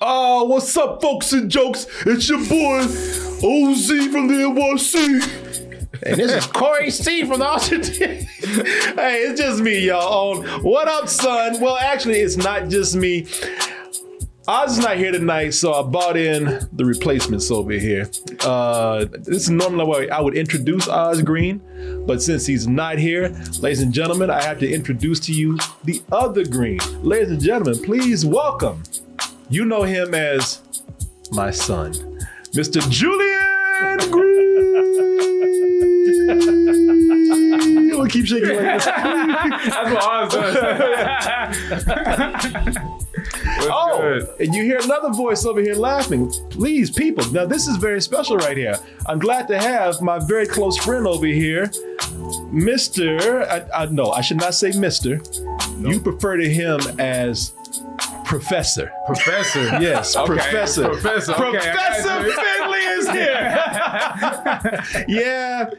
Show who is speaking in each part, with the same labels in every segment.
Speaker 1: Oh, what's up, folks and jokes? It's your boy OZ from the NYC.
Speaker 2: And this is Corey C from the Austin. hey, it's just me, y'all. On what up, son? Well, actually, it's not just me. Oz is not here tonight, so I bought in the replacements over here. Uh, this is normally where I would introduce Oz Green, but since he's not here, ladies and gentlemen, I have to introduce to you the other Green. Ladies and gentlemen, please welcome. You know him as my son, Mr. Julian Green. I'm gonna keep shaking like this.
Speaker 3: That's what Oz does.
Speaker 2: Oh,
Speaker 3: good.
Speaker 2: and you hear another voice over here laughing. Please, people. Now, this is very special right here. I'm glad to have my very close friend over here, Mr. I, I, no, I should not say Mr. You prefer to him as Professor.
Speaker 3: Professor.
Speaker 2: Yes,
Speaker 3: Okay,
Speaker 2: Professor.
Speaker 3: Professor, okay, I got
Speaker 2: Professor Finley is
Speaker 3: you.
Speaker 2: here. yeah.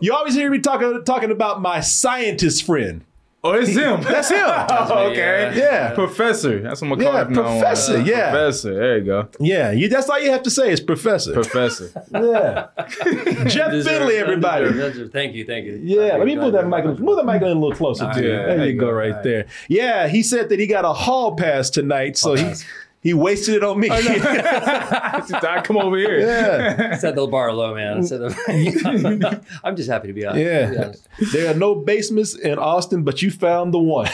Speaker 2: You always hear me talking talking about my scientist friend.
Speaker 3: Oh, it's him. Oh,
Speaker 2: That's him.
Speaker 3: okay.
Speaker 2: Yeah.
Speaker 3: Professor. That's what I'm gonna call
Speaker 2: Yeah,
Speaker 3: him. from now on.
Speaker 2: Professor, yeah.
Speaker 3: Professor. There you go.
Speaker 2: Yeah, you, that's all you have to say is Professor.
Speaker 3: Professor.
Speaker 2: yeah. Jeff
Speaker 4: Deserve-
Speaker 2: Finley, everybody.
Speaker 4: deserve- deserve- Thank you, thank you.
Speaker 2: Yeah,
Speaker 4: Thank
Speaker 2: let me
Speaker 4: you.
Speaker 2: move that mic. Move that mic in a little closer to you.
Speaker 3: yeah,
Speaker 2: There you go, right there. Yeah, he said that he got a hall pass tonight, so he he wasted it on me.
Speaker 3: I come over here.
Speaker 2: yeah,
Speaker 4: Set the bar low, man. Set the- I'm just happy to be on.
Speaker 2: yeah. There are no basements in Austin, but you found the one.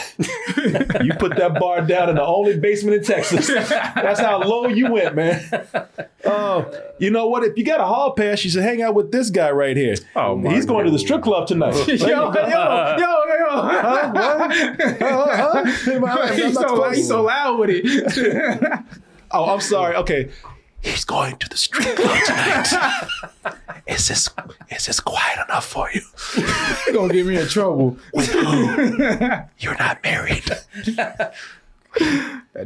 Speaker 2: you put that bar down in the only basement in Texas. That's how low you went, man. Oh, you know what? If you got a hall pass, you should hang out with this guy right here.
Speaker 3: Oh, my
Speaker 2: he's going to the
Speaker 3: God.
Speaker 2: strip club tonight. yo, yo, yo, yo, Huh? What? Huh? Huh? Am I- am I
Speaker 3: He's
Speaker 2: not
Speaker 3: so,
Speaker 2: supposed-
Speaker 3: he's so loud with it.
Speaker 2: Oh, I'm sorry. Okay. He's going to the strip club tonight. is this is this quiet enough for you?
Speaker 3: He's gonna get me in trouble.
Speaker 2: You're not married.
Speaker 3: That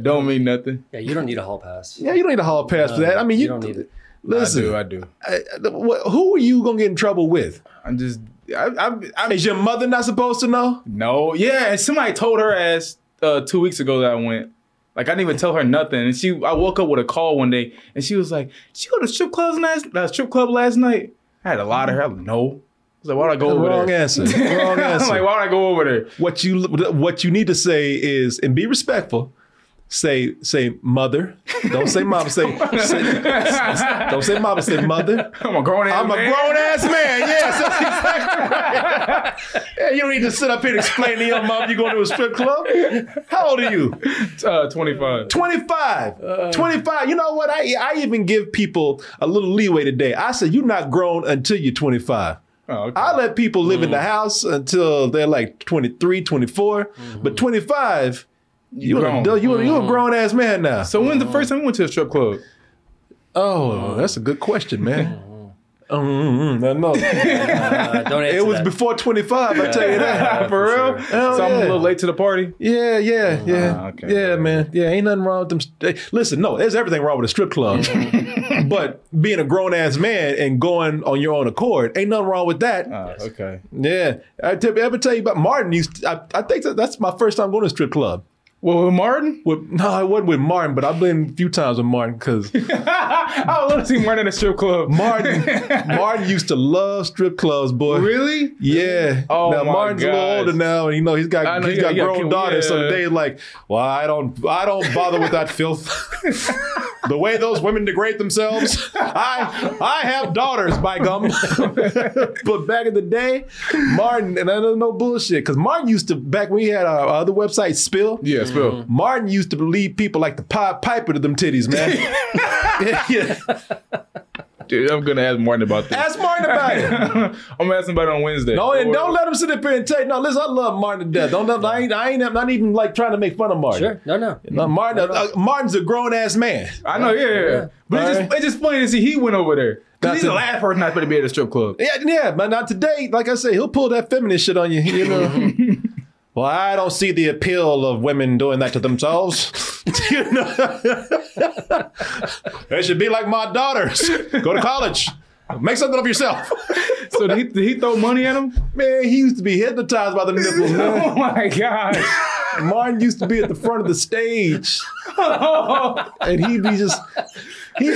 Speaker 3: don't mean nothing.
Speaker 4: Yeah, you don't need a hall pass.
Speaker 2: Yeah, you don't need a hall pass for that. I mean, you,
Speaker 4: you don't need it.
Speaker 2: Listen,
Speaker 3: I do, I do.
Speaker 2: uh, wh- who are you gonna get in trouble with?
Speaker 3: I'm just I I, I
Speaker 2: Is your mother not supposed to know?
Speaker 3: No, yeah, and somebody told her ass uh, two weeks ago that I went. Like I didn't even tell her nothing, and she I woke up with a call one day, and she was like, "Did you go to strip clubs last uh, strip club last night?" I had to lie to her. I'm like, no. I was like, "Why would I go over
Speaker 2: Wrong
Speaker 3: there?"
Speaker 2: answer. Wrong
Speaker 3: I'm like,
Speaker 2: answer.
Speaker 3: "Why would I go over there?"
Speaker 2: what you what you need to say is and be respectful. Say say mother. Don't say mom. Say, say don't say mama. Say mother.
Speaker 3: I'm a grown ass.
Speaker 2: I'm a
Speaker 3: man.
Speaker 2: grown ass man. Yes, that's exactly right. Yeah, you don't need to sit up here and explain to your mom you're going to a strip club. How old are you?
Speaker 3: Uh, 25.
Speaker 2: 25.
Speaker 3: Uh.
Speaker 2: 25. You know what? I, I even give people a little leeway today. I said, you're not grown until you're 25.
Speaker 3: Oh, okay.
Speaker 2: I let people live
Speaker 3: Mm.
Speaker 2: in the house until they're like 23, 24. But 25, you're, an
Speaker 3: Mm. grown. Mm.
Speaker 2: adult. you're, you're a grown ass man now.
Speaker 3: so when's the first time you went to a strip club?
Speaker 2: oh, that's a good question, man.
Speaker 3: Mm.
Speaker 2: Mm-mm-mm, I know.
Speaker 4: Uh, don't answer
Speaker 2: It was
Speaker 4: that.
Speaker 2: before 25, I tell you that.
Speaker 3: For real?
Speaker 2: Hell
Speaker 3: So I'm a
Speaker 2: yeah.
Speaker 3: little late to the party.
Speaker 2: Yeah, yeah, yeah,
Speaker 3: Ah, okay.
Speaker 2: yeah, man. Yeah, ain't nothing wrong with them. st- hey, Listen, no, there's everything wrong with a strip club, but being a grown ass man and going on your own accord, ain't nothing wrong with that.
Speaker 3: Oh, okay.
Speaker 2: yeah, I tell, ever tell you about Martin? Used to- I, I think that that's my first time going to a strip club.
Speaker 3: Well, with Martin?
Speaker 2: With, no, I wasn't with Martin, but I've been a few times with Martin because
Speaker 3: I would love to see Martin at a strip club.
Speaker 2: Martin Martin used to love strip clubs, boy.
Speaker 3: Really?
Speaker 2: Yeah.
Speaker 3: Oh,
Speaker 2: now
Speaker 3: my
Speaker 2: Martin's a
Speaker 3: gosh.
Speaker 2: little older now, and you know he's
Speaker 3: I
Speaker 2: got
Speaker 3: know,
Speaker 2: he's
Speaker 3: yeah,
Speaker 2: got
Speaker 3: yeah,
Speaker 2: grown
Speaker 3: can- uh,
Speaker 2: daughters. So
Speaker 3: yeah.
Speaker 2: they like, well, I don't I don't bother with that filth. the way those women degrade themselves, I I have daughters by gum. but back in the day, Martin and I don't know bullshit because Martin used to back when we had our other website Spill.
Speaker 3: Yeah, spill.
Speaker 2: Martin used to believe people like the Pied Piper to them titties, man. Yeah.
Speaker 3: Dude, I'm gonna ask Martin about this.
Speaker 2: Ask Martin about it.
Speaker 3: I'm gonna ask somebody on Wednesday.
Speaker 2: No, Oh, and
Speaker 3: Or-
Speaker 2: don't let him sit up here and tell you. No, listen, I love Martin to death. Don't let, I ain't, I ain't, I'm not even like trying to make fun of Martin.
Speaker 4: Sure. No, no.
Speaker 2: No, Martin, uh, Martin's a grown ass man.
Speaker 3: I know, yeah, yeah. But it's just,
Speaker 2: Alright.
Speaker 3: it's just funny to see he went over there. 'Cause
Speaker 2: That's
Speaker 3: he's the
Speaker 2: it.
Speaker 3: last person not supposed to be at a strip club.
Speaker 2: Yeah, yeah, but not today. Like I say, he'll pull that feminist shit on you. You know. well, I don't see the appeal of women doing that to themselves. you know. they should be like my daughters. Go to college. Make something of yourself.
Speaker 3: So did he, did he throw money at him?
Speaker 2: Man, he used to be hypnotized by the nipples. man.
Speaker 3: Oh my gosh.
Speaker 2: Martin used to be at the front of the stage. and he'd be just he,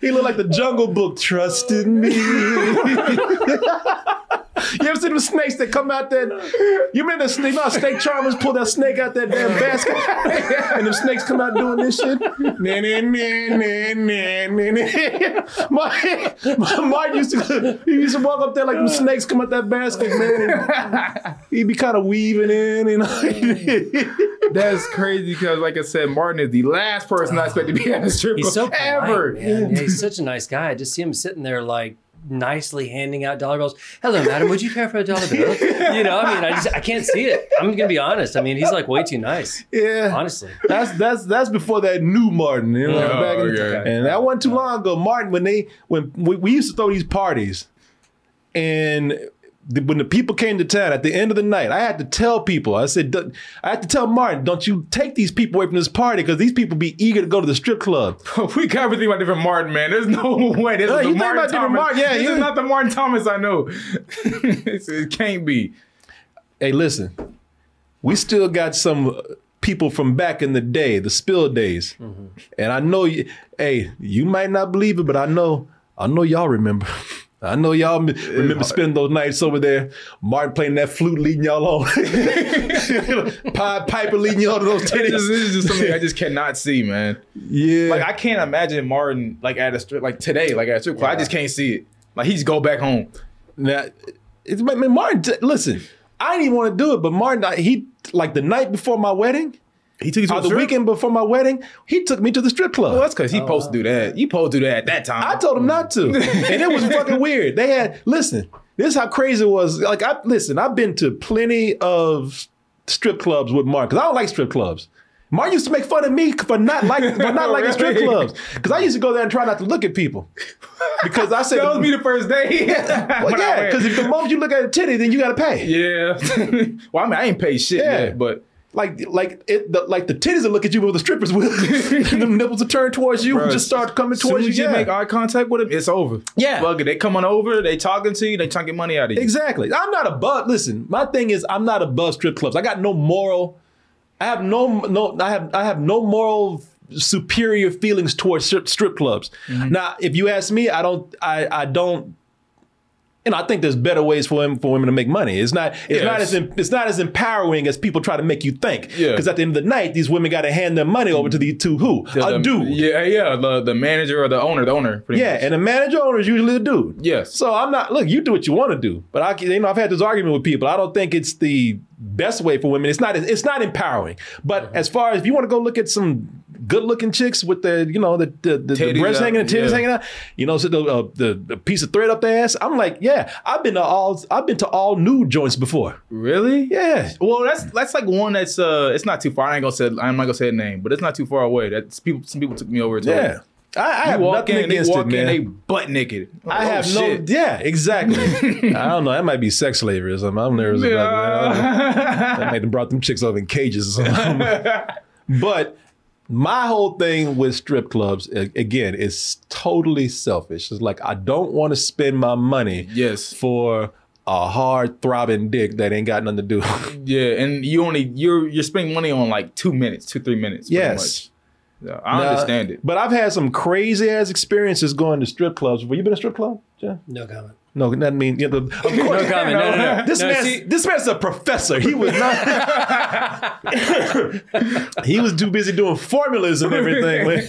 Speaker 2: he looked like the jungle book trusted me. you ever see them snakes that come out that you remember the snake, you know how snake charmers pull that snake out that damn basket? and them snakes come out doing this shit. Nah, nah, nah, nah, nah, nah, nah. My, my Martin used to he used to walk up there like them snakes come out that basket, man. and he'd be kind of weaving in and
Speaker 3: That's crazy because, like I said, Martin is the last person I expect to be at a strip
Speaker 4: He's so
Speaker 3: club
Speaker 4: polite,
Speaker 3: ever.
Speaker 4: man. Yeah, he's such a nice guy. I just see him sitting there like nicely handing out dollar bills. Hello, madam. Would you care for a dollar bill? You know, I mean, I just I can't see it. I'm gonna be honest. I mean, he's like way too nice.
Speaker 2: yeah.
Speaker 4: Honestly.
Speaker 2: That's that's that's before that new Martin, you know.
Speaker 3: Oh,
Speaker 2: back in-
Speaker 3: okay.
Speaker 2: And that wasn't too long ago. Martin, when they when we, we used to throw these parties, and the, when the people came to town at the end of the night, I had to tell people. I said, "Don't- I had to tell Martin, don't you take these people away from this party because these people be eager to go to the strip club.
Speaker 3: we got everything about different Martin, man. There's no way. This
Speaker 2: Uh, you
Speaker 3: is the
Speaker 2: think
Speaker 3: Martin
Speaker 2: about different
Speaker 3: Thomas.
Speaker 2: Martin, yeah,
Speaker 3: this
Speaker 2: yeah.
Speaker 3: is not the Martin Thomas I know. It's- it can't be.
Speaker 2: Hey, listen, we still got some people from back in the day, the spill days,
Speaker 3: Mm-hmm.
Speaker 2: and I know you. Hey, you might not believe it, but I know, I know y'all remember. I know y'all m- remember spending those nights over there. Martin playing that flute, leading y'all on. Pied Piper leading y'all to those
Speaker 3: This is,
Speaker 2: titties.
Speaker 3: this is just something I just cannot see, man.
Speaker 2: Yeah,
Speaker 3: Like I can't imagine Martin like at a strip like today, like at a strip club. I just can't see it. Like he just go back home.
Speaker 2: Now, it's, man, man, Martin, t- listen, I didn't even want to do it, but Martin, I- he like the night before my wedding,
Speaker 3: He took you
Speaker 2: or the weekend before my wedding, he took me to the strip club.
Speaker 3: Well, that's because he supposed to do that. You supposed to do that at that time.
Speaker 2: Oh, I told them not to, and it was fucking weird. They had listen. This is how crazy it was. Like I listen, I've been to plenty of strip clubs with Mark because I don't like strip clubs. Mark used to make fun of me for not like for not liking strip
Speaker 3: Really?
Speaker 2: clubs because I used to go there and try not to look at people because I said
Speaker 3: that was me the first day.
Speaker 2: well,
Speaker 3: When I
Speaker 2: yeah
Speaker 3: went.
Speaker 2: because if the moment you look at a titty then you got to pay
Speaker 3: Yeah. well, I mean, I ain't paid shit
Speaker 2: Yeah.
Speaker 3: yet, but
Speaker 2: like like it the, like the titties will look at you but the strippers will and the nipples will turn towards you and
Speaker 3: Bruh,
Speaker 2: just start coming
Speaker 3: soon
Speaker 2: towards
Speaker 3: as
Speaker 2: you
Speaker 3: you
Speaker 2: yeah.
Speaker 3: make eye contact with them, it's over.
Speaker 2: Yeah.
Speaker 3: Fuck it. They coming over, they talking to you, they trying to get money out of you.
Speaker 2: Exactly. I'm not above. Listen, my thing is I'm not above strip clubs. I got no moral. I have no no. I have I have no moral superior feelings towards strip, strip clubs.
Speaker 3: Mm-hmm.
Speaker 2: Now, if you ask me, I don't. I I don't. And I think there's better ways for women, for women to make money. It's not it's not
Speaker 3: Yes.
Speaker 2: as em- it's not as empowering as people try to make you think.
Speaker 3: Yeah.
Speaker 2: Because at the end of the night, these women got to hand their money over to the to who
Speaker 3: The-
Speaker 2: a
Speaker 3: the-
Speaker 2: dude.
Speaker 3: Yeah, yeah. The, the manager or the owner, the owner. Pretty
Speaker 2: Yeah,
Speaker 3: much.
Speaker 2: and a manager owner is usually a dude.
Speaker 3: Yes.
Speaker 2: So I'm not look. You do what you want to do, but I can- you know I've had this argument with people. I don't think it's the best way for women. It's not. It's not empowering. But as far as if you want to go look at some good looking chicks with the you know the the, the, the
Speaker 3: Titties
Speaker 2: breasts
Speaker 3: out,
Speaker 2: hanging, the titties
Speaker 3: yeah.
Speaker 2: hanging out, you know, so the, uh, the the piece of thread up their ass. I'm like, yeah, I've been to all I've been to all nude joints before.
Speaker 3: really?
Speaker 2: Yeah.
Speaker 3: Well, that's that's like one that's uh, it's not too far. I ain't gonna say I'm not gonna say the name, but it's not too far away. That's people. Some people took me over to.
Speaker 2: Yeah. I, I
Speaker 3: I
Speaker 2: have
Speaker 3: walk
Speaker 2: nothing
Speaker 3: in, they
Speaker 2: against
Speaker 3: walk
Speaker 2: it, man.
Speaker 3: in, they butt naked.
Speaker 2: I
Speaker 3: Oh,
Speaker 2: have
Speaker 3: shit.
Speaker 2: no. Yeah, exactly. I don't know. That might be sex slavery or something. I'm nervous about that.
Speaker 3: Yeah.
Speaker 2: I might have brought them chicks up in cages or something. but my whole thing with strip clubs, a- again, is totally selfish. It's like I don't want to spend my money
Speaker 3: Yes.
Speaker 2: for a hard throbbing dick that ain't got nothing to do.
Speaker 3: Yeah, and you only you're you're spending money on like two minutes, two three minutes. pretty
Speaker 2: Yes.
Speaker 3: much. Yeah, I
Speaker 2: Now,
Speaker 3: understand it.
Speaker 2: But I've had some crazy ass experiences going to strip clubs. Have you been to strip club? Jen?
Speaker 4: No comment.
Speaker 2: No, that mean yeah, the, of course.
Speaker 4: No comment. No, no, no.
Speaker 2: This
Speaker 4: no,
Speaker 2: man's
Speaker 4: see-
Speaker 2: this man's a professor. He was not. he was too busy doing formulas and everything.
Speaker 4: well,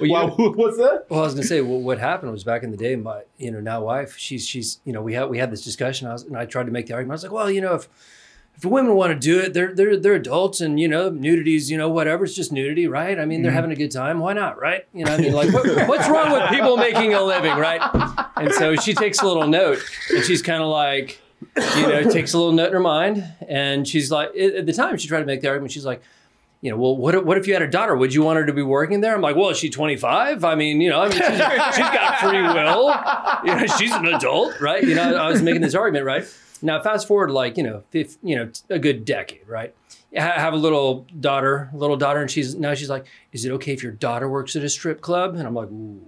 Speaker 4: you-
Speaker 2: wow, what's that?
Speaker 4: Well, I was gonna say what, what happened was back in the day, my you know now wife, she's she's you know we had we had this discussion. I was and I tried to make the argument. I was like, well, you know if if women want to do it, they're they're they're adults, and you know nudity's you know whatever, it's just nudity, right? I mean, they're having a good time. Why not, right? You know, I mean, like what, what's wrong with people making a living, right? And so she takes a little note, and she's kind of like. You know, takes a little note in her mind, and she's like, at at the time, she tried to make the argument. She's like, you know, well, what if, what if you had a daughter? Would you want her to be working there? I'm like, well, is she 25? I mean, you know, I mean, she's, she's got free will. You know, she's an adult, right? You know, I was making this argument, right? Now, fast forward like, you know, fif- you know, a good decade, right? I ha- have a little daughter, little daughter, and she's now she's like, is it okay if your daughter works at a strip club? And I'm like, ooh.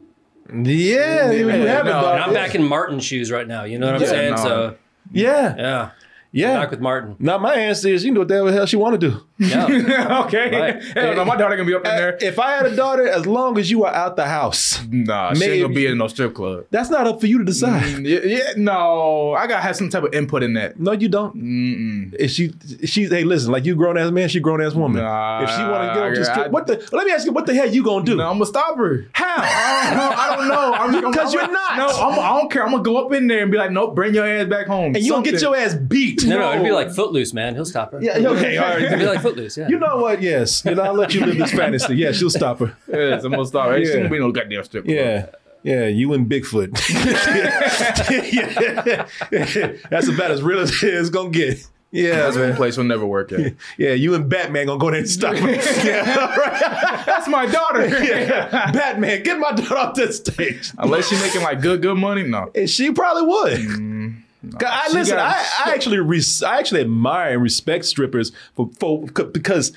Speaker 2: Yeah, you have it,
Speaker 3: no,
Speaker 2: dog.
Speaker 4: And I'm back in Martin shoes right now. You know what I'm
Speaker 3: Yeah,
Speaker 4: saying?
Speaker 3: no.
Speaker 4: So,
Speaker 2: Yeah,
Speaker 4: yeah,
Speaker 2: yeah.
Speaker 4: back with Martin.
Speaker 2: Now my answer is, you know what the hell she want to do.
Speaker 4: Yeah.
Speaker 3: okay.
Speaker 4: Right.
Speaker 3: Hell no, my daughter gonna be up in there.
Speaker 2: If I had a daughter, as long as you are out the house,
Speaker 3: Nah, she
Speaker 2: Maybe.
Speaker 3: ain't gonna be in no strip club.
Speaker 2: that's not up for you to decide.
Speaker 3: Yeah, yeah, no, I gotta have some type of input in that.
Speaker 2: No, you don't.
Speaker 3: Mm-mm.
Speaker 2: If she, she's hey, listen, like you grown ass man, she grown ass woman.
Speaker 3: Nah,
Speaker 2: if she want to get up to
Speaker 3: I-
Speaker 2: strip, what the? Let me ask you, what the hell you gonna do?
Speaker 3: No, I'm gonna stop her.
Speaker 2: How?
Speaker 3: I don't know. I don't know. I'm just gonna-
Speaker 2: Because
Speaker 3: I'm
Speaker 2: you're not.
Speaker 3: gonna- No, I'm, I don't care. I'm gonna go up in there and be like, nope, bring your ass back home.
Speaker 2: And you gonna get your ass beat?
Speaker 4: No, no, it'd be like Footloose, man. He'll stop her.
Speaker 2: Yeah, okay, all
Speaker 4: It'd
Speaker 2: right.
Speaker 4: be like Footloose, yeah.
Speaker 2: You know what? Yes, and I'll let you live this fantasy. Yeah, she'll stop her.
Speaker 3: Yes, I'm gonna stop her. She
Speaker 2: Yeah.
Speaker 3: ain't gonna be no goddamn strip club.
Speaker 2: Yeah. Yeah, you and Bigfoot. That's about as real as it's gonna get. Yeah,
Speaker 3: That's one
Speaker 2: man.
Speaker 3: place will never work at.
Speaker 2: Yeah, you and Batman gonna go there and stop her. Yeah, all right.
Speaker 3: That's my daughter.
Speaker 2: Yeah. Batman, get my daughter off that stage.
Speaker 3: Unless she's making like good, good money. No.
Speaker 2: And she probably would. 'Cause I
Speaker 3: Mm-hmm. She
Speaker 2: listen.
Speaker 3: got-
Speaker 2: I, I actually res, I actually admire and respect strippers for, for c- because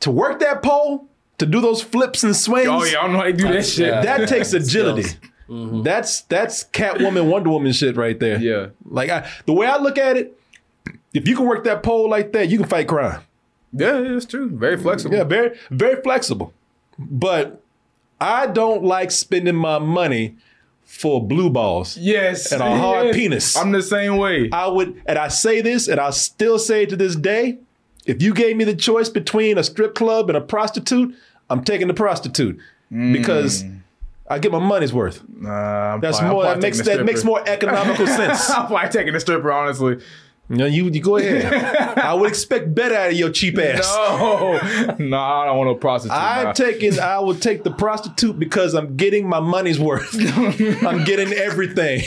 Speaker 2: to work that pole, to do those flips and swings.
Speaker 3: Oh yeah, I don't know how to do that shit. Mm-hmm.
Speaker 4: Yeah.
Speaker 2: that takes agility.
Speaker 4: Skills.
Speaker 2: That's that's Catwoman, Wonder Woman shit right there.
Speaker 3: Yeah.
Speaker 2: Like I, the way I look at it, if you can work that pole like that, you can fight crime.
Speaker 3: Yeah, yeah, it's true. Very flexible.
Speaker 2: Yeah, very very flexible. But I don't like spending my money for blue balls.
Speaker 3: Yes.
Speaker 2: And a hard
Speaker 3: yes.
Speaker 2: penis.
Speaker 3: I'm the same way.
Speaker 2: I would, and I say this, and I still say it to this day. If you gave me the choice between a strip club and a prostitute, I'm taking the prostitute
Speaker 3: Mm.
Speaker 2: because I get my money's worth.
Speaker 3: Nah, I'm
Speaker 2: That's
Speaker 3: probably- I'm
Speaker 2: more.
Speaker 3: probably
Speaker 2: That makes
Speaker 3: taking the
Speaker 2: that makes
Speaker 3: stripper.
Speaker 2: more economical sense.
Speaker 3: I'm probably taking the stripper, honestly.
Speaker 2: No, you, you go ahead. I would expect better out of your cheap ass.
Speaker 3: No, Oh, no, I don't want no prostitute. nah.
Speaker 2: I'm taking. I would take the prostitute because I'm getting my money's worth. I'm getting everything.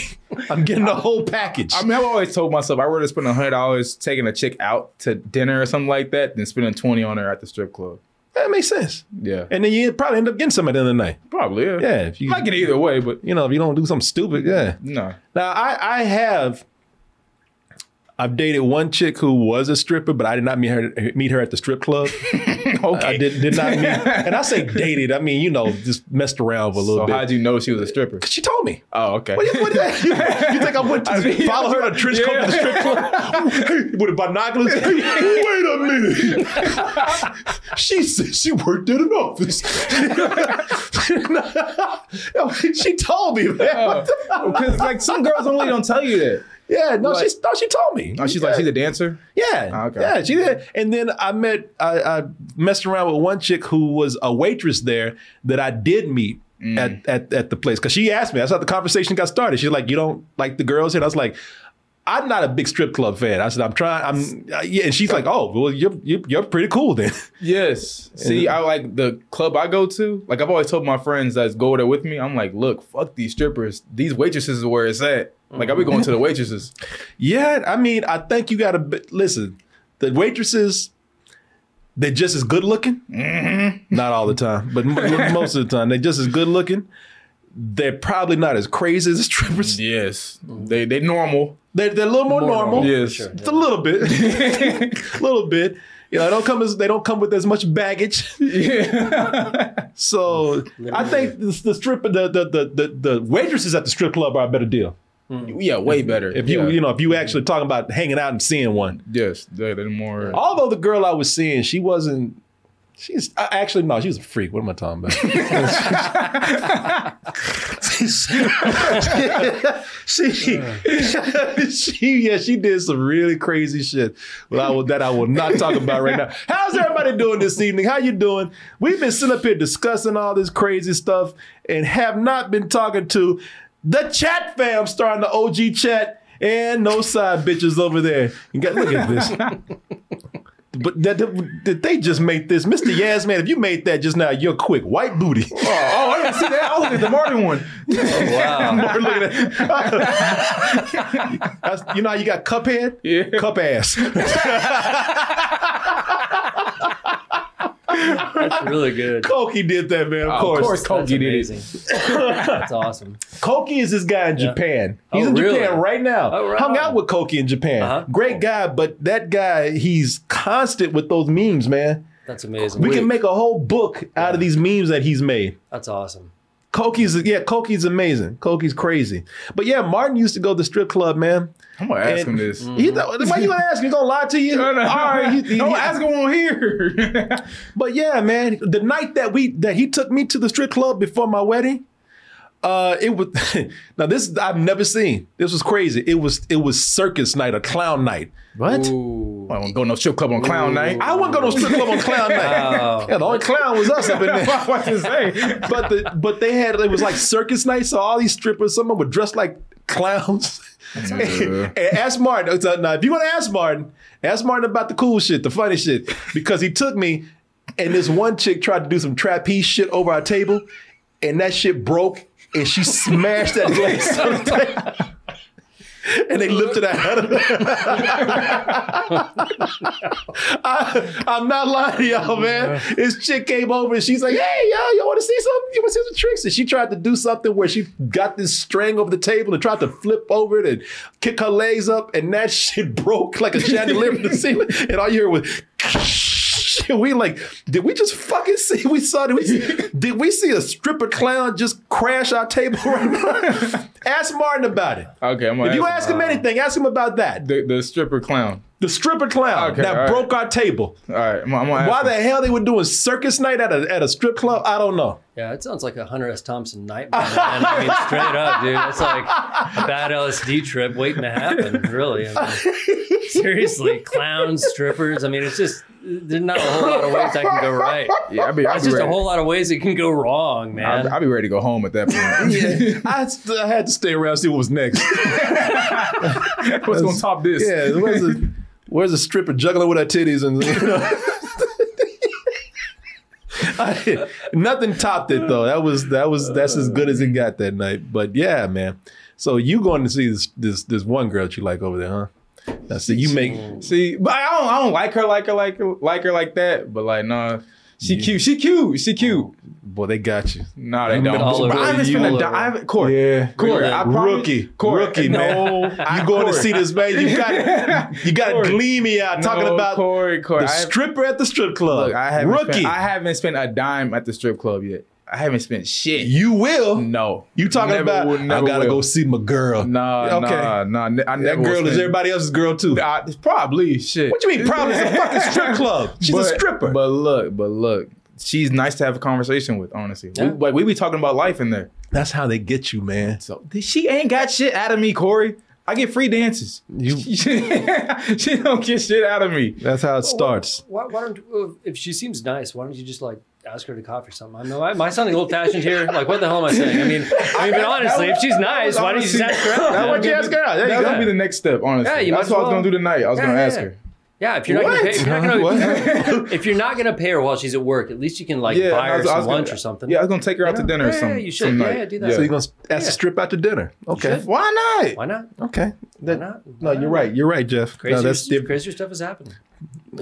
Speaker 2: I'm getting the whole package.
Speaker 3: I mean, I've always told myself I'd rather spend hundred dollars taking a chick out to dinner or something like that than spending twenty on her at the strip club.
Speaker 2: that makes sense.
Speaker 3: Yeah,
Speaker 2: And then you probably end up getting some at the end of the night.
Speaker 3: probably. Yeah,
Speaker 2: Yeah, if you-
Speaker 3: I get it either way, but
Speaker 2: You know, if you don't do something stupid, yeah.
Speaker 3: no.
Speaker 2: Now I I have I've dated one chick who was a stripper, but I did not meet her meet her at the strip club.
Speaker 3: Okay.
Speaker 2: I did did not meet, and I say dated. I mean, you know, just messed around for a little
Speaker 3: so
Speaker 2: bit.
Speaker 3: how'd you know she was a stripper?
Speaker 2: she told me.
Speaker 3: Oh, okay.
Speaker 2: What do you, what is that? You, you think I went to
Speaker 3: I mean,
Speaker 2: follow her in a trench coat to the strip club with a binoculars? Wait a minute. she said she worked at an office. she told me, man. What the-
Speaker 3: Because Oh, like some girls only don't tell you that.
Speaker 2: Yeah, no,
Speaker 3: Like-
Speaker 2: she no, she told me.
Speaker 3: Oh, she's like she's a dancer.
Speaker 2: yeah,
Speaker 3: Ah, okay.
Speaker 2: yeah, she did. And then I met, I, I messed around with one chick who was a waitress there that I did meet. At, at, at the place because she asked me that's how the conversation got started she's like you don't like the girls here and I was like I'm not a big strip club fan I said I'm trying I'm uh, yeah and she's like oh well you're you're, you're pretty cool then
Speaker 3: Yes. See, I like the club I go to. Like I've always told my friends that go there with me. I'm like, look, fuck these strippers. These waitresses is where it's at. Like I be going to the waitresses.
Speaker 2: yeah I mean I think you gotta b- listen the waitresses they're just as good looking not all the time but m- most of the time they're just as good looking they're probably not as crazy as strippers
Speaker 3: Yes.
Speaker 2: Oh.
Speaker 3: They they normal.
Speaker 2: They're, they're a little more, normal.
Speaker 4: normal,
Speaker 3: Yes.
Speaker 4: for sure,
Speaker 2: Just a little bit. a little bit. You know, they don't come as they don't come with as much baggage. So I think the, the strip the the, the the the waitresses at the strip club are a better deal.
Speaker 3: Yeah, way better.
Speaker 2: If you
Speaker 3: yeah.
Speaker 2: you know if you actually talking about hanging out and seeing one.
Speaker 3: yes, they're, they're more. Oh,
Speaker 2: Although the girl I was seeing, she wasn't. She's uh, actually no, she was a freak. What am I talking about? she, she, yeah, she did some really crazy shit. Well, I will, that I will not talk about right now. How's everybody doing this evening? How you doing? We've been sitting up here discussing all this crazy stuff and have not been talking to the chat fam, starting the OG chat and no side bitches over there. You got look at this. But that, that- did they just make this, Mr. Yaz man? If you made that just now, you're quick. White booty.
Speaker 3: Oh, oh, I didn't see that. I was at the Marvin one.
Speaker 4: Wow.
Speaker 2: Look at that. That's- you know how you got cup head?
Speaker 3: Yeah.
Speaker 2: Cup ass.
Speaker 4: That's really good.
Speaker 2: Cokie did that, man. Of
Speaker 4: Oh,
Speaker 2: course.
Speaker 3: Of course, Kobe
Speaker 4: That's
Speaker 3: did it.
Speaker 4: amazing. That's awesome.
Speaker 2: Koki is this guy in Japan. He's
Speaker 4: Oh,
Speaker 2: in
Speaker 4: really?
Speaker 2: Japan right now.
Speaker 4: Oh, right.
Speaker 2: Hung out with Koki in Japan.
Speaker 4: Uh-huh.
Speaker 2: Great guy, but that guy, he's constant with those memes, man.
Speaker 4: That's amazing.
Speaker 2: We can make a whole book out of these memes that he's made.
Speaker 4: That's awesome.
Speaker 2: Koki's yeah, Koki's amazing. Koki's crazy. But yeah, Martin used to go to the strip club, man.
Speaker 3: I'm gonna ask
Speaker 2: And-
Speaker 3: him this.
Speaker 2: He thought- why you gonna ask? him? He's gonna lie to Mm. Ah, you?
Speaker 3: Mm-hmm. No,
Speaker 2: All right, he- he-
Speaker 3: no. Don't
Speaker 2: he-
Speaker 3: ask him on here.
Speaker 2: But yeah, man, the night that we that he took me to the strip club before my wedding, uh, it was now this I've never seen. This was crazy. It was it was circus night, a clown night.
Speaker 3: What? I won't go no strip club on clown night.
Speaker 2: I wouldn't go to no strip club on clown night.
Speaker 4: Wow.
Speaker 2: Yeah, the only clown was us up in there.
Speaker 3: what to say?
Speaker 2: But the but they had it was like circus night, so all these strippers, some of them were dressed like clowns. and ask Martin. uh, so Now, if you want to ask Martin, ask Martin about the cool shit, the funny shit, because he took me, and this one chick tried to do some trapeze shit over our table, and that shit broke, and she smashed that glass. on the table. And they lifted her out of there. I, I'm not lying to y'all, man. This chick came over and she's like, hey, yo, you want to see something? You want to see some tricks? And she tried to do something where she got this string over the table and tried to flip over it and kick her legs up, and that shit broke like a chandelier from the ceiling. And all you heard was, and we like, did we just fucking see? We saw did we did we see a stripper clown just crash our table right now? ask Martin about it.
Speaker 3: Okay, I'm gonna
Speaker 2: If you
Speaker 3: ask
Speaker 2: ask him anything, ask him about that.
Speaker 3: the, the stripper clown.
Speaker 2: The stripper clown
Speaker 3: Okay,
Speaker 2: that
Speaker 3: all right.
Speaker 2: broke our table.
Speaker 3: All right, I'm, gonna- I'm gonna ask
Speaker 2: Why
Speaker 3: him.
Speaker 2: the hell they were doing circus night at a at a strip club? I don't know.
Speaker 4: Yeah, it sounds like a Hunter S. Thompson nightmare. man. I mean, straight up, dude. It's like a bad LSD trip waiting to happen, really. I mean, seriously, clowns, strippers. I mean, it's just, there's not a whole lot of ways that can go right.
Speaker 3: Yeah, I'll be, I'll
Speaker 4: It's
Speaker 3: be
Speaker 4: just a
Speaker 3: ready.
Speaker 4: whole lot of ways it can go wrong,
Speaker 3: I'll,
Speaker 4: man.
Speaker 3: be- I'll be ready to go home at that point.
Speaker 2: I, st- I had to stay around and see what was next.
Speaker 3: What's gonna top this?
Speaker 2: yeah, where's the where's the stripper juggling with her titties and you know? I- nothing topped it though. That was that was that's as good as it got that night. But yeah, man. So you going to see this this this one girl that you like over there, huh? I see you make
Speaker 3: See, but I don't, I don't like her, like her, like her, like her, like that. But like, nah, she cute, she cute, she cute.
Speaker 2: boy, Oh, they got you.
Speaker 3: Nah, they
Speaker 2: I'm
Speaker 3: don't.
Speaker 2: gonna
Speaker 4: all
Speaker 3: But
Speaker 4: over
Speaker 3: I'm just
Speaker 4: you.
Speaker 3: gonna
Speaker 4: All
Speaker 3: die.
Speaker 4: over.
Speaker 3: I haven't- Corey,
Speaker 2: Yeah.
Speaker 3: Corey, I promise,
Speaker 2: rookie,
Speaker 3: Corey,
Speaker 2: rookie,
Speaker 3: no,
Speaker 2: man.
Speaker 3: I-
Speaker 2: you going
Speaker 3: Corey.
Speaker 2: to see this man? You got you got
Speaker 3: Corey.
Speaker 2: gleamy out talking
Speaker 3: No,
Speaker 2: about
Speaker 3: Corey, Corey.
Speaker 2: the
Speaker 3: I have-
Speaker 2: stripper at the strip club.
Speaker 3: Look, I haven't
Speaker 2: rookie,
Speaker 3: Spent, I haven't spent a dime at the strip club yet. I haven't spent shit.
Speaker 2: you will.
Speaker 3: no.
Speaker 2: You talking
Speaker 3: Never
Speaker 2: about?
Speaker 3: will,
Speaker 2: I
Speaker 3: never
Speaker 2: gotta
Speaker 3: will.
Speaker 2: go see my girl.
Speaker 3: Nah,
Speaker 2: Okay.
Speaker 3: nah, nah. ne- I
Speaker 2: that
Speaker 3: never
Speaker 2: girl
Speaker 3: will
Speaker 2: is
Speaker 3: spend-
Speaker 2: everybody else's girl too. What
Speaker 3: I, Uh, probably shit.
Speaker 2: you mean? Problem? It's a fucking strip club. She's a
Speaker 3: But-
Speaker 2: stripper.
Speaker 3: But look, but look, she's nice to have a conversation with. Honestly, We-
Speaker 4: Yeah.
Speaker 3: like we be talking about life in there.
Speaker 2: That's how they get you, man.
Speaker 3: So th- she ain't got shit out of me, Corey. I get free dances.
Speaker 2: You.
Speaker 3: she don't get shit out of me.
Speaker 2: That's how it starts.
Speaker 4: why, why don't uh, if she seems nice, why don't you just like ask her to coffee or something? I know I, am I sounding old fashioned here? Like what the hell am I saying? I mean, I mean, but honestly, if she's nice, why don't you just ask her out?
Speaker 3: That
Speaker 4: man?
Speaker 3: would be-
Speaker 2: ask her out. There you
Speaker 3: That
Speaker 2: go.
Speaker 3: would be the next step. Honestly,
Speaker 4: Yeah, you might
Speaker 3: that's
Speaker 4: as
Speaker 3: what I was
Speaker 4: well.
Speaker 3: gonna do tonight. I was
Speaker 4: Yeah,
Speaker 3: gonna
Speaker 4: yeah,
Speaker 3: ask
Speaker 4: yeah.
Speaker 3: her.
Speaker 4: Yeah, if you're not gonna pay, if you're not gonna,
Speaker 2: What?
Speaker 4: if you're not gonna pay her while she's at work, at least you can like
Speaker 3: Yeah,
Speaker 4: buy
Speaker 3: I
Speaker 4: her
Speaker 3: was- I was
Speaker 4: some
Speaker 3: gonna-
Speaker 4: lunch or something.
Speaker 3: Yeah, I was gonna take her out to
Speaker 4: Yeah.
Speaker 3: dinner or
Speaker 4: Yeah,
Speaker 3: something.
Speaker 4: you should.
Speaker 3: some
Speaker 4: Yeah,
Speaker 3: night.
Speaker 4: yeah, do that.
Speaker 2: So you're gonna ask to strip out to dinner? Okay.
Speaker 4: should.
Speaker 3: Why not?
Speaker 4: Why not?
Speaker 2: Okay. That-
Speaker 4: Why not?
Speaker 2: No,
Speaker 4: Why
Speaker 2: you're
Speaker 4: not?
Speaker 2: right. You're right, Jeff.
Speaker 4: Crazier,
Speaker 2: no, that's the
Speaker 4: crazier stuff is happening.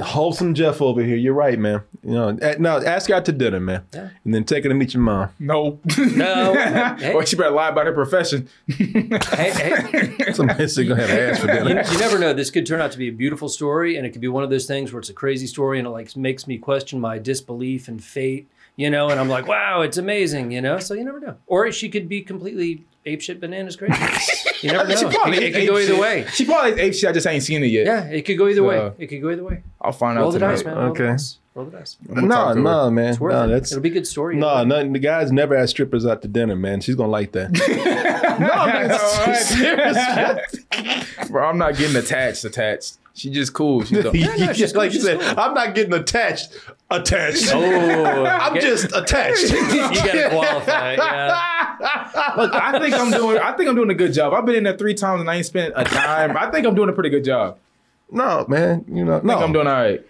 Speaker 2: wholesome Jeff over here. You're right, man. You know, a- no, ask her out to dinner, man,
Speaker 4: Yeah.
Speaker 2: and then take her to meet your mom.
Speaker 3: No.
Speaker 4: No. Hey.
Speaker 3: Or she better lie about her profession.
Speaker 4: Hey, hey,
Speaker 2: Somebody's gonna have ass for dinner.
Speaker 4: you, you never know. This could turn out to be a beautiful story, and it could be one of those things where it's a crazy story, and it like makes me question my disbelief and fate, you know. And I'm like, wow, it's amazing, you know. So you never know. Or she could be completely apeshit bananas crazy. You never know.
Speaker 3: She
Speaker 4: It,
Speaker 3: probably
Speaker 4: it could go either
Speaker 3: apeshit.
Speaker 4: way.
Speaker 3: She probably is ape shit. I just ain't seen it yet.
Speaker 4: Yeah, it could go either way.
Speaker 3: So-
Speaker 4: It could go either way.
Speaker 3: I'll find out.
Speaker 4: Roll the
Speaker 3: tonight.
Speaker 4: dice, man. Roll the
Speaker 2: Okay.
Speaker 4: dice. Roll the dice.
Speaker 3: I'm gonna
Speaker 2: No,
Speaker 3: talk to her.
Speaker 2: no, man.
Speaker 4: It's worth
Speaker 2: No,
Speaker 4: it.
Speaker 2: that's
Speaker 4: It'll be a good story.
Speaker 2: no, nothing. The guys never ask strippers out to dinner, man. She's gonna like that.
Speaker 3: All right.
Speaker 2: Serious.
Speaker 3: Bro, I'm not getting attached. Attached. She just cool. She's dope.
Speaker 4: no, she's
Speaker 2: Just like you
Speaker 4: cool, she's
Speaker 2: said,
Speaker 4: cool.
Speaker 2: I'm not getting attached. Attached.
Speaker 4: Oh,
Speaker 2: I'm just attached.
Speaker 4: you gotta qualify. Yeah.
Speaker 3: Look, I think I'm doing. I think I'm doing a good job. I've been in there three times and I ain't spent a dime. I think I'm doing a pretty good job.
Speaker 1: No, man. You know,
Speaker 3: I think
Speaker 2: Oh.
Speaker 3: I'm
Speaker 1: no.
Speaker 3: doing all right.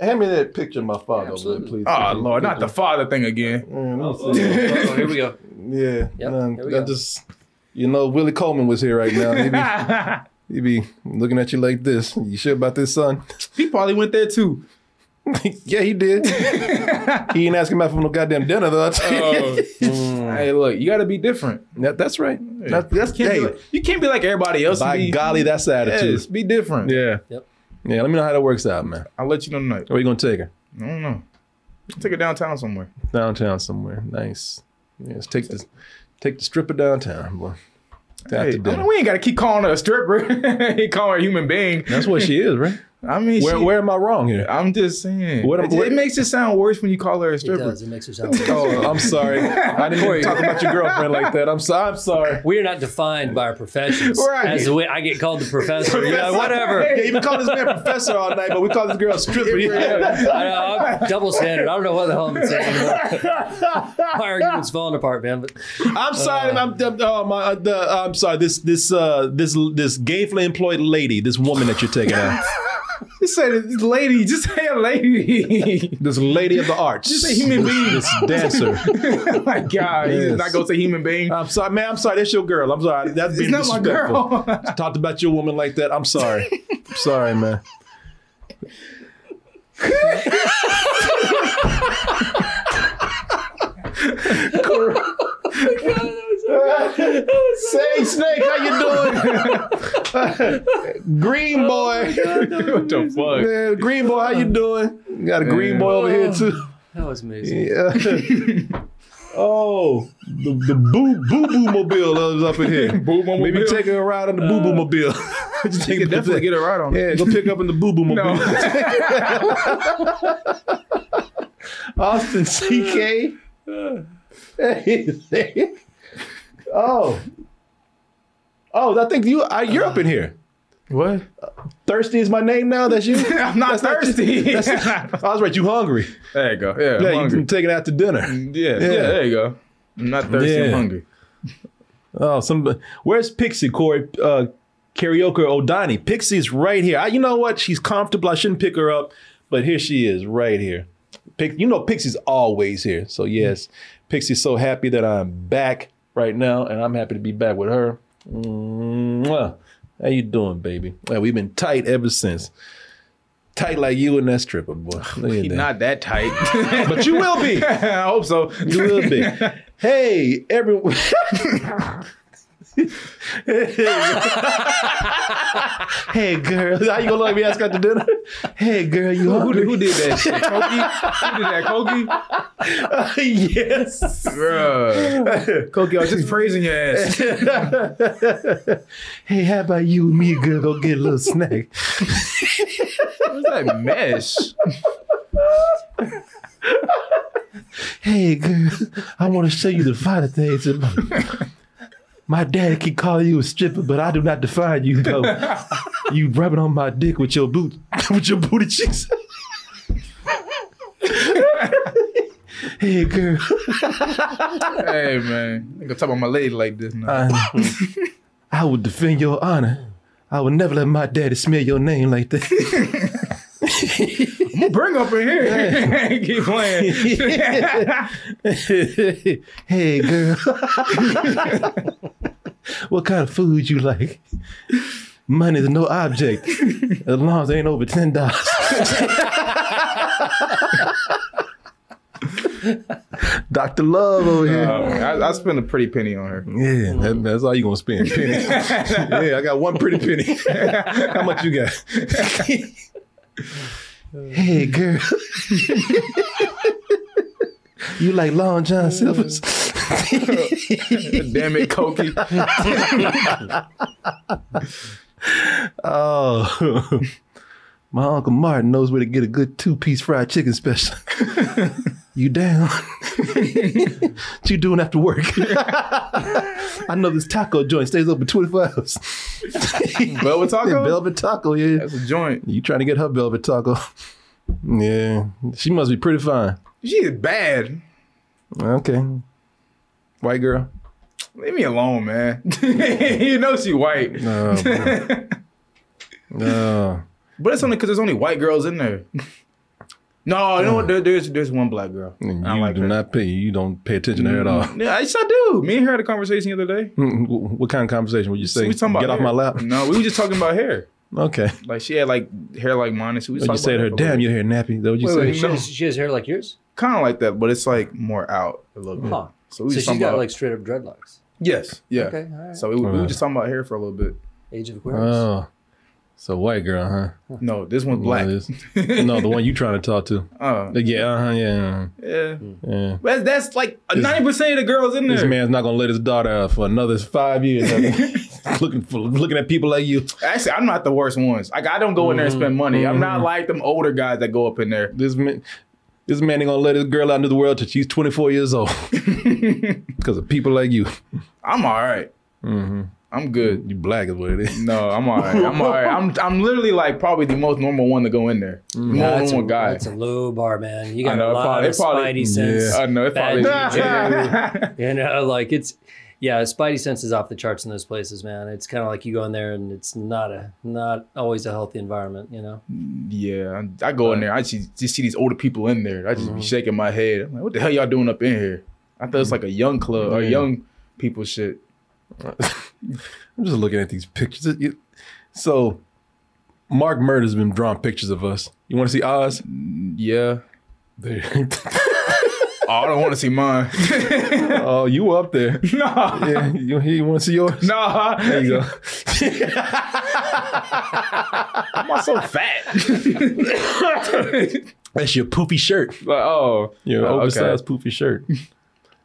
Speaker 1: Hand me that picture of my father, man,
Speaker 4: absolutely.
Speaker 1: please.
Speaker 3: Oh Lord, not the father thing again.
Speaker 4: Oh, here we go.
Speaker 1: Yeah.
Speaker 4: Yep,
Speaker 1: no,
Speaker 4: there we
Speaker 1: I
Speaker 4: go.
Speaker 1: just, you know, Willie Coleman was here right now. He'd be, he'd be looking at you like this. You sure about this, son?
Speaker 3: He probably went there too.
Speaker 1: yeah, he did. he ain't asking about for no goddamn dinner, though. I'll tell you.
Speaker 3: Oh. hey, look, you got to be different.
Speaker 1: That- that's right. That- that's
Speaker 3: Can't be
Speaker 1: hey,
Speaker 3: like- you can't be like everybody else.
Speaker 1: By
Speaker 3: be,
Speaker 1: golly, that's the attitude.
Speaker 3: yes, be different.
Speaker 1: Yeah.
Speaker 4: Yep.
Speaker 1: Yeah, let me know how that works out, man.
Speaker 3: I'll let you know tonight.
Speaker 1: Where you gonna take her?
Speaker 3: I don't know. Take her downtown somewhere.
Speaker 1: Downtown somewhere. Nice. Yes, take the take the stripper downtown, boy. Out to
Speaker 3: Hey, I
Speaker 1: dinner.
Speaker 3: mean, we ain't got to keep calling her a stripper. he calling her a human being.
Speaker 1: That's what she is, right?
Speaker 3: I mean,
Speaker 1: Where
Speaker 3: she-
Speaker 1: where am I wrong here?
Speaker 3: I'm just saying.
Speaker 1: What-
Speaker 3: it,
Speaker 1: what-
Speaker 3: it makes it sound worse when you call her a
Speaker 4: It
Speaker 3: stripper.
Speaker 4: does. It makes her sound.
Speaker 1: Oh, I'm sorry. I didn't mean to talk about your girlfriend like that. I'm sorry. I'm sorry.
Speaker 4: We are not defined by our professions.
Speaker 3: Right.
Speaker 4: As the way I get called the professor. Yeah,
Speaker 2: Yeah,
Speaker 4: whatever.
Speaker 2: you can call this man professor all night, but we call this girl a stripper.
Speaker 4: I know, I'm double standard. I don't know what the hell I'm saying anymore. My argument's falling apart, man. But
Speaker 2: I'm sorry. I'm, I'm- oh, my, uh, the, uh, I'm sorry. This this uh, this this gainfully employed lady, this woman that you're taking out,
Speaker 3: Just say this lady. Just say a lady.
Speaker 2: this lady of the arts,
Speaker 3: Just say human being.
Speaker 2: this dancer.
Speaker 3: oh my God. You did not go to human being.
Speaker 2: I'm sorry, man. I'm sorry. That's your girl. I'm sorry. That's
Speaker 3: it's
Speaker 2: being
Speaker 3: not my
Speaker 2: disrespectful.
Speaker 3: girl.
Speaker 2: Talked about your woman like that. I'm sorry.
Speaker 1: I'm sorry, man.
Speaker 2: Say snake, how you doing? Oh, Green boy.
Speaker 3: what the fuck?
Speaker 2: Yeah, green boy, how you doing? You got a green boy over here too.
Speaker 4: that was amazing.
Speaker 2: Yeah. oh, the, the boo boo boo mobile is up in here.
Speaker 3: Boom, boom,
Speaker 2: Maybe
Speaker 3: boom.
Speaker 2: take her a ride on the boo boo mobile. Just
Speaker 3: You
Speaker 2: take
Speaker 3: could Uh, definitely get a ride on.
Speaker 2: Yeah, go pick up in the boo boo mobile.
Speaker 3: No.
Speaker 2: Austin CK. oh. Oh, I think you I, you're up in here.
Speaker 3: what?
Speaker 2: Thirsty is my name now. That's you. I
Speaker 3: I'm not thirsty.
Speaker 2: was right. You hungry?
Speaker 3: there you go. Yeah, I'm
Speaker 2: Yeah, you
Speaker 3: hungry.
Speaker 2: can take it out to dinner.
Speaker 3: Yeah, yeah, there you go. I'm not thirsty. I'm
Speaker 2: Yeah.
Speaker 3: hungry.
Speaker 2: Oh, some. Where's Pixie Corey? Uh, karaoke O'Donnell. Pixie's right here. I, you know what? She's comfortable. I shouldn't pick her up, but here she is, right here. Pic, you know Pixie's always here. So yes, Pixie's so happy that I'm back right now, and I'm happy to be back with her. Mwah. How you doing, baby? Well, we've been tight ever since. Tight like you and that stripper boy. Look at
Speaker 3: He's
Speaker 2: that.
Speaker 3: not that tight.
Speaker 2: but you will be.
Speaker 3: I hope so.
Speaker 2: You will be. Hey, everyone. hey, girl. How you gonna let me ask out to dinner? Hey, girl, you
Speaker 3: Who,
Speaker 2: hungry?
Speaker 3: who did that shit? Kogi? Who did that? Kogi?
Speaker 2: yes.
Speaker 3: Bruh. Kogi, I was just praising your ass.
Speaker 2: Hey, how about you and me, girl, go get a little snack?
Speaker 3: What's that mesh?
Speaker 2: Hey, girl, I want to show you the finer things. in my- My daddy can call you a stripper, but I do not define you, though. you rubbing on my dick with your boot, with your booty cheeks. hey, girl.
Speaker 3: Hey, man. I can talk about my lady like this now.
Speaker 2: I, I will defend your honor. I will never let my daddy smear your name like that.
Speaker 3: Bring up in here. Keep playing.
Speaker 2: hey, girl. what kind of food you like? Money's no object as long as it ain't over ten dollars. Doctor Love over here.
Speaker 3: Um, I, I spent a pretty penny on her.
Speaker 2: Yeah, that- that's all you gonna spend. Penny. yeah, I got one pretty penny. How much you got? hey, girl. you like Long John Silver's?
Speaker 3: Damn it, Koki.
Speaker 2: Oh, my uncle Martin knows where to get a good two-piece fried chicken special. you down? what you doing after work? I know this taco joint stays open 24 hours.
Speaker 3: Velvet Taco?
Speaker 2: Velvet taco, yeah.
Speaker 3: That's a joint.
Speaker 2: You trying to get her velvet taco? Yeah, she must be pretty fine.
Speaker 3: She is bad.
Speaker 2: Okay, white girl.
Speaker 3: Leave me alone, man. you know she white.
Speaker 2: Oh, boy. Oh.
Speaker 3: But it's only because there's only white girls in there. no, you know what? There, there's there's one black girl.
Speaker 2: you
Speaker 3: I like
Speaker 2: do
Speaker 3: her.
Speaker 2: not pay. You don't pay attention to her at all.
Speaker 3: Yeah, yes, I do. Me and her had a conversation the other day.
Speaker 2: Mm, wh- What kind of conversation would you say?
Speaker 3: Mm-hmm. we talking about
Speaker 2: Get off
Speaker 3: hair.
Speaker 2: my lap.
Speaker 3: No, we were just talking about hair.
Speaker 2: Okay.
Speaker 3: Like she had like hair like mine, and so we
Speaker 2: What Oh, you say to her? Damn, your hair nappy. Is that what you say?
Speaker 4: she,
Speaker 3: no.
Speaker 4: has, she has hair like yours.
Speaker 3: kind of like that, but it's like more out a little bit.
Speaker 4: Huh.
Speaker 3: Hmm. So
Speaker 4: So
Speaker 3: we just
Speaker 4: she's
Speaker 3: talking
Speaker 4: got
Speaker 3: about
Speaker 4: like straight up dreadlocks.
Speaker 3: yes, yeah.
Speaker 4: Okay, all right.
Speaker 3: So we, we were just talking about hair for a little bit.
Speaker 4: Age of Aquarius.
Speaker 2: Oh, so white girl, huh?
Speaker 3: No, this one's black.
Speaker 2: Well, this- no, the one you trying to talk to.
Speaker 3: Uh,
Speaker 2: Like, yeah, uh-huh, yeah.
Speaker 3: yeah.
Speaker 2: uh-huh, yeah.
Speaker 3: But that's like ninety percent of the girls in there.
Speaker 2: This man's not gonna let his daughter out for another five years. looking for looking at people like you.
Speaker 3: Actually, I'm not the worst ones. Like I don't go in there and spend
Speaker 2: Mm-hmm.
Speaker 3: money. I'm not like them older guys that go up in there.
Speaker 2: This man, this man ain't gonna let his girl out into the world till she's twenty four years old. Because of people like you.
Speaker 3: I'm all right.
Speaker 2: Mm-hmm.
Speaker 3: I'm good.
Speaker 2: You black is what it is.
Speaker 3: No, I'm all right. I'm all right. I'm I'm literally like probably the most normal one to go in there.
Speaker 2: Mm-hmm.
Speaker 3: More
Speaker 4: That's
Speaker 3: normal
Speaker 4: a,
Speaker 3: guy.
Speaker 4: that's a low bar, man. You
Speaker 3: I
Speaker 4: got
Speaker 3: know,
Speaker 4: a
Speaker 3: it
Speaker 4: lot
Speaker 3: probably-
Speaker 4: of
Speaker 3: it probably-
Speaker 4: spidey sense.
Speaker 3: I know it probably.
Speaker 4: Bad You know, like it's yeah, spidey sense is off the charts in those places, man. It's kind of like you go in there and it's not a not always a healthy environment, you know.
Speaker 3: yeah, I, I go in there. I see, just see these older people in there. I just
Speaker 2: Mm-hmm.
Speaker 3: be shaking my head. I'm like, what the hell y'all doing up in here? I thought
Speaker 2: Mm-hmm.
Speaker 3: it's like a young club or young people shit.
Speaker 2: I'm just looking at these pictures. It- you- So, Mark Murder's been drawing pictures of us. You want to see Oz?
Speaker 3: Yeah.
Speaker 2: There.
Speaker 3: Oh, I don't want to see mine.
Speaker 2: oh, you were up there.
Speaker 3: no.
Speaker 2: Yeah, you, you want to see yours?
Speaker 3: No.
Speaker 2: There you go.
Speaker 3: Why am I so fat?
Speaker 2: That's your poofy shirt.
Speaker 3: Like, oh,
Speaker 2: Your
Speaker 3: Oh,
Speaker 2: oversized poofy shirt.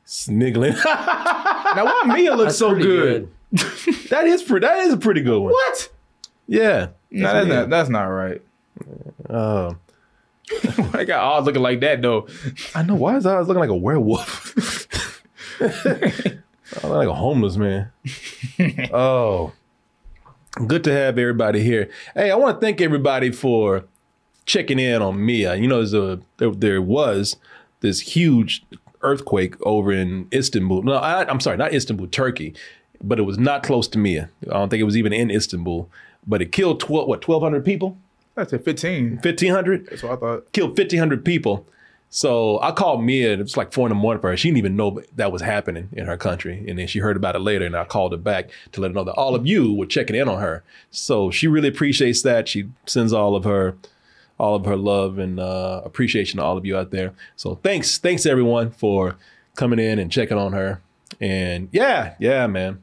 Speaker 2: Sniggling.
Speaker 3: Now why Mia looks so
Speaker 4: pretty
Speaker 3: good?
Speaker 2: that is pretty. That is a pretty good one.
Speaker 3: What?
Speaker 2: Yeah.
Speaker 3: No, that's not. That's not right.
Speaker 2: Uh,
Speaker 3: I got all looking like that though.
Speaker 2: I know. Why is Oz looking like a werewolf? I look like a homeless man. oh, good to have everybody here. Hey, I want to thank everybody for checking in on Mia. You know, there's a there, there was this huge earthquake over in Istanbul. No, I, I'm sorry, not Istanbul, Turkey, but it was not close to Mia. I don't think it was even in Istanbul, but it killed 12, what 1,200 people,
Speaker 3: That's a fifteen.
Speaker 2: 1,500
Speaker 3: That's what I thought.
Speaker 2: killed 1,500 people. So I called Mia, and it was like four in the morning for her. She didn't even know that was happening in her country. And then she heard about it later, and I called her back to let her know that all of you were checking in on her. So she really appreciates that. She sends all of her all of her love and uh, appreciation to all of you out there. So thanks, thanks everyone for coming in and checking on her. And yeah, yeah, man.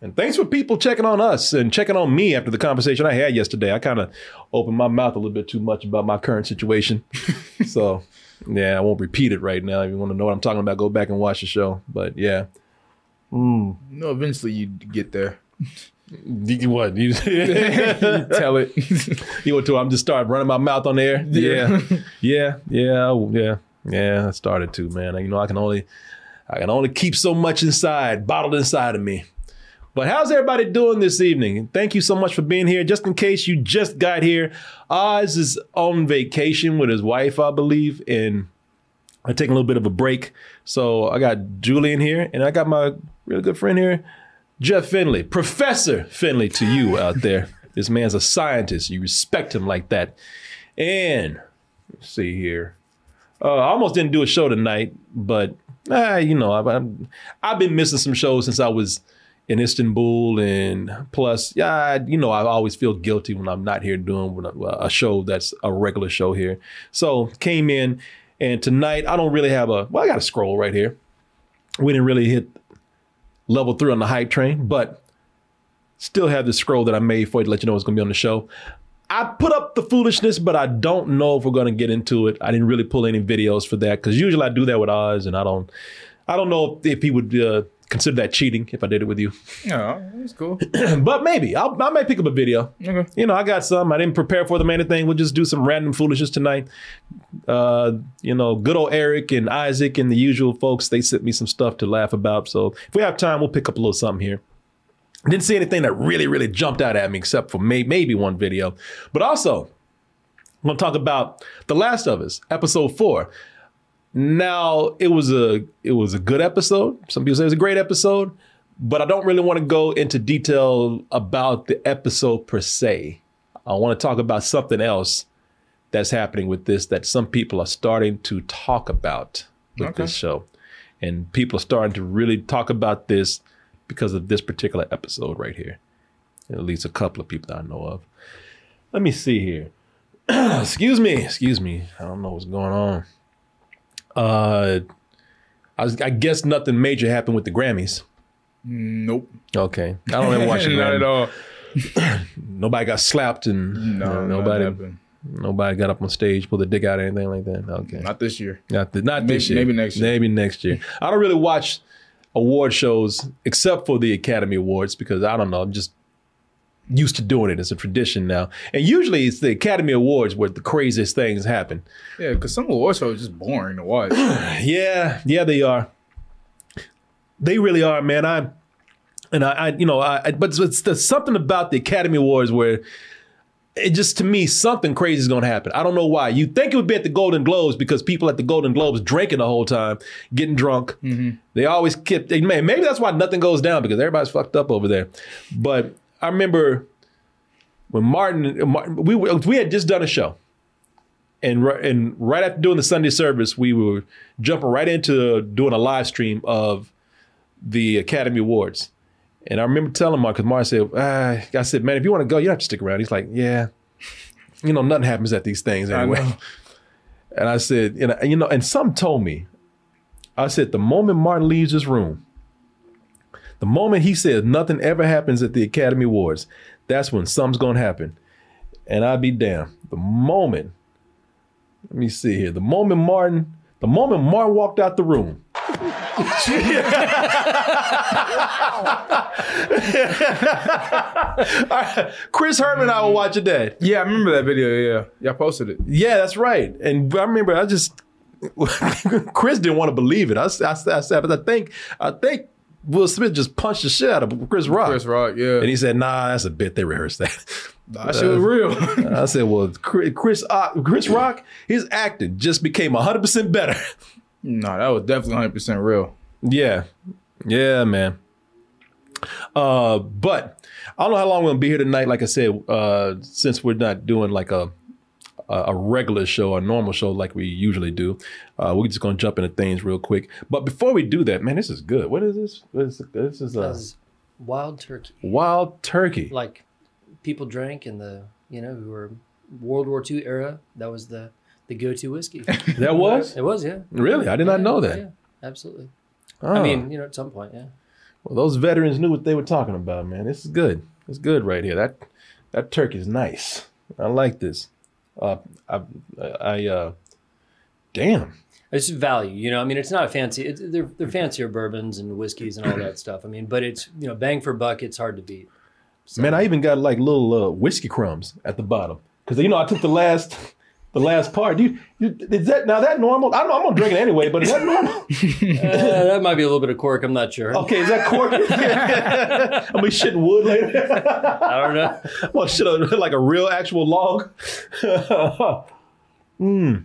Speaker 2: And thanks for people checking on us and checking on me after the conversation I had yesterday. I kind of opened my mouth a little bit too much about my current situation. so, yeah, I won't repeat it right now. If you want to know what I'm talking about, go back and watch the show. But yeah.
Speaker 3: No, eventually you get there.
Speaker 2: You, what? You,
Speaker 3: Tell it.
Speaker 2: you want to? I'm just started running my mouth on the air.
Speaker 3: Yeah.
Speaker 2: Yeah, yeah, I- yeah, yeah. I started to, man. You know, I can only, I can only keep so much inside, bottled inside of me. But how's everybody doing this evening? And Thank you so much for being here. Just in case you just got here, Oz is on vacation with his wife, I believe, and I'm taking a little bit of a break. So I got Julian here, and I got my real good friend here, Jeff Finley, Professor Finley, to you out there. This man's a scientist. You respect him like that. And see here. Uh, I almost didn't do a show tonight, but uh, you know, I've, I've, I've been missing some shows since I was in Istanbul, and plus, yeah, I- you know, I always feel guilty when I'm not here doing what- uh, a show that's a regular show here. So came in, and tonight I don't really have a. Well, I got a scroll right here. We didn't really hit level three on the hype train, but still have the scroll that I made for you to let you know what's going to be on the show. I put up the foolishness, but I don't know if we're gonna get into it. I didn't really pull any videos for that because usually I do that with Oz, and I don't, I don't know if he would uh, consider that cheating if I did it with you,
Speaker 3: No, that's cool.
Speaker 2: but maybe I'll, I might pick up a video.
Speaker 3: Okay.
Speaker 2: You know, I got some. I didn't prepare for them or anything. We'll just do some random foolishness tonight. Uh, you know, good old Eric and Isaac and the usual folks. They sent me some stuff to laugh about. So if we have time, we'll pick up a little something here. Didn't see anything that really, really jumped out at me except for may- maybe one video. But also, I'm going to talk about The Last of Us, episode four. Now it was a it was a good episode. Some people say it was a great episode, but I don't really want to go into detail about the episode per se. I want to talk about something else that's happening with this that some people are starting to talk about with this show, and people are starting to really talk about this because of this particular episode right here. At least a couple of people that I know of. Let me see here. excuse me, excuse me. I don't know what's going on. Uh, I, was, I guess nothing major happened with the Grammys.
Speaker 3: Nope.
Speaker 2: Okay, I don't ever watch the Grammys.
Speaker 3: Not at all.
Speaker 2: Nobody got slapped and
Speaker 3: No,
Speaker 2: uh,
Speaker 3: not
Speaker 2: nobody
Speaker 3: happening.
Speaker 2: nobody got up on stage, pulled a dick out, or anything like that. Okay,
Speaker 3: Not this year.
Speaker 2: not, th- not this
Speaker 3: Maybe-
Speaker 2: year.
Speaker 3: maybe next year.
Speaker 2: Maybe next year. I don't really watch award shows except for the Academy Awards because I don't know. I'm just used to doing it. It's a tradition now, and usually it's the Academy Awards where the craziest things happen.
Speaker 3: Yeah, because some award shows are just boring to watch.
Speaker 2: Yeah, yeah, they are. They really are, man. I and I, I you know, I, I- but it's, there's something about the Academy Awards where it just to me something crazy is gonna happen. I don't know why. You think it would be at the Golden Globes because people at the Golden Globes drinking the whole time, getting drunk. They always kept. they- man, Maybe that's why nothing goes down because everybody's fucked up over there. But I remember when Martin, Martin we were- we had just done a show and ri- and right after doing the Sunday service, we were jumping right into doing a live stream of the Academy Awards. And I remember telling Mark, because Mark said, ah, I said, man, if you want to go, you have to stick around. He's like, yeah, you know, nothing happens at these things anyway.
Speaker 3: know.
Speaker 2: and I said, and I- you know, and some told me, I said, the moment Martin leaves this room, the moment he says nothing ever happens at the Academy Awards, that's when something's gonna happen. And I'd be damned. The moment let me see here. The moment Martin, the moment Martin walked out the room. Chris Herman, I will watch it that.
Speaker 3: Yeah, I remember that video. Yeah, y'all posted it.
Speaker 2: Yeah, that's right. And I remember I just Chris didn't want to believe it. I, s- I, s- I said, but I think I think Will Smith just punched the shit out of Chris Rock.
Speaker 3: Chris Rock. Yeah,
Speaker 2: And he said, "Nah, that's a bit. They rehearsed that."
Speaker 3: that shit was real.
Speaker 2: I said, "Well, Chris Chris, uh, Chris Rock, his acting just became hundred percent better."
Speaker 3: no, that was definitely 100 percent real.
Speaker 2: Yeah. Yeah, man. Uh, but I don't know how long we're gonna be here tonight. Like I said, uh, since we're not doing like a a a regular show, a normal show like we usually do, uh, we're just gonna jump into things real quick. But before we do that, man, this is good. What is this? What is, this is a
Speaker 4: As wild turkey,
Speaker 2: wild turkey.
Speaker 4: like people drank in the you know who were World War II era. That was the the go to whiskey. it
Speaker 2: That was
Speaker 4: was yeah.
Speaker 2: really. I did not know that.
Speaker 4: Yeah, absolutely.
Speaker 2: Oh.
Speaker 4: I mean, you know, at some point, yeah.
Speaker 2: Well, those veterans knew what they were talking about, man. This is good. It's good right here. That that turkey's nice. I like this. Uh, I, I, uh, damn.
Speaker 4: It's value, you know. I mean, it's not a fancy. It's, they're
Speaker 2: Mm-hmm.
Speaker 4: they're fancier bourbons and whiskeys and all that stuff. I mean, but it's you know bang for buck. It's hard to beat.
Speaker 2: Man, I even got like little uh, whiskey crumbs at the bottom because you know I took the last, the last part. Do you, you is that now that normal? I don't know. I'm gonna drink it anyway, but is that normal?
Speaker 4: Uh, that might be a little bit of cork. I'm not sure.
Speaker 2: Okay, is that cork? I'll be shitting wood later.
Speaker 4: I don't know.
Speaker 2: Well, shit, uh, like a real actual log. mm.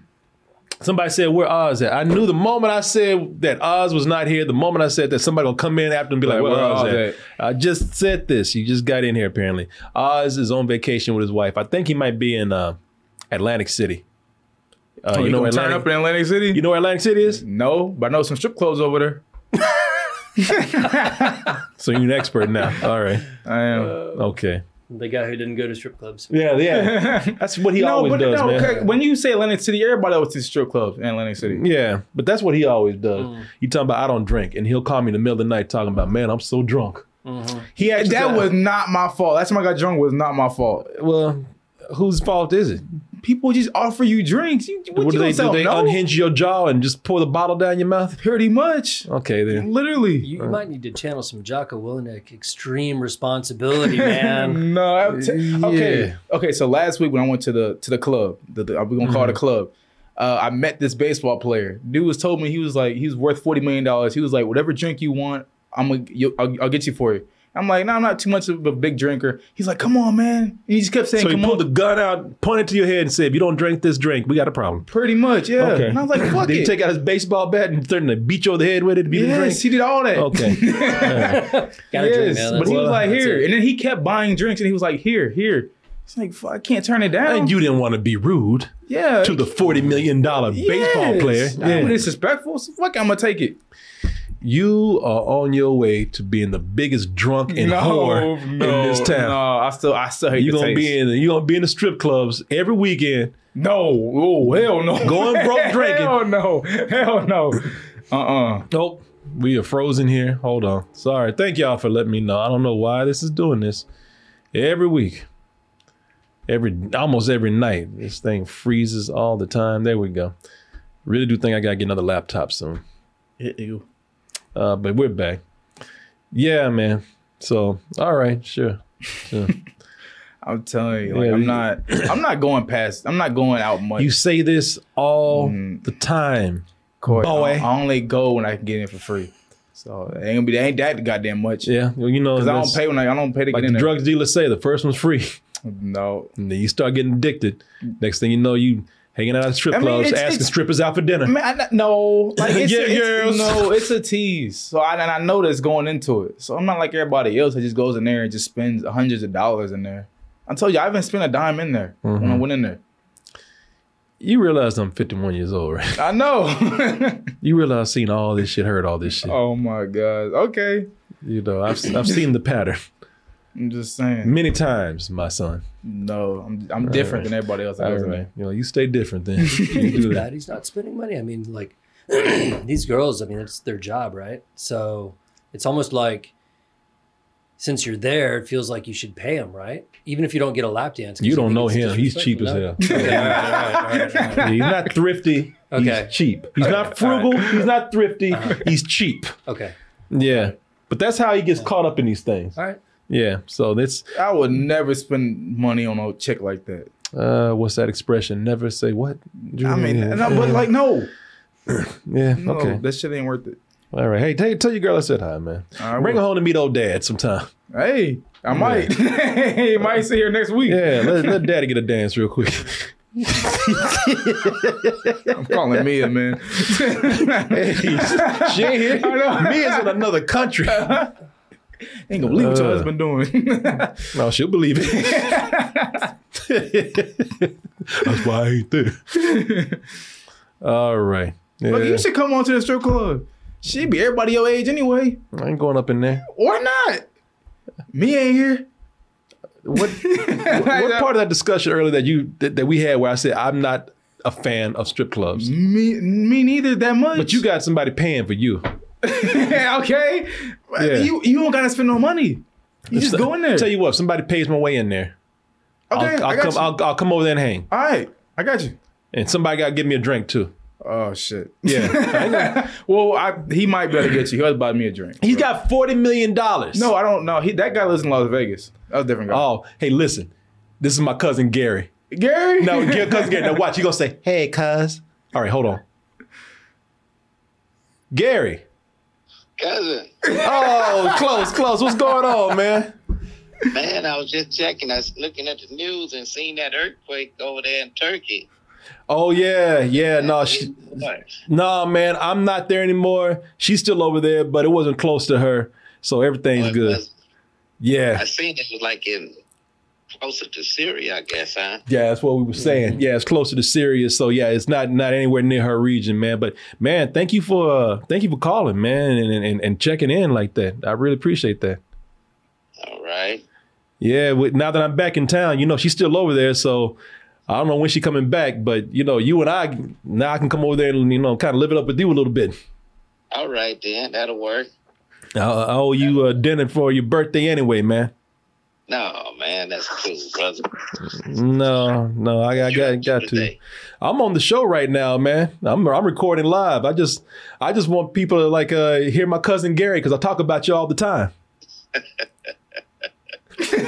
Speaker 2: Somebody said, "Where Oz at?" I knew the moment I said that Oz was not here. The moment I said that, somebody gonna come in after and be like, "Where, Oz, at? I just said this. You just got in here. Apparently, Oz is on vacation with his wife. I think he might be in uh, Atlantic City. Uh,
Speaker 3: you,
Speaker 2: you know,
Speaker 3: gonna turn
Speaker 2: Atlantic,
Speaker 3: up in Atlantic City?
Speaker 2: you know where Atlantic City is.
Speaker 3: no, but I know some strip clubs over there.
Speaker 2: So you're an expert now. All right.
Speaker 3: I am.
Speaker 2: Uh, Okay.
Speaker 4: The guy who didn't go to strip clubs.
Speaker 2: Yeah, yeah. That's what he always does, man.
Speaker 3: okay, When you say Atlantic City, everybody else is strip clubs in Atlantic City.
Speaker 2: Yeah, but that's what he always does. You talking about I don't drink, and he'll call me in the middle of the night talking about, man, I'm so drunk. He actually
Speaker 3: That was not my fault. That's time I got drunk was not my fault.
Speaker 2: well, whose fault is it?
Speaker 3: people just offer you drinks. You, what,
Speaker 2: What do
Speaker 3: you
Speaker 2: they
Speaker 3: gonna
Speaker 2: do?
Speaker 3: tell
Speaker 2: They
Speaker 3: no?
Speaker 2: unhinge your jaw and just pour the bottle down your mouth?
Speaker 3: Pretty much.
Speaker 2: Okay, then.
Speaker 3: Literally.
Speaker 4: You, you might need to channel some Jocko Willink extreme responsibility, man.
Speaker 3: no, I'm t- okay,
Speaker 2: Yeah.
Speaker 3: okay. So last week when I went to the to the club, the, the, we're gonna call it
Speaker 2: Mm-hmm.
Speaker 3: a club. Uh, I met this baseball player. Dude was told me he was like he was worth forty million dollars. He was like, whatever drink you want, I'm gonna you, I'll, I'll get you for it. I'm like, no, I'm not too much of a big drinker. He's like, come on, man. And he just kept saying,
Speaker 2: So you
Speaker 3: come on.
Speaker 2: pulled the gun out, pointed to your head, and said, "If you don't drink this drink, we got a problem."
Speaker 3: Pretty much, yeah.
Speaker 2: Okay.
Speaker 3: And I was like, fuck
Speaker 2: Did he
Speaker 3: it.
Speaker 2: take out his baseball bat and threaten to beat you over the head with it to beat the drink?
Speaker 3: yes, he did all that.
Speaker 2: Okay.
Speaker 4: Gotta drink,
Speaker 3: yes.
Speaker 4: man.
Speaker 3: but he
Speaker 4: That's-
Speaker 3: was
Speaker 2: Well,
Speaker 3: like,
Speaker 4: that's
Speaker 3: here.
Speaker 4: it.
Speaker 3: And then he kept buying drinks and he was like, here, here. It's like, fuck, I can't turn it down.
Speaker 2: and you didn't want to be rude
Speaker 3: yeah.
Speaker 2: to the forty million dollar baseball
Speaker 3: Yes.
Speaker 2: player.
Speaker 3: I
Speaker 2: Yeah.
Speaker 3: was disrespectful. So fuck, I'm gonna take it.
Speaker 2: You are on your way to being the biggest drunk and whore in this town.
Speaker 3: No, I still, I still hate
Speaker 2: You're
Speaker 3: the
Speaker 2: gonna
Speaker 3: taste.
Speaker 2: be in. You're gonna be in the strip clubs every weekend.
Speaker 3: No, oh hell no.
Speaker 2: Going broke drinking.
Speaker 3: Hell no. Hell no. Uh uh
Speaker 2: Nope. We are frozen here. Hold on. Sorry. Thank y'all for letting me know. I don't know why this is doing this. Every week. Every almost every night. This thing freezes all the time. There we go. Really do think I gotta get another laptop soon. Uh, but we're back. Yeah, man. So all right, sure.
Speaker 3: I'm telling you, like
Speaker 2: Yeah,
Speaker 3: I'm
Speaker 2: you-
Speaker 3: not, I'm not going past. I'm not going out much.
Speaker 2: You say this all
Speaker 3: Mm.
Speaker 2: the time.
Speaker 3: Corey.
Speaker 2: boy.
Speaker 3: I, I only go when I can get in for free. So it ain't gonna be, it ain't that goddamn much.
Speaker 2: Yeah. Well, you know,
Speaker 3: Cause I don't
Speaker 2: that's-
Speaker 3: pay when I, I don't pay to
Speaker 2: like
Speaker 3: get
Speaker 2: the
Speaker 3: in there.
Speaker 2: drugs dealers say, the first one's free.
Speaker 3: No,
Speaker 2: And then you start getting addicted. Next thing you know, you hanging out at strip
Speaker 3: I mean,
Speaker 2: clubs,
Speaker 3: it's-
Speaker 2: asking
Speaker 3: it's-
Speaker 2: strippers out for dinner.
Speaker 3: Man, I, no, like it's,
Speaker 2: Yeah,
Speaker 3: a, it's
Speaker 2: girls.
Speaker 3: no, it's a tease. So I, and I know that's going into it. So I'm not like everybody else that just goes in there and just spends hundreds of dollars in there. I told you I haven't spent a dime in there
Speaker 2: Mm-hmm.
Speaker 3: when I went in there.
Speaker 2: You realize I'm 51 years old, right?
Speaker 3: I know.
Speaker 2: You realize I've seen all this shit, heard all this shit.
Speaker 3: oh my god. Okay,
Speaker 2: You know, I've I've seen the pattern
Speaker 3: I'm just saying.
Speaker 2: many times, my son.
Speaker 3: No, I'm I'm different than everybody else that
Speaker 2: All
Speaker 3: goes in
Speaker 2: right,
Speaker 3: there.
Speaker 2: you know, you stay different then. You do that.
Speaker 4: that he's not spending money. I mean, like these girls, I mean, it's their job, right? So it's almost like since you're there, it feels like you should pay him, right? Even if you don't get a lap dance. 'cause
Speaker 2: You don't
Speaker 4: think
Speaker 2: know
Speaker 4: it's
Speaker 2: him. He's cheap as
Speaker 4: disrespectful,
Speaker 2: hell.
Speaker 4: no?
Speaker 2: Yeah, he's not thrifty.
Speaker 4: Okay. Uh-huh.
Speaker 2: He's cheap. He's not frugal. He's not thrifty. He's cheap.
Speaker 4: Okay.
Speaker 2: Yeah. But that's how he gets caught up in these things.
Speaker 4: All right.
Speaker 2: Yeah. So that's
Speaker 3: I would never spend money on a chick like that.
Speaker 2: uh, what's that expression? Never say what?
Speaker 3: I mean, and I, but like no,
Speaker 2: yeah.
Speaker 3: no,
Speaker 2: Okay.
Speaker 3: that shit ain't worth it.
Speaker 2: All right. Hey, tell, tell your girl I said hi, man.
Speaker 3: I
Speaker 2: Bring
Speaker 3: will.
Speaker 2: her home to meet old dad sometime.
Speaker 3: Hey, I might, he might sit here next week.
Speaker 2: Yeah, let, let daddy get a dance real quick.
Speaker 3: I'm calling Mia, man.
Speaker 2: she ain't here.
Speaker 3: know.
Speaker 2: Me is in another country.
Speaker 3: Ain't gonna believe what your
Speaker 2: Uh.
Speaker 3: husband doing.
Speaker 2: No, she'll believe it. That's why I ain't there. All right. Yeah.
Speaker 3: Look, you should come on to the strip club. She be everybody your age anyway,
Speaker 2: I ain't going up in there.
Speaker 3: or not. Me ain't here.
Speaker 2: What, what,
Speaker 3: uh,
Speaker 2: what part of that discussion earlier that you that, that we had where I said I'm not a fan of strip clubs,
Speaker 3: Me, me neither. That much.
Speaker 2: but you got somebody paying for you.
Speaker 3: okay?
Speaker 2: Yeah.
Speaker 3: You you don't gotta spend no money. uh, You just go in there.
Speaker 2: Tell you what, if somebody pays my way in there.
Speaker 3: okay,
Speaker 2: I'll, I'll
Speaker 3: got
Speaker 2: come.
Speaker 3: you.
Speaker 2: I'll, I'll come over there and hang.
Speaker 3: All right, I got you.
Speaker 2: And somebody got to give me a drink too.
Speaker 3: Oh shit.
Speaker 2: Yeah,
Speaker 3: Well, I he might better get you. He always buy me a drink.
Speaker 2: he's got forty million dollars.
Speaker 3: No, I don't know. He that guy lives in Las Vegas. That was a different guy.
Speaker 2: Oh, hey, listen. This is my cousin Gary.
Speaker 3: Gary.
Speaker 2: No, Gary, cousin Gary. Now watch. You gonna say, "Hey, cuz." All right, hold on. Gary.
Speaker 5: Cousin,
Speaker 2: Oh, close, close. What's going on, man?
Speaker 5: man, I was just checking. I was looking at the news and seen that earthquake over there in Turkey.
Speaker 2: Oh yeah, yeah. No, she,
Speaker 5: Boy,
Speaker 2: no, man. I'm not there anymore. She's still over there, but it wasn't close to her, so everything's
Speaker 5: boy,
Speaker 2: good.
Speaker 5: I
Speaker 2: Yeah,
Speaker 5: seen it was like in closer to Syria, I guess, huh?
Speaker 2: yeah. That's what we were saying. Yeah, it's closer to Syria, so yeah, it's not not anywhere near her region, man. But man, thank you for uh, thank you for calling, man, and, and and checking in like that. I really appreciate that.
Speaker 5: All right.
Speaker 2: Yeah, with, now that I'm back in town, you know she's still over there, so I don't know when she's coming back. But you know, you and I now I can come over there and you know kind of live it up with you a little bit.
Speaker 5: All right, then. That'll work.
Speaker 2: I, I owe you uh, dinner for your birthday anyway, man.
Speaker 5: No, man, that's cool, brother.
Speaker 2: No, no, I, I got got to.
Speaker 5: Today.
Speaker 2: I'm on the show right now, man. I'm I'm recording live. I just I just want people to like uh, hear my cousin Gary because I talk about you all the time.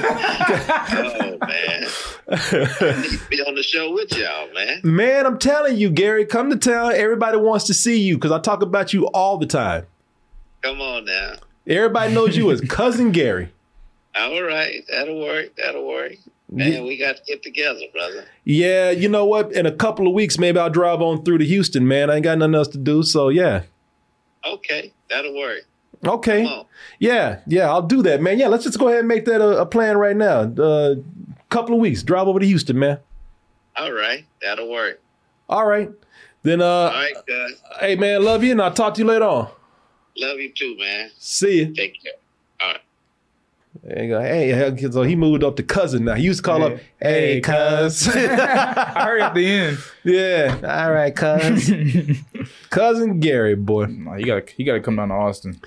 Speaker 5: Oh man, I need to be on the show with y'all, man.
Speaker 2: Man, I'm telling you, Gary, come to town. Everybody wants to see you because I talk about you all the time.
Speaker 5: Come on now.
Speaker 2: Everybody knows you as cousin Gary.
Speaker 5: All right, that'll work. That'll work. Man, we got to get together, brother.
Speaker 2: Yeah, you know what? In a couple of weeks, maybe I'll drive on through to Houston, man. I ain't got nothing else to do, so yeah.
Speaker 5: Okay, that'll work.
Speaker 2: Okay.
Speaker 5: Come on.
Speaker 2: Yeah, yeah, I'll do that, man. Yeah, let's just go ahead and make that a, a plan right now. uh, couple of weeks, drive over to Houston, man.
Speaker 5: All right, that'll work.
Speaker 2: All right. Then, uh,
Speaker 5: All right, guys.
Speaker 2: hey, man, love you, and I'll talk to you later on.
Speaker 5: Love you too, man.
Speaker 2: See you.
Speaker 5: Take care. All right.
Speaker 2: Hey, go, hey, so he moved up to cousin now. He used to call up, hey, cuz.
Speaker 3: I heard at the end.
Speaker 2: yeah. All right, cuz. cousin Gary, boy.
Speaker 3: No, you gotta you gotta come down to Austin.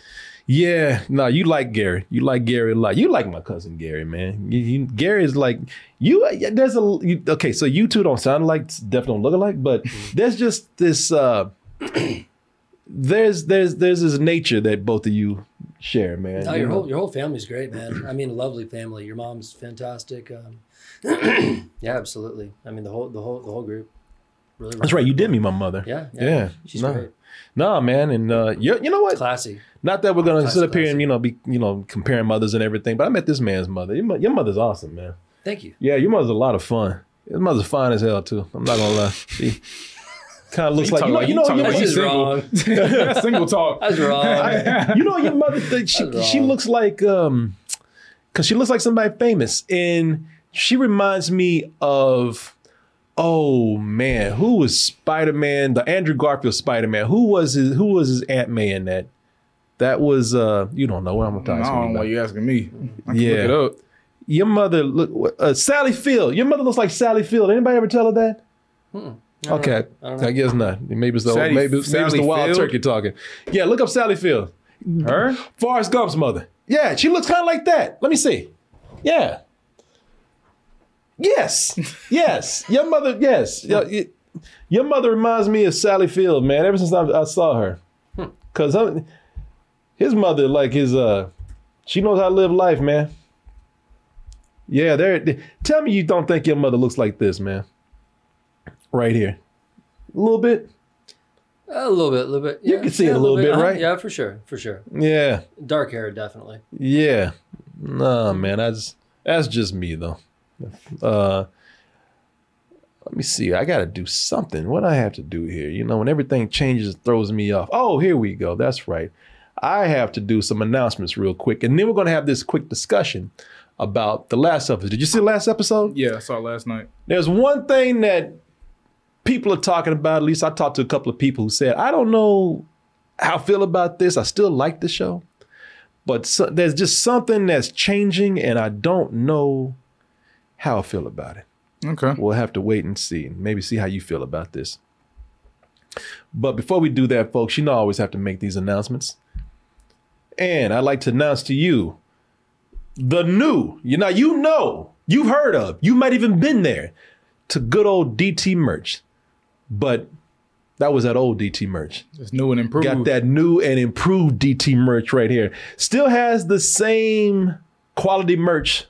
Speaker 2: Yeah, no, you like Gary. You like Gary a lot. You like my cousin Gary, man. You, you, Gary is like you. uh, There's a you, okay. So you two don't sound like, definitely don't look alike, but
Speaker 4: Mm-hmm.
Speaker 2: there's just this. uh There's there's there's this nature that both of you share, man.
Speaker 4: No,
Speaker 2: You
Speaker 4: your
Speaker 2: know?
Speaker 4: whole your whole family's great, man. I mean, a lovely family. Your mom's fantastic. Um, yeah, absolutely. I mean, the whole the whole the whole group. Really,
Speaker 2: That's right. You did meet my mother.
Speaker 4: Yeah,
Speaker 2: yeah.
Speaker 4: yeah. She's
Speaker 2: no,
Speaker 4: great.
Speaker 2: no, man, and uh, you you know what?
Speaker 4: Classy.
Speaker 2: Not that we're gonna
Speaker 4: Class-
Speaker 2: sit up here
Speaker 4: classy.
Speaker 2: and you know be you know comparing mothers and everything, but I met this man's mother. Your, mo- your mother's awesome, man.
Speaker 4: Thank you.
Speaker 2: Yeah, your mother's a lot of fun. Your mother's fine as hell too. I'm not gonna lie. She kind of looks like you know, you know,
Speaker 3: talking
Speaker 2: your,
Speaker 3: about
Speaker 4: This
Speaker 3: you
Speaker 4: is
Speaker 3: single. single talk.
Speaker 4: I was wrong.
Speaker 2: you know your mother. Th- she
Speaker 4: That's
Speaker 2: she
Speaker 4: wrong.
Speaker 2: looks like um, cause she looks like somebody famous, and she reminds me of oh man, who was Spider Man? The Andrew Garfield Spider Man. Who was his Who was his Aunt May in that? That was uh, you don't know what I'm
Speaker 3: No, I
Speaker 2: gonna talk
Speaker 3: don't know
Speaker 2: about. Mm-hmm.
Speaker 3: why you asking me. I can
Speaker 2: Yeah.
Speaker 3: look it up.
Speaker 2: Your mother look uh, Sally Field. Your mother looks like Sally Field. Anybody ever tell her that?
Speaker 3: Hmm.
Speaker 2: Okay, I,
Speaker 4: don't know.
Speaker 2: guess not. Maybe it's the
Speaker 3: Sally-
Speaker 2: maybe, it's- maybe it's the
Speaker 3: Sally
Speaker 2: wild
Speaker 3: Field?
Speaker 2: turkey talking. Yeah, look up Sally Field.
Speaker 3: Her?
Speaker 2: Forrest Gump's mother. Yeah, she looks kind of like that. Let me see. Yeah. Yes. Yes. Your mother. Yes. Your, y- your mother reminds me of Sally Field, man. Ever since I, I saw her,
Speaker 3: Hmm.
Speaker 2: because his mother, like his, uh, she knows how to live life, man. Yeah. There. Tell me you don't think your mother looks like this, man. Right here, a little bit.
Speaker 4: A little bit, a little bit. You
Speaker 2: can see it a little bit, right?
Speaker 4: Yeah, for sure, for sure.
Speaker 2: Yeah.
Speaker 4: Dark hair, definitely.
Speaker 2: Yeah. Nah, man, that's that's just me though. Uh let me see. I gotta do something. What I have to do here. You know, when everything changes, it throws me off. Oh, here we go. That's right. I have to do some announcements real quick. And then we're gonna have this quick discussion about the last episode. Did you see the last episode?
Speaker 3: Yeah, I saw her last night.
Speaker 2: There's one thing that people are talking about. At least I talked to a couple of people who said, I don't know how I feel about this. I still like the show, but so, there's just something that's changing, and I don't know how I feel about it.
Speaker 3: Okay.
Speaker 2: We'll have to wait and see, and maybe see how you feel about this. But before we do that, folks, you know I always have to make these announcements. And I'd like to announce to you the new, you know, you know, you've heard of, you might even been there to good old DT merch. But that was that old DT merch.
Speaker 3: It's new and improved.
Speaker 2: Got that new and improved DT merch right here. Still has the same quality merch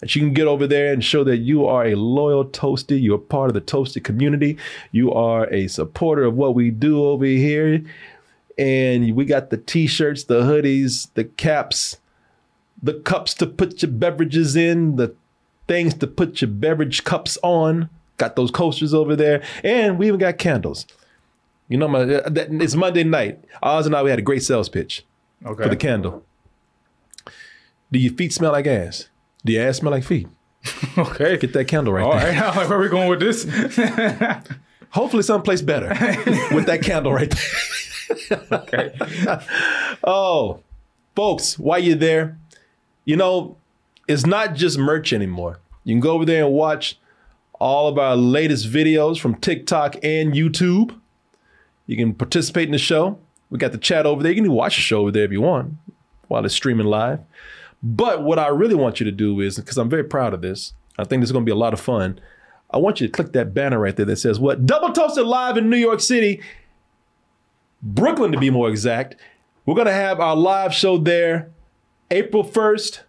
Speaker 2: that you can get over there and show that you are a loyal Toasty. You're part of the Toasty community. You are a supporter of what we do over here. And we got the t shirts, the hoodies, the caps, the cups to put your beverages in, the things to put your beverage cups on. Got those coasters over there. And we even got candles. You know, my uh, that, it's Monday night. Oz and I, we had a great sales pitch for the
Speaker 3: Okay.
Speaker 2: candle. Do your feet smell like ass? Do your ass smell like feet?
Speaker 3: Okay.
Speaker 2: Get that candle right
Speaker 3: All
Speaker 2: there.
Speaker 3: right. I'm like, where we going with this?
Speaker 2: Hopefully, someplace better with that candle right there.
Speaker 3: okay.
Speaker 2: Oh, folks, while you're there, you know, it's not just merch anymore. You can go over there and watch all of our latest videos from TikTok and YouTube. You can participate in the show. We got the chat over there. You can even watch the show over there if you want while it's streaming live. But what I really want you to do is because I'm very proud of this. I think this is going to be a lot of fun. I want you to click that banner right there that says what Double Toasted Live in New York City, Brooklyn to be more exact. We're going to have our live show there April 1st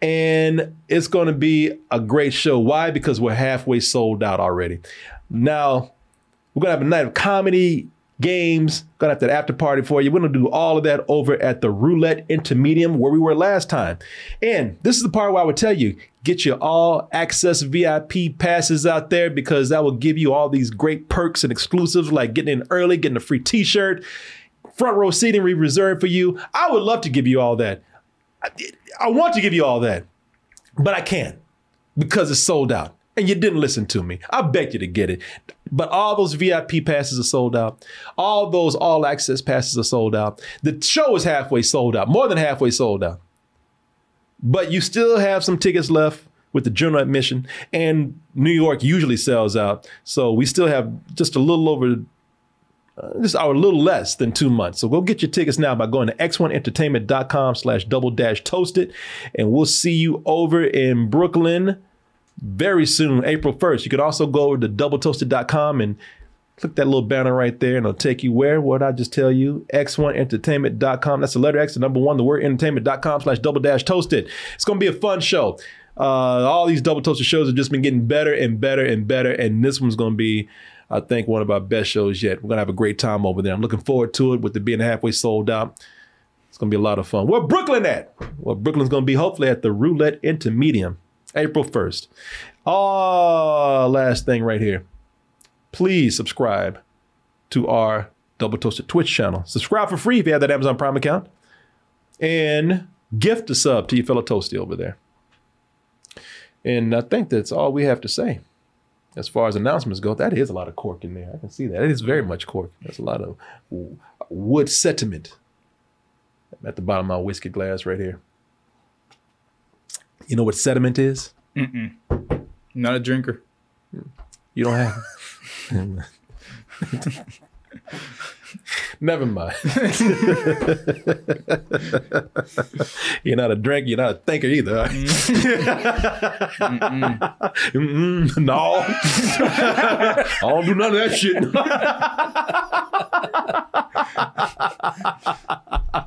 Speaker 2: and it's going to be a great show. Why? Because we're halfway sold out already. Now, we're going to have a night of comedy, games, going to have that after party for you. We're going to do all of that over at the Roulette Intermedium where we were last time. And this is the part where I would tell you get your all access VIP passes out there because that will give you all these great perks and exclusives like getting in early, getting a free t shirt. Front row seating we reserved for you. I would love to give you all that. I want to give you all that, but I can't because it's sold out. And you didn't listen to me. I beg you to get it. But all those VIP passes are sold out. All those all access passes are sold out. The show is halfway sold out, more than halfway sold out. But you still have some tickets left with the general admission. And New York usually sells out. So we still have just a little over this hour a little less than two months. So go get your tickets now by going to x1entertainment.com slash double dash toasted. And we'll see you over in Brooklyn very soon, April 1st. You can also go to doubletoasted.com and click that little banner right there and it'll take you where? What I just tell you? x1entertainment.com. That's the letter X, the number one, the word entertainment.com slash double dash toasted. It's going to be a fun show. Uh, all these double toasted shows have just been getting better and better and better. And this one's going to be. I think one of our best shows yet. We're gonna have a great time over there. I'm looking forward to it with it being halfway sold out. It's gonna be a lot of fun. Where Brooklyn at? Well, Brooklyn's gonna be hopefully at the Roulette Intermedium, April 1st. Oh, last thing right here. Please subscribe to our Double Toasted Twitch channel. Subscribe for free if you have that Amazon Prime account. And gift a sub to your fellow Toasty over there. And I think that's all we have to say as far as announcements go, that is a lot of cork in there. I can see that. It is very much cork. That's a lot of w- wood sediment at the bottom of my whiskey glass right here. You know what sediment is?
Speaker 3: Not a drinker.
Speaker 2: You don't have. Never mind. you're not a drink. You're not a thinker either. are you? Mm-mm, no, I don't do none of that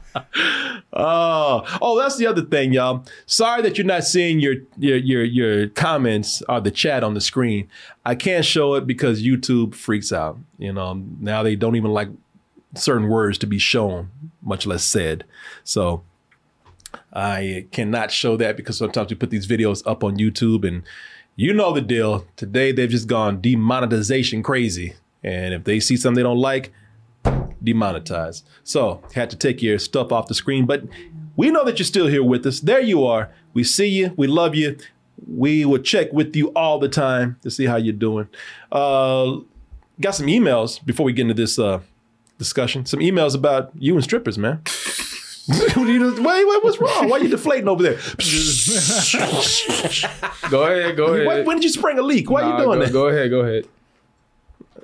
Speaker 2: shit. Oh, oh, that's the other thing, y'all. Sorry that you're not seeing your your your your comments or the chat on the screen. I can't show it because YouTube freaks out. You know, now they don't even like certain words to be shown, much less said. So I cannot show that because sometimes we put these videos up on YouTube and you know the deal. Today they've just gone demonetization crazy. And if they see something they don't like, demonetized. So had to take your stuff off the screen, but we know that you're still here with us. There you are. We see you. We love you. We will check with you all the time to see how you're doing. Uh, got some emails before we get into this uh, discussion. Some emails about you and strippers, man. What do you- wait, wait, what's wrong? Why are you deflating over there?
Speaker 3: Go ahead, go ahead.
Speaker 2: Why- when did you spring a leak? Why
Speaker 3: Nah,
Speaker 2: are you doing
Speaker 3: go,
Speaker 2: that?
Speaker 3: Go ahead, go ahead.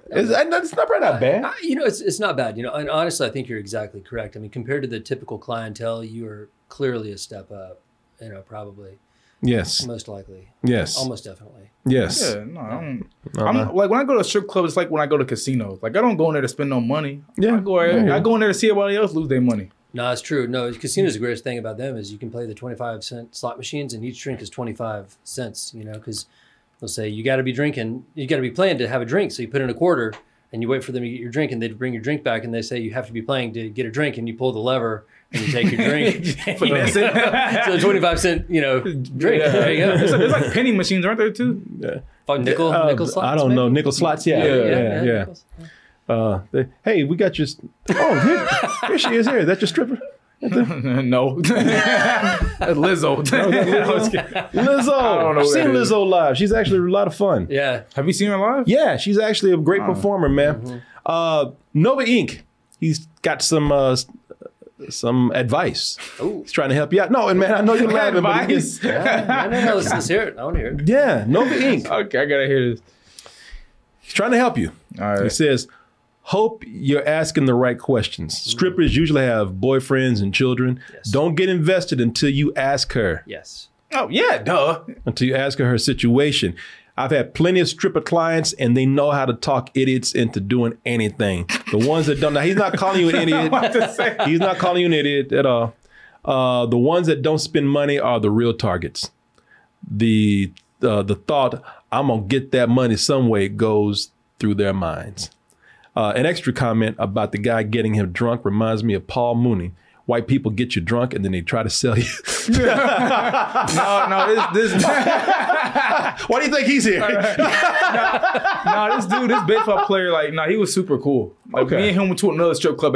Speaker 2: It's, and that's not probably not bad.
Speaker 4: I- you know, it's, it's not bad. You know, and honestly, I think you're exactly correct. I mean, compared to the typical clientele, you are clearly a step up. You know, probably
Speaker 2: Yes,
Speaker 4: most likely,
Speaker 2: yes,
Speaker 4: almost definitely.
Speaker 2: yes. Uh-huh.
Speaker 3: Yeah, no, I don't. I'm, like when I go to a strip club, it's like when I go to casinos. Like I don't go in there to spend no money.
Speaker 2: Yeah.
Speaker 3: I go, in- I go in there to see everybody else lose their money.
Speaker 4: No, it's true. No, casinos. The greatest thing about them is you can play the twenty-five cent slot machines, and each drink is twenty-five cents. You know, because they'll say you got to be drinking, you got to be playing to have a drink. So you put in a quarter, and you wait for them to get your drink, and they bring your drink back, and they say you have to be playing to get a drink, and you pull the lever and you take your drink.
Speaker 3: Finesse it.
Speaker 4: so the twenty-five cent, you know, drink.
Speaker 3: Yeah.
Speaker 4: There you go.
Speaker 3: It's, it's like penny machines, aren't there too?
Speaker 4: Fuck, nickel,
Speaker 2: Uh,
Speaker 4: nickel slots.
Speaker 2: I don't
Speaker 4: maybe?
Speaker 2: know. Nickel slots. Yeah, yeah, yeah.
Speaker 4: nickels.
Speaker 2: Uh, they- hey, we got your. s- Oh, here, here she is. Here, that's your stripper.
Speaker 3: no, Lizzo. I was kidding.
Speaker 2: Lizzo.
Speaker 3: know who
Speaker 2: I've seen
Speaker 3: that is.
Speaker 2: Lizzo live. She's actually a lot of fun.
Speaker 4: Yeah.
Speaker 3: Have you seen her live?
Speaker 2: Yeah, she's actually a great performer, man.
Speaker 3: Mm-hmm.
Speaker 2: Uh, Nova Inc. He's got some uh, s- some advice. He's trying to help you out. No, and man, I know you're laughing, but it is-
Speaker 3: Advice.
Speaker 4: I don't know. Let's, let's hear it. I want to hear it.
Speaker 2: yeah, Nova Inc.
Speaker 3: Okay, I gotta hear this.
Speaker 2: He's trying to help you.
Speaker 3: All right.
Speaker 2: He says, Hope you're asking the right questions.
Speaker 3: Mm.
Speaker 2: Strippers usually have boyfriends and children.
Speaker 4: Yes.
Speaker 2: Don't get invested until you ask her.
Speaker 4: Yes.
Speaker 3: Oh yeah, duh.
Speaker 2: until you ask her her situation. I've had plenty of stripper clients, and they know how to talk idiots into doing anything. The ones that don't, now he's not calling you an idiot. he's not calling you an idiot at all. Uh, the ones that don't spend money are the real targets. The uh, the thought I'm gonna get that money some way goes through their minds. Uh, an extra comment about the guy getting him drunk reminds me of Paul Mooney. White people get you drunk and then they try to sell you.
Speaker 3: No, oh, no, this this
Speaker 2: Why do you think he's here?
Speaker 3: no, this dude, this baseball player, like, nah, he was super cool. Like
Speaker 2: Okay.
Speaker 3: me and him went to another strip club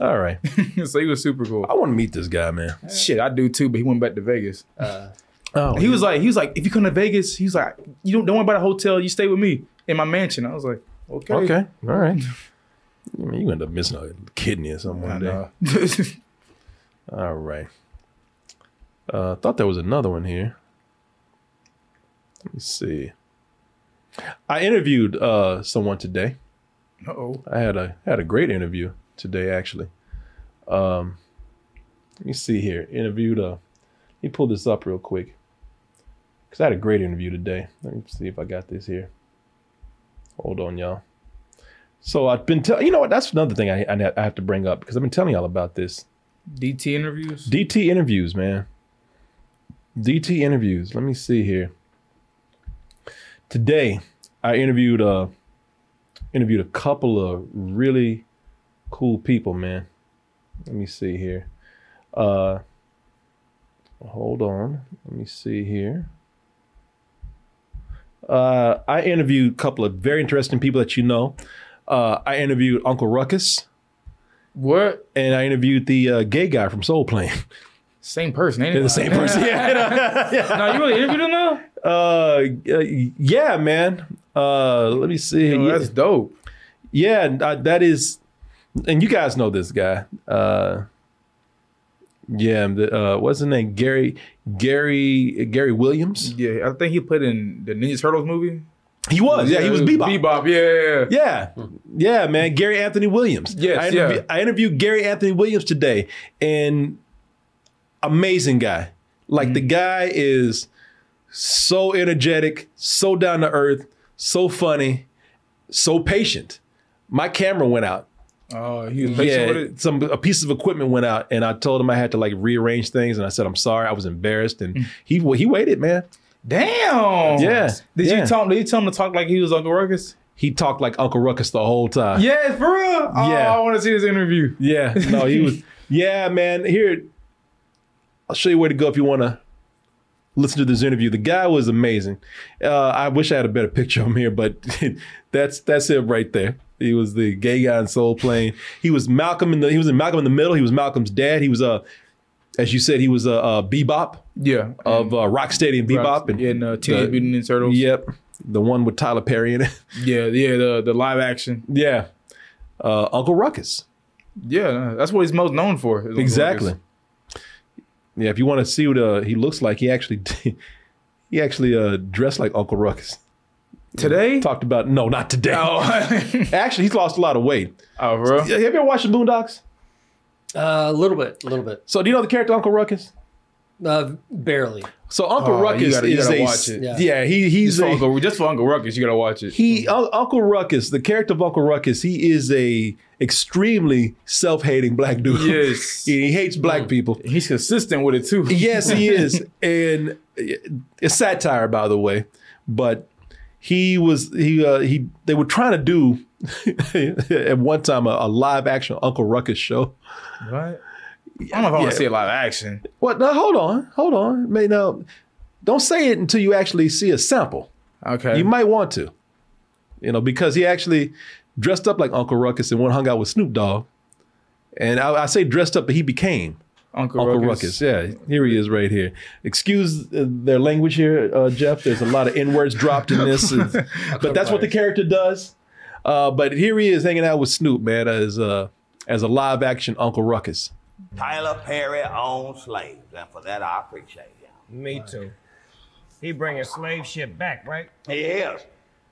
Speaker 2: All right.
Speaker 3: so he was super cool.
Speaker 2: I want to meet this guy, man.
Speaker 3: Shit, I do too, but he went back to Vegas.
Speaker 2: Oh,
Speaker 3: He was like, he was like, if you come to Vegas, he was like, you don't, don't worry about a hotel, you stay with me in my mansion. I was like, okay.
Speaker 2: okay. All right. I mean, you end up missing a kidney or something
Speaker 3: I
Speaker 2: one day.
Speaker 3: know.
Speaker 2: All right. Uh, I thought there was another one here. Let me see. I interviewed uh, someone today.
Speaker 3: Uh-oh.
Speaker 2: I had a had a great interview today, actually. Um, let me see here. Interviewed. Uh, let me pull this up real quick because I had a great interview today. Let me see if I got this here. Hold on, y'all. So I've been telling you know what? That's another thing I, I ha- I have to bring up because I've been telling y'all about this
Speaker 3: DT interviews.
Speaker 2: DT interviews, man. DT interviews. Let me see here. Today, I interviewed uh interviewed a couple of really cool people, man. Let me see here. Uh hold on. Let me see here. Uh I interviewed a couple of very interesting people that you know. Uh I interviewed Uncle Ruckus
Speaker 3: what?
Speaker 2: and I interviewed the uh, gay guy from Soul Plane.
Speaker 3: Same person, ain't
Speaker 2: They're
Speaker 3: it?
Speaker 2: the same person. Yeah.
Speaker 3: no, you really interviewed him though?
Speaker 2: Uh, uh, yeah, man. Uh, let me see.
Speaker 3: Yo, that's dope.
Speaker 2: yeah, and, uh, that is, and you guys know this guy. Uh, yeah, the, uh, what's his name? Gary, Gary, Gary Williams.
Speaker 3: Yeah, I think he played in the Ninja Turtles movie.
Speaker 2: He was. Yeah, he was
Speaker 3: it
Speaker 2: bebop.
Speaker 3: Bebop, yeah, yeah, yeah.
Speaker 2: Yeah, yeah, man. Gary Anthony Williams.
Speaker 3: Yes,
Speaker 2: I, interview-
Speaker 3: yeah.
Speaker 2: I interviewed Gary Anthony Williams today, and amazing guy. Like
Speaker 3: Mm-hmm.
Speaker 2: the guy is so energetic, so down to earth, so funny, so patient. My camera went out.
Speaker 3: Oh, he was
Speaker 2: yeah,
Speaker 3: patient with it.
Speaker 2: some a piece of equipment went out, and I told him I had to like rearrange things, and I said I'm sorry, I was embarrassed,
Speaker 3: Mm.
Speaker 2: and he he waited, man.
Speaker 3: Damn.
Speaker 2: Yeah,
Speaker 3: Did
Speaker 2: yeah.
Speaker 3: you tell him? Did you tell him to talk like he was Uncle Ruckus?
Speaker 2: He talked like Uncle Ruckus the whole time.
Speaker 3: Yeah, for real. Oh,
Speaker 2: Yeah.
Speaker 3: I want to see this interview.
Speaker 2: Yeah, no, he was. yeah, man. Here, I'll show you where to go if you want to listen to this interview. The guy was amazing. Uh, I wish I had a better picture of him here, but that's that's it right there. He was the gay guy in Soul Plane. He was Malcolm in the. He was in Malcolm in the Middle. He was Malcolm's dad. He was uh, as you said, he was a uh, uh, bebop
Speaker 3: Yeah.
Speaker 2: of uh, Rocksteady and Bebop and
Speaker 3: in uh, Teenage
Speaker 2: the-
Speaker 3: Mutant Ninja Turtles.
Speaker 2: Yep, the one with Tyler Perry in it.
Speaker 3: yeah, yeah. The the live action.
Speaker 2: yeah, uh, Uncle Ruckus.
Speaker 3: Yeah, that's what he's most known for. is Uncle
Speaker 2: Exactly.
Speaker 3: Ruckus.
Speaker 2: Yeah, if you want to see what uh, he looks like, he actually did- he actually uh, dressed like Uncle Ruckus.
Speaker 3: Today.
Speaker 2: Talked about no, not today.
Speaker 3: Oh,
Speaker 2: Actually, he's lost a lot of weight.
Speaker 3: oh, bro.
Speaker 2: Have you ever watched the Boondocks?
Speaker 4: Uh, a little bit, a little bit,
Speaker 2: So do you know the character Uncle Ruckus?
Speaker 4: uh, barely.
Speaker 2: So Uncle
Speaker 3: Oh, you
Speaker 2: Ruckus
Speaker 3: gotta- you
Speaker 2: is
Speaker 3: gotta
Speaker 2: a
Speaker 3: watch it.
Speaker 2: yeah.
Speaker 4: Yeah.
Speaker 2: he he's
Speaker 3: Just for,
Speaker 2: a
Speaker 3: Uncle, just for Uncle Ruckus, you gotta watch it.
Speaker 2: he Un- Uncle Ruckus. The character of Uncle Ruckus, he is a extremely self hating black dude.
Speaker 3: Yes.
Speaker 2: he hates black people.
Speaker 3: He's consistent with it too.
Speaker 2: Yes, he is. And it's satire, by the way. But he was he uh, he they were trying to do at one time a, a live action Uncle Ruckus show.
Speaker 3: What? I don't know if I want
Speaker 2: Yeah.
Speaker 3: to see a live action.
Speaker 2: What? Now hold on, hold on. May now don't say it until you actually see a sample.
Speaker 3: Okay.
Speaker 2: You might want to, you know, because he actually dressed up like Uncle Ruckus and went hung out with Snoop Dogg. And I, I say dressed up, but he became
Speaker 3: Uncle,
Speaker 2: Uncle
Speaker 3: Ruckus.
Speaker 2: Ruckus. Yeah, here he is right here. Excuse uh, their language here, uh, Jeff. There's a lot of N words dropped in this, and- but that's what the character does. Uh, but here he is hanging out with Snoop, man, as uh, as a live action Uncle Ruckus.
Speaker 6: Tyler Perry owns slaves, and for that I appreciate him.
Speaker 7: Me too. He bringing slave shit back, right?
Speaker 6: He is.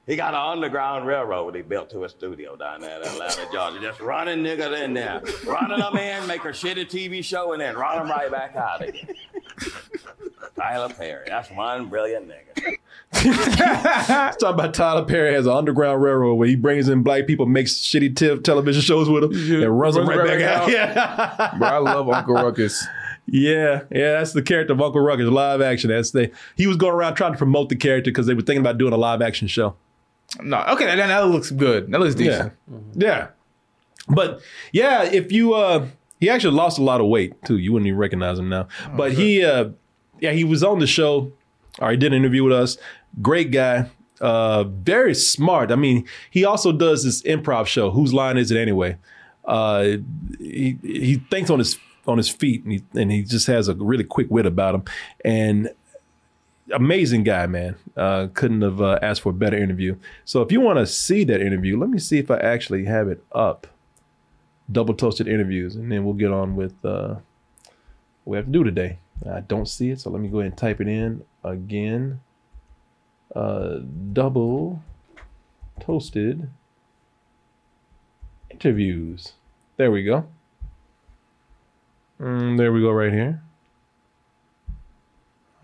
Speaker 6: He got an underground railroad he built to a studio down there in Atlanta, Georgia. Just running niggas in there, running them in, make a shitty TV show, and then run them right back out again. Tyler Perry, that's one brilliant nigga.
Speaker 2: talking about Tyler Perry has an underground railroad where he brings in black people, makes shitty te- television shows with them, and runs them right, back out. Yeah.
Speaker 3: Bro, I love Uncle Ruckus.
Speaker 2: yeah, yeah, that's the character of Uncle Ruckus, live action. That's the he was going around trying to promote the character because they were thinking about doing a live action show.
Speaker 3: No, okay, that, that looks good. That looks
Speaker 2: Yeah,
Speaker 3: decent.
Speaker 2: yeah, but yeah, if you uh, he actually lost a lot of weight too. You wouldn't even recognize him now. but he, uh, yeah, he was on the show, or he did an interview with us. Great guy, uh, very smart. I mean, he also does this improv show. Whose line is it anyway? Uh, he he thinks on his on his feet, and he and he just has a really quick wit about him, and amazing guy, man. Uh, couldn't have uh, asked for a better interview. So if you want to see that interview, let me see if I actually have it up. Double toasted interviews, and then we'll get on with uh, what we have to do today. I don't see it, so let me go ahead and type it in again. Uh, double toasted interviews. There we go. Mm, there we go, right here.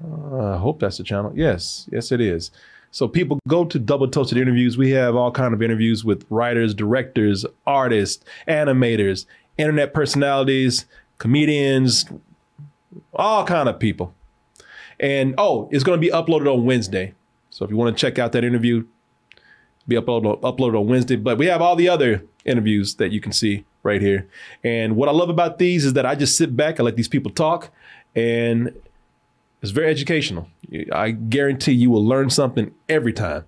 Speaker 2: I hope that's the channel. Yes, yes, it is. So people go to Double Toasted Interviews. We have all kind of interviews with writers, directors, artists, animators, internet personalities, comedians, all kind of people. And oh, it's going to be uploaded on Wednesday. So if you want to check out that interview, be uploaded uploaded on Wednesday. But we have all the other interviews that you can see right here. And what I love about these is that I just sit back, I let these people talk, and it's very educational. I guarantee you will learn something every time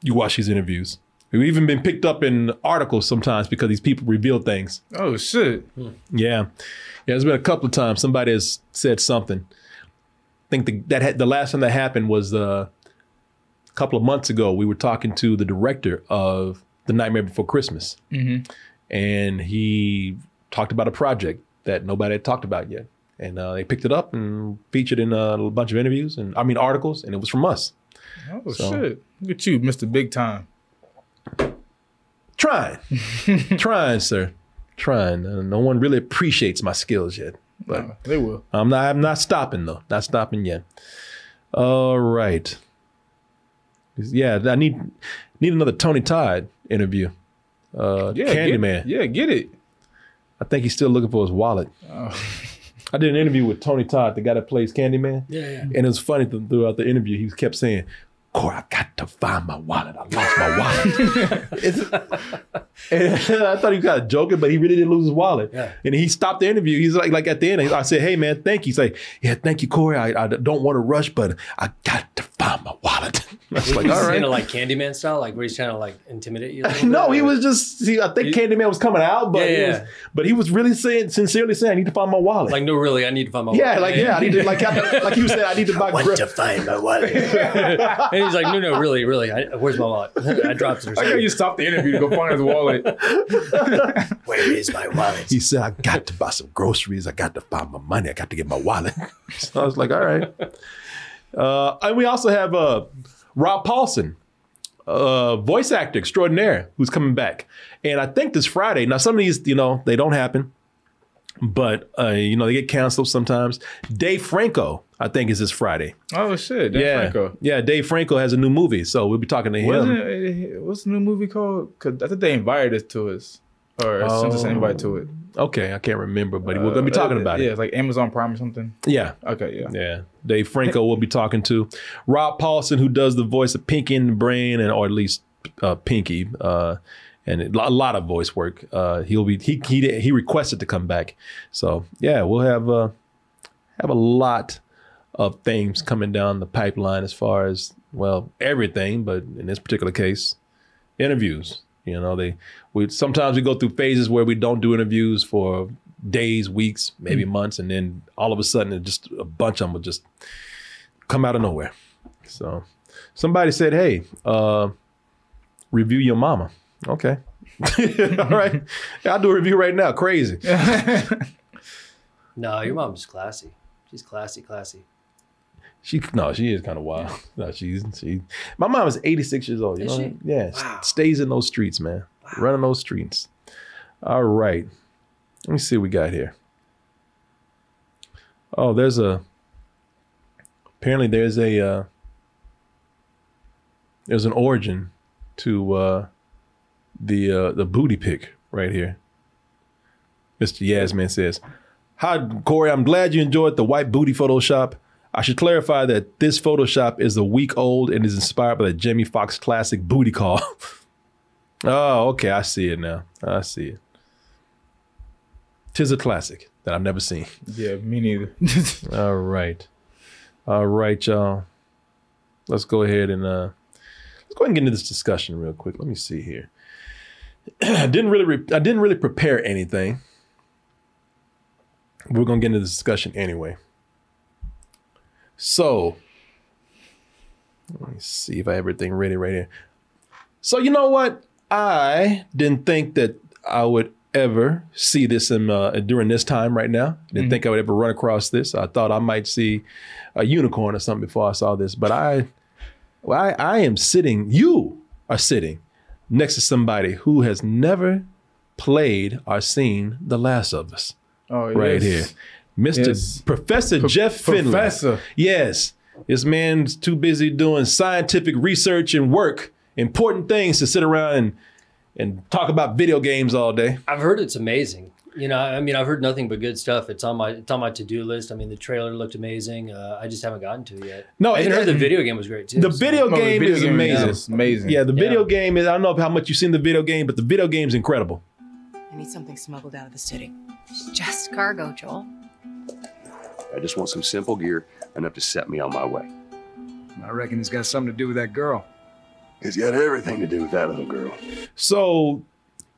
Speaker 2: you watch these interviews. We've even been picked up in articles sometimes because these people reveal things.
Speaker 3: Oh shit.
Speaker 2: Yeah, yeah. There's been a couple of times somebody has said something. I think the, that had, the last time that happened was uh, a couple of months ago. We were talking to the director of The Nightmare Before Christmas, and he talked about a project that nobody had talked about yet. And uh, they picked it up and featured in a bunch of interviews and I mean articles, and it was from us.
Speaker 3: Oh shit. Look at you, Mr. Big Time.
Speaker 2: Trying, trying, sir, trying. Uh, no one really appreciates my skills yet, but
Speaker 3: They will.
Speaker 2: I'm not. I'm not stopping though. Not stopping yet. All right. Yeah, I need need another Tony Todd interview. Uh,
Speaker 3: Yeah,
Speaker 2: Candyman.
Speaker 3: Get, yeah, get it. Oh.
Speaker 2: I think he's still looking for his wallet. I did an interview with Tony Todd, the guy that plays Candyman.
Speaker 4: Yeah, yeah.
Speaker 2: And it was funny th- throughout the interview, he kept saying, Corey, I got to find my wallet. I lost my wallet. It's- and I thought he was kind of joking, but he really did lose his wallet.
Speaker 4: Yeah.
Speaker 2: And he stopped the interview. He's like, like at the end, I said, hey, man, thank you. He's like, yeah, thank you, Corey. I, I don't want to rush, but I got to find my wallet. I was like,
Speaker 4: He's
Speaker 2: all
Speaker 4: kind
Speaker 2: right.
Speaker 4: of like Candyman style, like where he's trying to like intimidate you. a little
Speaker 2: No,
Speaker 4: bit,
Speaker 2: he
Speaker 4: or-
Speaker 2: was just, see, I think Candyman was coming out, but,
Speaker 4: Yeah,
Speaker 2: He
Speaker 4: yeah.
Speaker 2: was, but he was really saying, sincerely saying, I need to find my wallet.
Speaker 4: like, no, really, I need to find my.
Speaker 2: Yeah,
Speaker 4: wallet.
Speaker 2: like yeah, I need to like I, like you said, I need to buy
Speaker 6: Want to
Speaker 2: groceries.
Speaker 6: find my wallet?
Speaker 4: And he's like, no, no, really, really, I, where's my wallet? I dropped it or
Speaker 3: I gotta
Speaker 4: something.
Speaker 3: you stop the interview to go find his wallet.
Speaker 6: Where is my wallet?
Speaker 2: He said, I got to buy some groceries. I got to find my money. I got to get my wallet. so I was like, all right. Uh, and we also have uh, Rob Paulson, uh, voice actor extraordinaire, who's coming back. And I think this Friday. Now, some of these, you know, they don't happen, but uh, you know, they get canceled sometimes. Dave Franco, I think, is this Friday.
Speaker 3: Oh shit. That's
Speaker 2: yeah,
Speaker 3: Franco.
Speaker 2: yeah. Dave Franco has a new movie, so we'll be talking to him.
Speaker 3: Wasn't it, eh, what's the new movie called? 'Cause I think they invited us to us. Or sent us an invite to it.
Speaker 2: Okay, I can't remember, but Oh. we're gonna be talking about
Speaker 3: Uh, yeah,
Speaker 2: it.
Speaker 3: it's like Amazon Prime or something.
Speaker 2: Yeah.
Speaker 3: Okay, yeah.
Speaker 2: Yeah. Dave Franco will be talking to Rob Paulson, who does the voice of Pinky in the Brain, and or at least uh, Pinky, uh, and a lo- a lot of voice work. Uh, he'll be he he he requested to come back, so yeah, we'll have uh, have a lot of things coming down the pipeline as far as well everything, but in this particular case, interviews. You know, they we sometimes we go through phases where we don't do interviews for days, weeks, maybe months, and then all of a sudden, it just a bunch of them will just come out of nowhere. So somebody said, "Hey, uh, review your mama." Okay, all right, I'll do a review right now. Crazy.
Speaker 4: No, your mom's classy. She's classy, classy.
Speaker 2: She no, she is kind of wild. No, she's she. My mom is 86 years old. You
Speaker 4: Is
Speaker 2: know?
Speaker 4: she?
Speaker 2: Yeah, s- stays in those streets, man. Running those streets. All right, let me see what we got here. Oh, there's a. Apparently, there's a. Uh, there's an origin to uh, the uh, the booty pick right here. Mr. Yasman says, Hi, Corey. I'm glad you enjoyed the white booty Photoshop. I should clarify that this Photoshop is a week old and is inspired by the Jamie Foxx classic Booty Call. oh, okay. I see it now. I see it. Tis a classic that I've never seen.
Speaker 3: Yeah, me neither.
Speaker 2: All right. All right, y'all. Let's go ahead and uh let's go ahead and get into this discussion real quick. Let me see here. I didn't really re- I didn't really prepare anything. We're going to get into the discussion anyway. So, let me see if I have everything ready right here. So, you know what? I didn't think that I would ever see this in uh, during this time right now. Didn't think I would ever run across this. I thought I might see a unicorn or something before I saw this, but I, well, I, I am sitting. You are sitting next to somebody who has never played or seen The Last of Us
Speaker 3: Oh,
Speaker 2: right here.
Speaker 3: yes.
Speaker 2: Mr.
Speaker 3: Yes.
Speaker 2: Professor Jeff Finley.
Speaker 3: Professor.
Speaker 2: Yes. This man's too busy doing scientific research and work, important things to sit around and, and talk about video games all day.
Speaker 4: I've heard it's amazing. You know, I mean, I've heard nothing but good stuff. It's on my it's on my to do list. I mean, the trailer looked amazing. Uh, I just haven't gotten to it yet.
Speaker 2: No,
Speaker 4: I even
Speaker 2: it-
Speaker 4: heard the video game was great too.
Speaker 2: The
Speaker 4: so-
Speaker 2: video
Speaker 3: Oh, the
Speaker 2: game
Speaker 3: video
Speaker 2: is
Speaker 3: game
Speaker 2: amazing.
Speaker 3: is amazing.
Speaker 2: Yeah, the
Speaker 4: Yeah.
Speaker 2: video game is, I don't know how much you've seen the video game, but the video game's incredible.
Speaker 8: I need something smuggled out of the city.
Speaker 9: Just cargo, Joel.
Speaker 10: I just want some simple gear enough to set me on my way.
Speaker 11: I reckon it's got something to do with that girl.
Speaker 10: It's got everything to do with that little girl.
Speaker 2: So,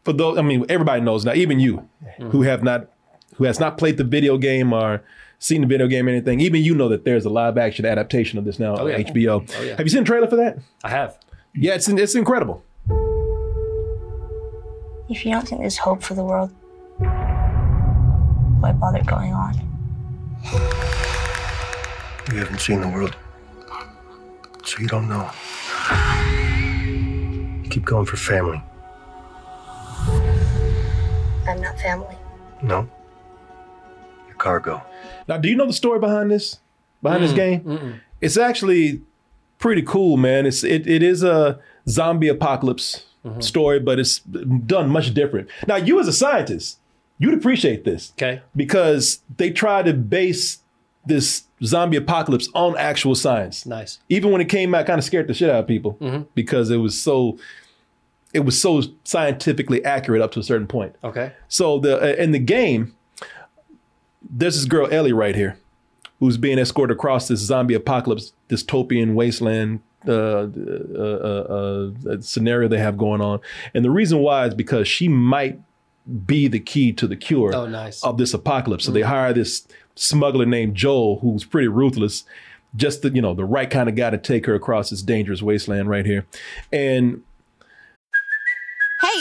Speaker 2: for those, I mean, everybody knows now, even you
Speaker 4: Mm-hmm.
Speaker 2: who have not, who has not played the video game or seen the video game or anything, even you know that there's a live action adaptation of this now
Speaker 4: Oh, yeah.
Speaker 2: on HBO.
Speaker 4: Oh, yeah.
Speaker 2: Have you seen the trailer for that?
Speaker 4: I have.
Speaker 2: Yeah, it's it's incredible.
Speaker 9: If you don't think there's hope for the world, why bother going on?
Speaker 10: You haven't seen the world, so you don't know. Keep going for family.
Speaker 9: I'm not family.
Speaker 10: No, your cargo.
Speaker 2: Now, do you know the story behind this? Behind this game? It's actually pretty cool, man. It's it, it is a zombie apocalypse
Speaker 4: Mm-hmm.
Speaker 2: story, but it's done much different. Now, you as a scientist, you'd appreciate this
Speaker 4: Okay.
Speaker 2: because they try to base this zombie apocalypse on actual science.
Speaker 4: Nice.
Speaker 2: Even when it came out, it kind of scared the shit out of people because it was so it was so scientifically accurate up to a certain point.
Speaker 4: Okay.
Speaker 2: So the uh, in the game, there's this girl Ellie right here, who's being escorted across this zombie apocalypse dystopian wasteland uh, uh, uh, uh, scenario they have going on, and the reason why is because she might be the key to the cure
Speaker 4: Oh, nice. Mm-hmm.
Speaker 2: of this apocalypse. So they hire this smuggler named Joel, who's pretty ruthless, just the you know the right kind of guy to take her across this dangerous wasteland right here, and
Speaker 8: Hey,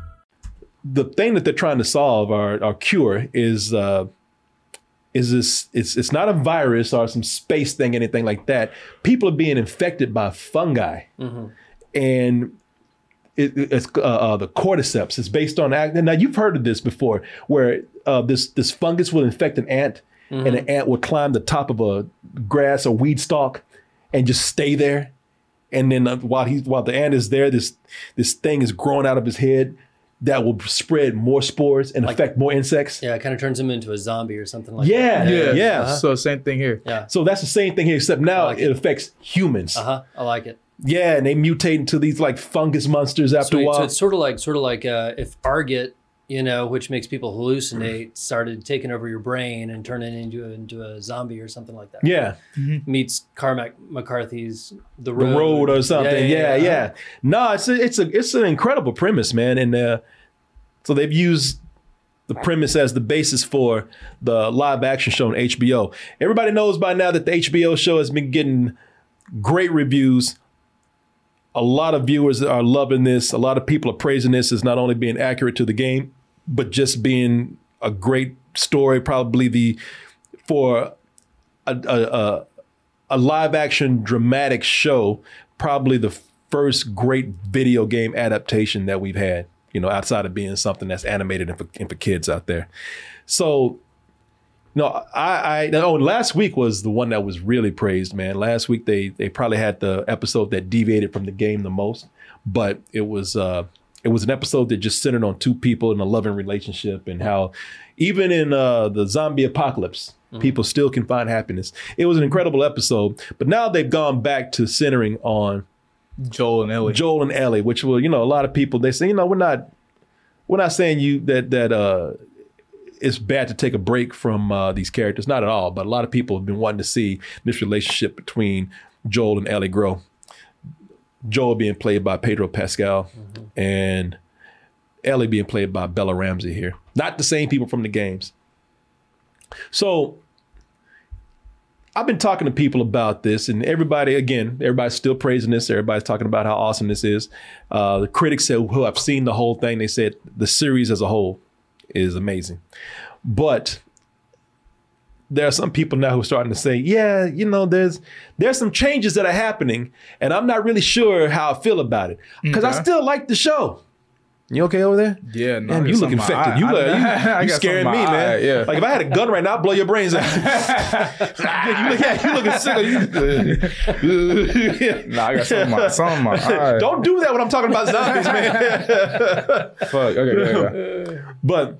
Speaker 2: the thing that they're trying to solve or, or cure is uh, is this it's it's not a virus or some space thing anything like that. People are being infected by fungi, and it, it's uh, uh, the cordyceps. It's based on act. Now you've heard of this before, where uh, this this fungus will infect an ant, and an ant will climb the top of a grass or weed stalk, and just stay there. And then uh, while he while the ant is there, this this thing is growing out of his head that will spread more spores and affect more insects.
Speaker 4: Yeah, it kind of turns him into a zombie or something like
Speaker 2: Yeah,
Speaker 4: that.
Speaker 2: yeah.
Speaker 3: Uh-huh. So same thing here.
Speaker 4: Yeah.
Speaker 2: So that's the same thing here, except now
Speaker 4: like
Speaker 2: it
Speaker 4: it.
Speaker 2: affects humans.
Speaker 4: Uh huh. I like it.
Speaker 2: Yeah, and they mutate into these like fungus monsters after
Speaker 4: Sweet.
Speaker 2: a while.
Speaker 4: So it's sort of like sort of like uh, if Argot, you know, which makes people
Speaker 2: Mm-hmm.
Speaker 4: hallucinate, started taking over your brain and turning into a, into a zombie or something like that.
Speaker 2: Yeah.
Speaker 4: Meets Carmack McCarthy's The
Speaker 2: the
Speaker 4: Road.
Speaker 2: road or something. Yeah, yeah. No, it's a, it's a it's an incredible premise, man. And uh, so they've used the premise as the basis for the live action show on HBO. Everybody knows by now that the HBO show has been getting great reviews. A lot of viewers are loving this. A lot of people are praising this as not only being accurate to the game, but just being a great story. Probably the for a, a, a a live action dramatic show, probably the first great video game adaptation that we've had, you know, outside of being something that's animated and for, and for kids out there. So, no, I, I, oh, and last week was the one that was really praised, man. Last week they, they probably had the episode that deviated from the game the most, but it was, uh, it was an episode that just centered on two people in a loving relationship and how even in uh, the zombie apocalypse people still can find happiness it was an incredible episode but now they've gone back to centering on
Speaker 3: Joel and Ellie.
Speaker 2: joel and ellie which will you know a lot of people they say you know we're not we're not saying you that that uh it's bad to take a break from uh, these characters not at all but a lot of people have been wanting to see this relationship between joel and ellie grow Joel being played by Pedro Pascal and Ellie being played by Bella Ramsey here. Not the same people from the games. So I've been talking to people about this, and everybody, again, everybody's still praising this. Everybody's talking about how awesome this is. Uh, the critics said, who have seen the whole thing, they said the series as a whole is amazing. But there are some people now who are starting to say, yeah, you know, there's there's some changes that are happening, and I'm not really sure how I feel about it because I
Speaker 3: Okay.
Speaker 2: still like the show. You okay over there?
Speaker 3: Yeah, no,
Speaker 2: Man, you
Speaker 3: it's
Speaker 2: look
Speaker 3: on my
Speaker 2: infected.
Speaker 3: eye.
Speaker 2: You,
Speaker 3: I-
Speaker 2: look, you,
Speaker 3: I
Speaker 2: you
Speaker 3: got
Speaker 2: scaring me,
Speaker 3: something in my
Speaker 2: man.
Speaker 3: eye, yeah.
Speaker 2: Like if I had a gun right now, I'd blow your brains out. you, look, yeah, you looking sick. You-
Speaker 3: Nah, I got something in my, something in my eye.
Speaker 2: Don't do that when I'm talking about zombies, man.
Speaker 3: Fuck. Okay, there you go.
Speaker 2: But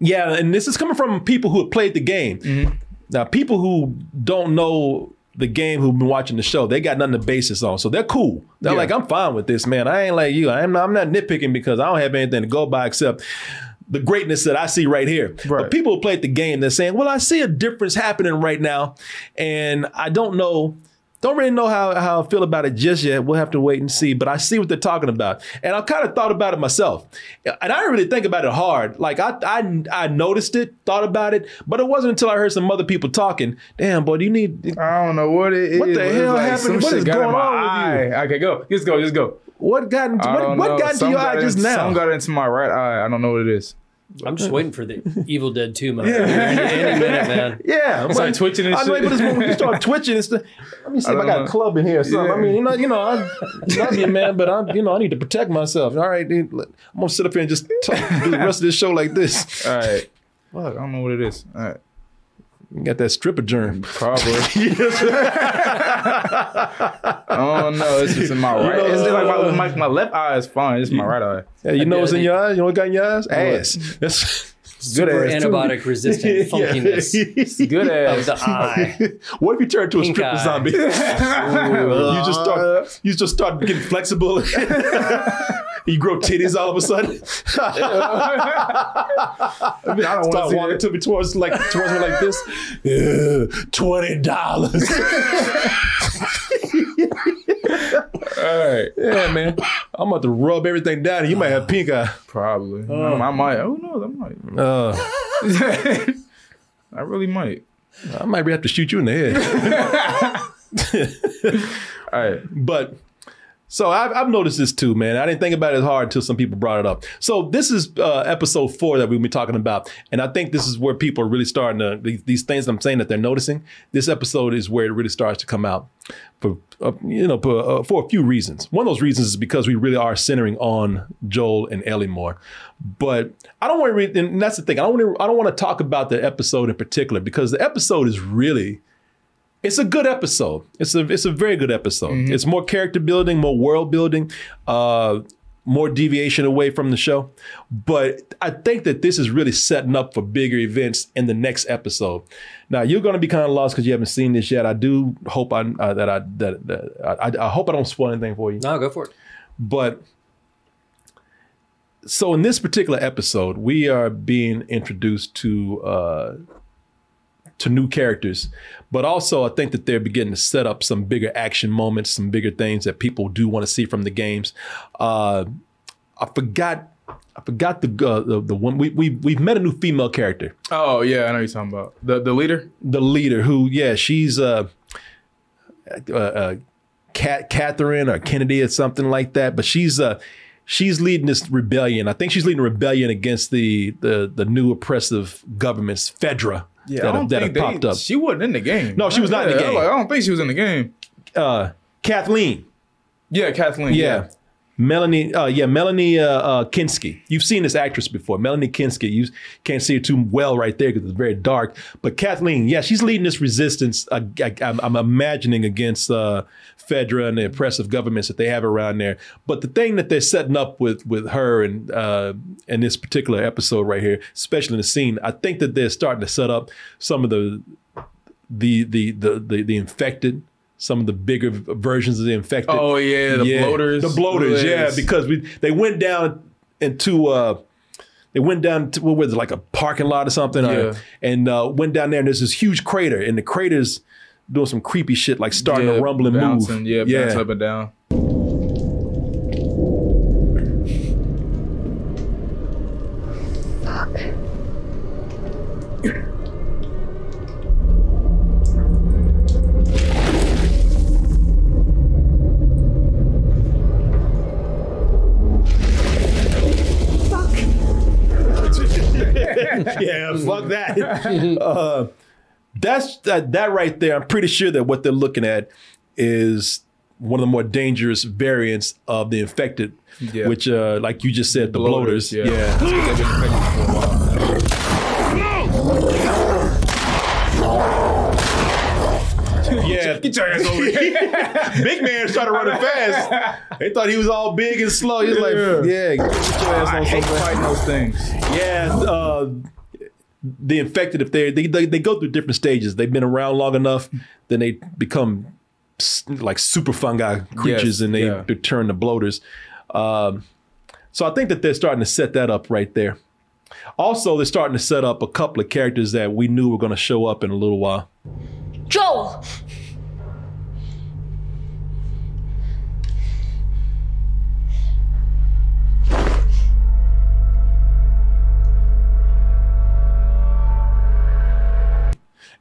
Speaker 2: yeah, and this is coming from people who have played the game. Now, people who don't know the game who've been watching the show, they got nothing to base this on. So they're cool. They're
Speaker 3: Yeah.
Speaker 2: like, I'm fine with this, man. I ain't like you. I'm not, I'm not nitpicking because I don't have anything to go by except the greatness that I see right here. But
Speaker 3: Right.
Speaker 2: people who played the game, they're saying, well, I see a difference happening right now. And I don't know, don't really know how, how I feel about it just yet. We'll have to wait and see. But I see what they're talking about. And I kind of thought about it myself. And I didn't really think about it hard. Like I, I I noticed it, thought about it, but it wasn't until I heard some other people talking, damn, boy, do you need
Speaker 3: I don't know what it is.
Speaker 2: What the
Speaker 3: but it's
Speaker 2: hell happened?
Speaker 3: some
Speaker 2: What
Speaker 3: shit
Speaker 2: is
Speaker 3: got in
Speaker 2: going
Speaker 3: my
Speaker 2: on with you?
Speaker 3: eye. Okay, go. Just go. Just go.
Speaker 2: what got into
Speaker 3: I
Speaker 2: what,
Speaker 3: don't
Speaker 2: what
Speaker 3: know.
Speaker 2: got into
Speaker 3: Some
Speaker 2: your eye
Speaker 3: got
Speaker 2: just
Speaker 3: in-
Speaker 2: now?
Speaker 3: Some got into my right eye. I don't know what it is.
Speaker 4: I'm just waiting for the Evil Dead 2 moment. Any, any minute, man.
Speaker 2: yeah, I'm
Speaker 3: It's like twitching and
Speaker 2: I know,
Speaker 3: shit.
Speaker 2: but it's when you start twitching, it's the, let me see
Speaker 3: I
Speaker 2: if I
Speaker 3: don't
Speaker 2: got a
Speaker 3: know.
Speaker 2: club in here or something.
Speaker 3: Yeah.
Speaker 2: I mean, you know, you know, I love you, man, but I, you know, I need to protect myself. All right, dude, let- I'm gonna sit up here and just talk, do the rest of this show like this.
Speaker 3: All right. Fuck. I don't know what it is. All right.
Speaker 2: You got that stripper germ.
Speaker 3: Probably. oh no, it's just in my right. It's just like my, my my left eye is fine. It's my right eye.
Speaker 2: Yeah, you know what's in
Speaker 4: think- Oh,
Speaker 2: your eyes? You know what got in your eyes? Ass. That's
Speaker 4: Super
Speaker 2: ass, too.
Speaker 4: antibiotic resistant funkiness
Speaker 3: It's good
Speaker 4: of
Speaker 3: ass.
Speaker 4: the eye.
Speaker 2: What if you turn into a
Speaker 4: Pink
Speaker 2: stripper
Speaker 4: eye.
Speaker 2: zombie? you just start you just start getting flexible. you grow titties all of a sudden.
Speaker 3: I don't
Speaker 2: Start walking
Speaker 3: want to
Speaker 2: to me towards like towards me like this. Ew, Twenty dollars.
Speaker 3: see it. All right.
Speaker 2: yeah, man. I'm about to rub everything down. and You might have pink eye.
Speaker 3: Probably. I might. Who knows? I might.
Speaker 2: Oh. Uh,
Speaker 3: I really might.
Speaker 2: I might have to shoot you in the head.
Speaker 3: All right.
Speaker 2: But so I've, I've noticed this too, man. I didn't think about it as hard until some people brought it up. So this is uh, episode four that we'll be talking about, and I think this is where people are really starting to these, these things that I'm saying that they're noticing. This episode is where it really starts to come out for uh, you know for, uh, for a few reasons. One of those reasons is because we really are centering on Joel and Ellie more. But I don't want to read, and that's the thing. I don't want to. I don't want to talk about the episode in particular because the episode is really it's a good episode. It's a it's a very good episode. It's more character building, more world building, uh, more deviation away from the show. But I think that this is really setting up for bigger events in the next episode. Now you're going to be kind of lost because you haven't seen this yet. I do hope I uh, that I that, that I, I hope I don't spoil anything for you.
Speaker 4: No, go for it.
Speaker 2: But so in this particular episode, we are being introduced to uh, to new characters, but also I think that they're beginning to set up some bigger action moments, some bigger things that people do want to see from the games. Uh, I forgot. I forgot the uh, the, the one we we we've met a new female character.
Speaker 3: Oh yeah, I know you're talking about the the leader.
Speaker 2: The leader, who yeah, she's uh, uh, uh Cat Catherine or Kennedy or something like that, but she's uh she's leading this rebellion. I think she's leading a rebellion against the the the new oppressive governments, Fedra.
Speaker 3: Yeah,
Speaker 2: that,
Speaker 3: I don't
Speaker 2: that
Speaker 3: think
Speaker 2: have popped
Speaker 3: they,
Speaker 2: up.
Speaker 3: She wasn't in the game.
Speaker 2: No, she was not in the
Speaker 3: Yeah,
Speaker 2: game.
Speaker 3: Like, I don't think she was in the game.
Speaker 2: uh, Kathleen.
Speaker 3: Yeah, Kathleen.
Speaker 2: Yeah. Melanie, uh, yeah, Melanie uh, uh, Kinski. You've seen this actress before, Melanie Kinski. You can't see her too well right there because it's very dark. But Kathleen, yeah, she's leading this resistance. Uh, I, I'm, I'm imagining against uh, Fedra and the oppressive governments that they have around there. But the thing that they're setting up with with her and uh, in this particular episode right here, especially in the scene, I think that they're starting to set up some of the the the the the, the infected. Some of the bigger v- versions of the infected.
Speaker 3: Oh, yeah, the bloaters.
Speaker 2: The bloaters, yeah,
Speaker 3: Yes.
Speaker 2: because we they went down into uh they went down to what was it, like a parking lot or something, uh,
Speaker 3: Yeah.
Speaker 2: and uh, went down there and there's this huge crater, and the crater's doing some creepy shit, like starting
Speaker 3: yeah,
Speaker 2: to rumble and
Speaker 3: bouncing,
Speaker 2: move.
Speaker 3: Yeah,
Speaker 2: yeah.
Speaker 3: bounce up and down.
Speaker 2: yeah, fuck that. Mm-hmm. uh, that's that, that right there. I'm pretty sure that what they're looking at is one of the more dangerous variants of the infected,
Speaker 3: Yeah.
Speaker 2: which, uh, like you just said, the bloaters.
Speaker 3: yeah.
Speaker 2: yeah. Yeah,
Speaker 3: Get your ass over here.
Speaker 2: big man started running fast. They thought he was all big and slow. He was like,
Speaker 3: Yeah.
Speaker 2: yeah, get your ass
Speaker 3: I
Speaker 2: on
Speaker 3: hate
Speaker 2: somewhere.
Speaker 3: fighting those things.
Speaker 2: Yeah, uh, the infected, if they're, they, they they go through different stages. They've been around long enough, then they become s- like super fungi creatures
Speaker 3: Yes,
Speaker 2: and they
Speaker 3: yeah.
Speaker 2: they turn to bloaters. Um, so I think that they're starting to set that up right there. Also, they're starting to set up a couple of characters that we knew were going to show up in a little while.
Speaker 12: Joel!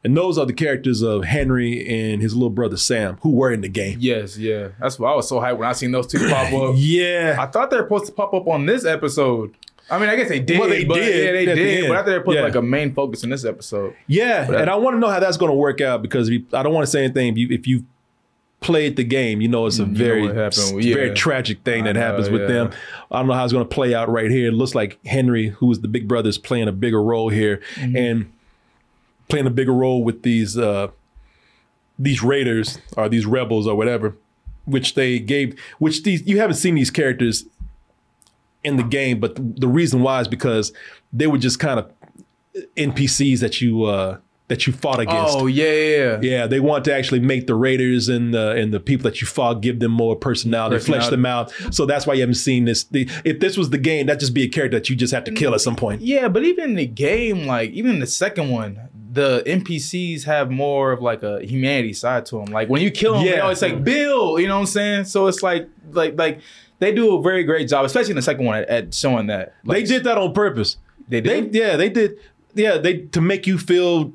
Speaker 2: And those are the characters of Henry and his little brother Sam, who were in the game.
Speaker 3: Yes, yeah. That's why I was so hyped when I seen those two pop up.
Speaker 2: Yeah.
Speaker 3: I thought they were supposed to pop up on this episode. I mean, I guess they did.
Speaker 2: Well, they
Speaker 3: but,
Speaker 2: did
Speaker 3: Yeah, they
Speaker 2: at the
Speaker 3: did.
Speaker 2: end.
Speaker 3: but I thought they put
Speaker 2: Yeah.
Speaker 3: like a main focus in this episode.
Speaker 2: Yeah,
Speaker 3: But I-
Speaker 2: and I want to know how that's going to work out because we, I don't want to say anything. If you if you played the game, you know it's a very
Speaker 3: what happened,
Speaker 2: s-
Speaker 3: yeah.
Speaker 2: very tragic thing that
Speaker 3: know,
Speaker 2: happens with
Speaker 3: yeah.
Speaker 2: them. I don't know how it's going to play out right here. It looks like Henry, who is the big brother, is playing a bigger role here
Speaker 3: Mm-hmm.
Speaker 2: and playing a bigger role with these uh, these raiders or these rebels or whatever, which they gave. Which these you haven't seen these characters in the game, but the, the reason why is because they were just kind of NPCs that you uh, that you fought against.
Speaker 3: Oh yeah, yeah, yeah.
Speaker 2: Yeah, they want to actually make the Raiders and the and the people that you fought give them more personality, flesh
Speaker 3: Personality.
Speaker 2: them out. So that's why you haven't seen this. The, if this was the game, that'd just be a character that you just have to kill at some point.
Speaker 3: Yeah, but even in the game, like even the second one, the NPCs have more of like a humanity side to them. Like when you kill them,
Speaker 2: Yeah.
Speaker 3: they always like Bill. You know what I'm saying? So it's like like like they do a very great job, especially in the second one at, at showing that.
Speaker 2: They
Speaker 3: Like,
Speaker 2: did that on purpose.
Speaker 3: They
Speaker 2: They
Speaker 3: did.
Speaker 2: yeah, they did. Yeah, they to make you feel.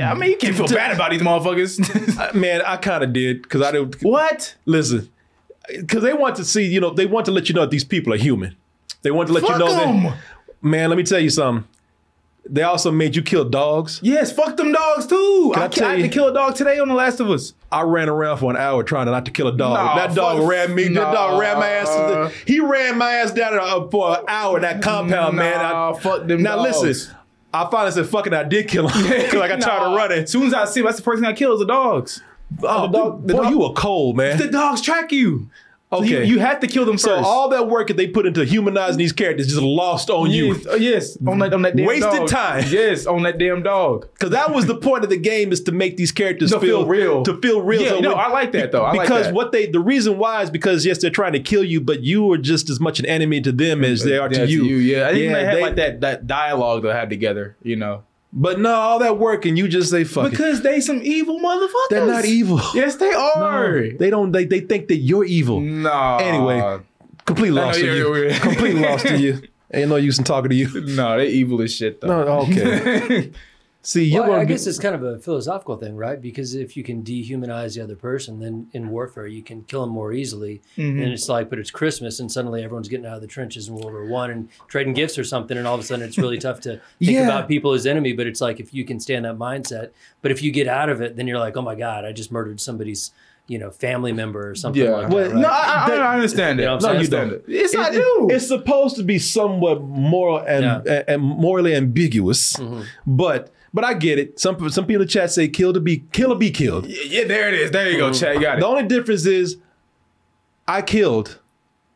Speaker 3: I mean, you can't feel bad about these motherfuckers.
Speaker 2: I- Man, I kind of did because I didn't
Speaker 3: what?
Speaker 2: listen because they want to see. You know, they want to let you know that these people are human. They want to let you
Speaker 3: Fuck
Speaker 2: know that.
Speaker 3: 'em.
Speaker 2: Man, let me tell you something. They also made you kill dogs.
Speaker 3: Yes, fuck them dogs too.
Speaker 2: Can
Speaker 3: I,
Speaker 2: I
Speaker 3: I,
Speaker 2: tell
Speaker 3: had to
Speaker 2: you-
Speaker 3: kill a dog today on The Last of Us.
Speaker 2: I ran around for an hour trying not to kill a dog.
Speaker 3: Nah,
Speaker 2: that dog
Speaker 3: fuck-
Speaker 2: ran me. That dog ran my ass.
Speaker 3: Nah.
Speaker 2: he ran my ass down uh, for an hour in that compound, man.
Speaker 3: Nah,
Speaker 2: I,
Speaker 3: fuck them
Speaker 2: Now
Speaker 3: dogs.
Speaker 2: listen, I finally said, "Fucking," I did kill him because I got tired of
Speaker 3: Nah.
Speaker 2: running.
Speaker 3: As soon as I see him, that's the first thing I kill is the dogs.
Speaker 2: Oh,
Speaker 3: the dog- the
Speaker 2: boy,
Speaker 3: dog-
Speaker 2: you were cold, man.
Speaker 3: The dogs track you. So you-
Speaker 2: Okay.
Speaker 3: you, have to kill them
Speaker 2: So
Speaker 3: first.
Speaker 2: all that work that they put into humanizing these characters just lost on you.
Speaker 3: Yes, uh, yes, on that on that damn
Speaker 2: Wasted
Speaker 3: dog.
Speaker 2: time.
Speaker 3: Yes, on that damn dog.
Speaker 2: Because that was the point of the game is to make these characters
Speaker 3: To feel real.
Speaker 2: To feel real.
Speaker 3: Yeah, no,
Speaker 2: when-
Speaker 3: I like that, though. I like
Speaker 2: because
Speaker 3: that.
Speaker 2: what they the reason why is because yes, they're trying to kill you, but you are just as much an enemy to them as they are
Speaker 3: Yeah,
Speaker 2: to you.
Speaker 3: Yeah, I think they had
Speaker 2: they-
Speaker 3: like that that dialogue they had together. You know,
Speaker 2: But no, all that work and you just say fuck it.
Speaker 3: because they some evil motherfuckers.
Speaker 2: They're not evil.
Speaker 3: Yes, they are.
Speaker 2: No, they don't. They they think that you're evil.
Speaker 3: No.
Speaker 2: Anyway, complete
Speaker 3: Mm. I know
Speaker 2: loss to
Speaker 3: you're-
Speaker 2: you.
Speaker 3: you're-
Speaker 2: complete loss to you. Ain't no use in talking to you.
Speaker 3: no, they evil as shit though.
Speaker 2: No, okay. See, you're
Speaker 4: Well, I
Speaker 2: gonna be,
Speaker 4: guess it's kind of a philosophical thing, right? Because if you can dehumanize the other person, then in warfare you can kill them more easily.
Speaker 2: Mm-hmm.
Speaker 4: And it's like, but it's Christmas, and suddenly everyone's getting out of the trenches in World War One and trading gifts or something, and all of a sudden it's really tough to think
Speaker 2: Yeah.
Speaker 4: about people as enemy. But it's like if you can stay in that mindset, but if you get out of it, then you're like, oh my god, I just murdered somebody's, you know, family member or something
Speaker 3: Yeah.
Speaker 4: like
Speaker 2: Well,
Speaker 4: that.
Speaker 3: No,
Speaker 4: Right?
Speaker 3: I, I, I understand it.
Speaker 4: You know what
Speaker 3: no,
Speaker 4: I'm
Speaker 3: you
Speaker 4: saying?
Speaker 3: don't. Yes, I
Speaker 2: It- it-
Speaker 3: do.
Speaker 2: It's supposed to be somewhat moral and
Speaker 4: Yeah. Mm-hmm.
Speaker 2: and, and morally ambiguous, but but I get it. Some some people in the chat say kill to be kill or be killed.
Speaker 3: yeah, there it is. There you go, Chad. You got it.
Speaker 2: The only difference is I killed,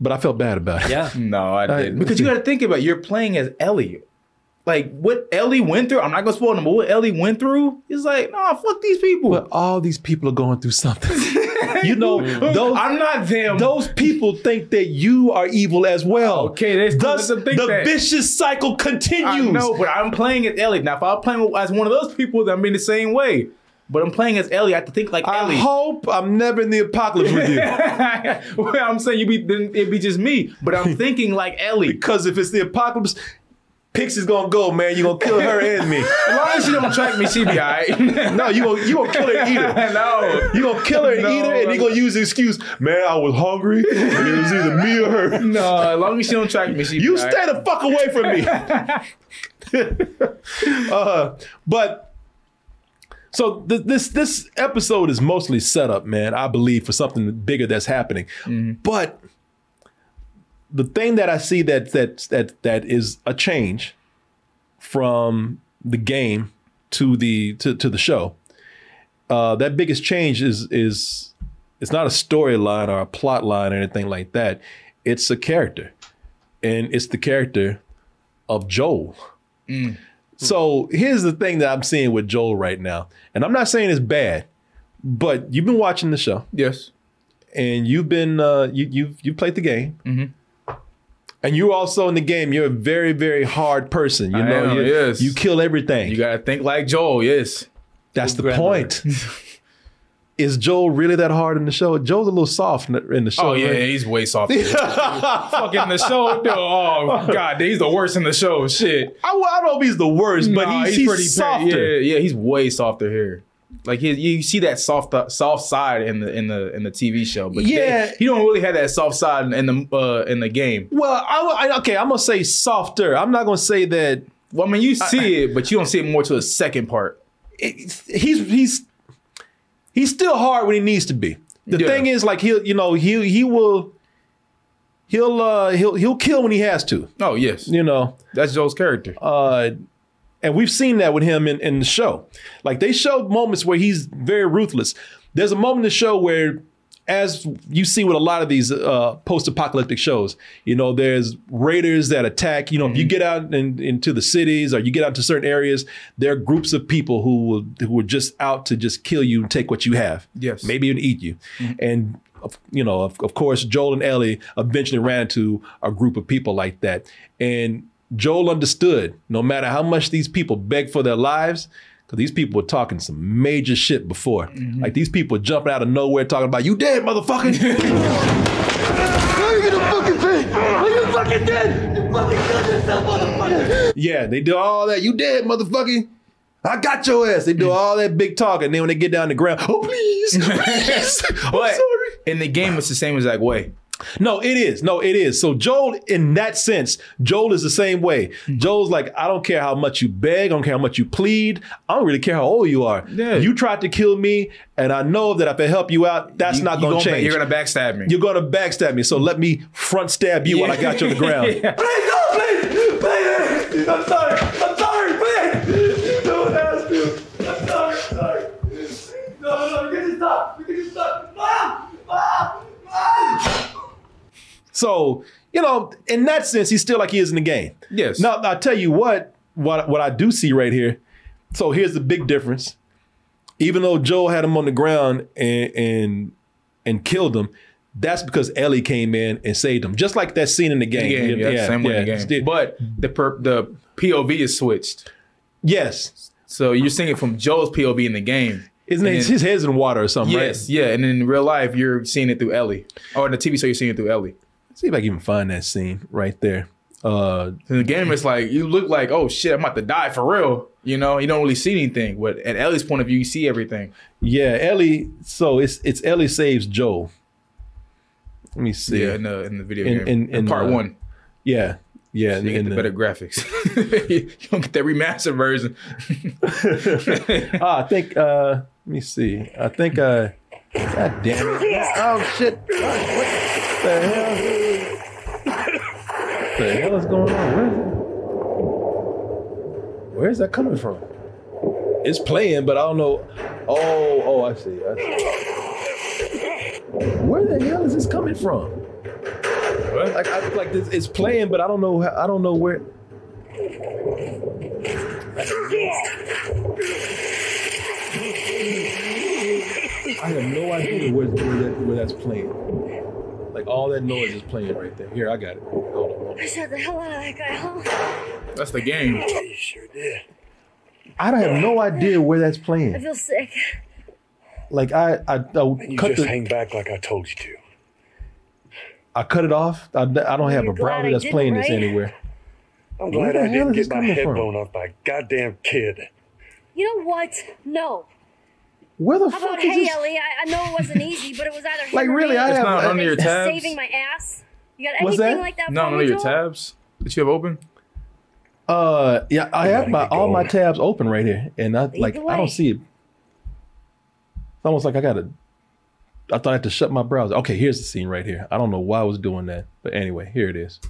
Speaker 2: but I felt bad about it.
Speaker 4: yeah.
Speaker 3: No, I
Speaker 2: I-
Speaker 3: didn't. Because you got to think about it. you're playing as Ellie. Like what Ellie went through, I'm not gonna spoil them, but what Ellie went through is like, nah, fuck these people.
Speaker 2: But all these people are going through something. you know,
Speaker 4: Mm-hmm.
Speaker 2: those
Speaker 3: I'm not them.
Speaker 2: those people think that you are evil as well.
Speaker 3: Okay, they still
Speaker 2: Thus,
Speaker 3: let them think
Speaker 2: the
Speaker 3: that.
Speaker 2: vicious cycle
Speaker 3: I
Speaker 2: continues.
Speaker 3: know, but I'm playing as Ellie. Now, if I'm playing as one of those people, then I'm in the same way. But I'm playing as Ellie. I have to think like
Speaker 2: I
Speaker 3: Ellie.
Speaker 2: hope I'm never in the apocalypse with you.
Speaker 3: well, I'm saying you be then it'd be just me, but I'm thinking like Ellie.
Speaker 2: Because if it's the apocalypse, Pixie's gonna go, man. You're gonna kill her and me.
Speaker 3: As long as she don't track me, she be alright.
Speaker 2: No, you gonna you gonna kill her and eat her.
Speaker 3: no.
Speaker 2: You gonna kill her and
Speaker 3: No,
Speaker 2: eat her, and you gonna use the excuse, man. I was hungry, and it was either me or her.
Speaker 3: No, as long as she don't track me, she
Speaker 2: You
Speaker 3: be all
Speaker 2: stay the fuck away from me. uh, but so th- this this episode is mostly set up, man. I believe for something bigger that's happening. But the thing that I see that that that that is a change from the game to the to, to the show. Uh, that biggest change is is it's not a storyline or a plot line or anything like that. It's a character and it's the character of Joel. So here's the thing that I'm seeing with Joel right now, and I'm not saying it's bad, but you've been watching the show
Speaker 3: Yes.
Speaker 2: and you've been uh, you you you played the game,
Speaker 3: Mm-hmm.
Speaker 2: and you're also in the game. You're a very very hard person. You
Speaker 3: I
Speaker 2: know,
Speaker 3: am,
Speaker 2: you,
Speaker 3: yes.
Speaker 2: you kill everything.
Speaker 3: You gotta think like Joel, yes.
Speaker 2: That's the point. Is Joel really that hard in the show? Joel's a little soft in the- in the show.
Speaker 3: Oh yeah,
Speaker 2: right?
Speaker 3: he's way soft. Fucking the show. dude. Oh god, he's the worst in the show. Shit.
Speaker 2: I, I don't know if he's the worst, but
Speaker 3: Nah,
Speaker 2: he's, he's,
Speaker 3: bad.
Speaker 2: softer.
Speaker 3: Yeah, yeah, he's way softer here. Like he, you see that soft uh, soft side in the in the in the TV show, but
Speaker 2: Yeah.
Speaker 3: they- he don't really have that soft side in the uh, in the game.
Speaker 2: Well, I, wa- I- okay, I'm gonna say softer. I'm not gonna say that
Speaker 3: Well, I mean, you see it, but you don't see it more to the second part.
Speaker 2: it, he's he's he's still hard when he needs to be. The
Speaker 3: Yeah.
Speaker 2: thing is, like he'll you know he he will he'll uh he'll he'll kill when he has to.
Speaker 3: Oh yes,
Speaker 2: You know,
Speaker 3: that's Joel's character.
Speaker 2: uh, and we've seen that with him in, in the show. Like they showed moments where he's very ruthless. There's a moment in the show where, as you see with a lot of these uh, post-apocalyptic shows, you know, there's raiders that attack. You know, if you get out in, into the cities or you get out to certain areas, there are groups of people who will who are just out to just kill you and take what you have.
Speaker 3: Yes.
Speaker 2: maybe even eat you. And of- you know, of, of course, Joel and Ellie eventually ran into a group of people like that. And Joel understood no matter how much these people begged for their lives, because these people were talking some major shit before. Like these people were jumping out of nowhere talking about, you dead, motherfucker. yeah, they do all that. You dead, motherfucker. I got your ass. They do all that big talking. And then when they get down the ground, oh, please. please. I'm
Speaker 3: But
Speaker 2: sorry.
Speaker 3: in the game, it's the same exact way.
Speaker 2: No, it is. No, it is. So Joel, in that sense, Joel is the same way. Joel's like, I don't care how much you beg, I don't care how much you plead, I don't really care how old you are.
Speaker 3: Yeah.
Speaker 2: You tried to kill me, and I know that if I help you out, that's
Speaker 3: You-
Speaker 2: not
Speaker 3: you
Speaker 2: gonna, change.
Speaker 3: You're gonna backstab me. Mm.
Speaker 2: You're gonna backstab me, so let me front stab you while I got you on the ground.
Speaker 3: Yeah.
Speaker 2: So, you know, in that sense, he's still like he is in the game.
Speaker 3: Yes.
Speaker 2: Now, I'll tell you what, what, what I do see right here. So here's the big difference. Even though Joe had him on the ground and and, and killed him, that's because Ellie came in and saved him. Just like that scene in the game.
Speaker 3: Yeah, yeah, same way in the
Speaker 2: yeah.
Speaker 3: game. But the per, the POV is switched.
Speaker 2: Yes.
Speaker 3: So you're seeing it from Joel's POV in the game.
Speaker 2: Isn't
Speaker 3: And
Speaker 2: it,
Speaker 3: then-
Speaker 2: his head's in water or something, right?
Speaker 3: Yes, yeah. And in real life, you're seeing it through Ellie. Or in the TV show, you're seeing it through Ellie.
Speaker 2: See if I can even find that scene right there. Uh,
Speaker 3: In the game, it's like you look like, oh shit, I'm about to die for real. You know, you don't really see anything. But at Ellie's point of view, you see everything.
Speaker 2: yeah, Ellie. So it's it's Ellie saves Joe. Let me see.
Speaker 3: Yeah, in the in the video
Speaker 2: In-
Speaker 3: game,
Speaker 2: in-
Speaker 3: in,
Speaker 2: in,
Speaker 3: part
Speaker 2: uh,
Speaker 3: one,
Speaker 2: Yeah, yeah.
Speaker 3: you get
Speaker 2: and-
Speaker 3: the better graphics. you don't get that remastered version.
Speaker 2: Ah, I think. Uh, let me see. I think. Uh, God damn it! Oh shit! What the hell? What the hell is going on? Where is it? Where is that coming from? It's playing, but I don't know. Oh, oh, I see. I see. Where the hell is this coming from? Like, I, like this, it's playing, but I don't know. how- I don't know where. I have no idea where, where, that, where that's playing. Like all that noise is playing right there. Here, I got it. Hold on, hold on.
Speaker 13: I shot the hell out of that guy, huh?
Speaker 3: That's the game.
Speaker 13: You sure did.
Speaker 2: I don't have no idea where that's
Speaker 13: I
Speaker 2: playing.
Speaker 13: feel sick.
Speaker 2: Like I, I, I
Speaker 13: You
Speaker 2: cut
Speaker 13: just
Speaker 2: the,
Speaker 13: hang back like I told you to.
Speaker 2: I cut it off. I, I don't have
Speaker 13: You're glad
Speaker 2: a browser
Speaker 13: I
Speaker 2: that's
Speaker 13: didn't,
Speaker 2: playing this
Speaker 13: right?
Speaker 2: anywhere.
Speaker 13: I'm
Speaker 2: Where
Speaker 13: glad
Speaker 2: the
Speaker 13: I
Speaker 2: hell
Speaker 13: didn't
Speaker 2: is
Speaker 13: get
Speaker 2: this
Speaker 13: my
Speaker 2: coming
Speaker 13: head
Speaker 2: from?
Speaker 13: blown off by a goddamn kid.
Speaker 14: You know what? No.
Speaker 2: Where the
Speaker 14: How
Speaker 2: fuck
Speaker 14: about
Speaker 2: is
Speaker 14: hey,
Speaker 2: this?
Speaker 14: Ellie? I, I know it wasn't easy, but it was either him
Speaker 2: Like,
Speaker 14: or
Speaker 2: really,
Speaker 14: me.
Speaker 2: I It's have- not
Speaker 3: under your
Speaker 14: Just
Speaker 3: tabs?
Speaker 14: Saving my ass. You got
Speaker 2: What's
Speaker 14: anything
Speaker 2: that?
Speaker 14: like that?
Speaker 3: No,
Speaker 14: for
Speaker 3: none
Speaker 14: me,
Speaker 3: of your
Speaker 14: Joel?
Speaker 3: tabs that you have open.
Speaker 2: Uh, yeah, I have my all my tabs open right here, and I like I
Speaker 14: way.
Speaker 2: don't see it. It's almost like I gotta. I thought I had to shut my browser. Okay, here's the scene right here. I don't know why I was doing that, but anyway, here it is.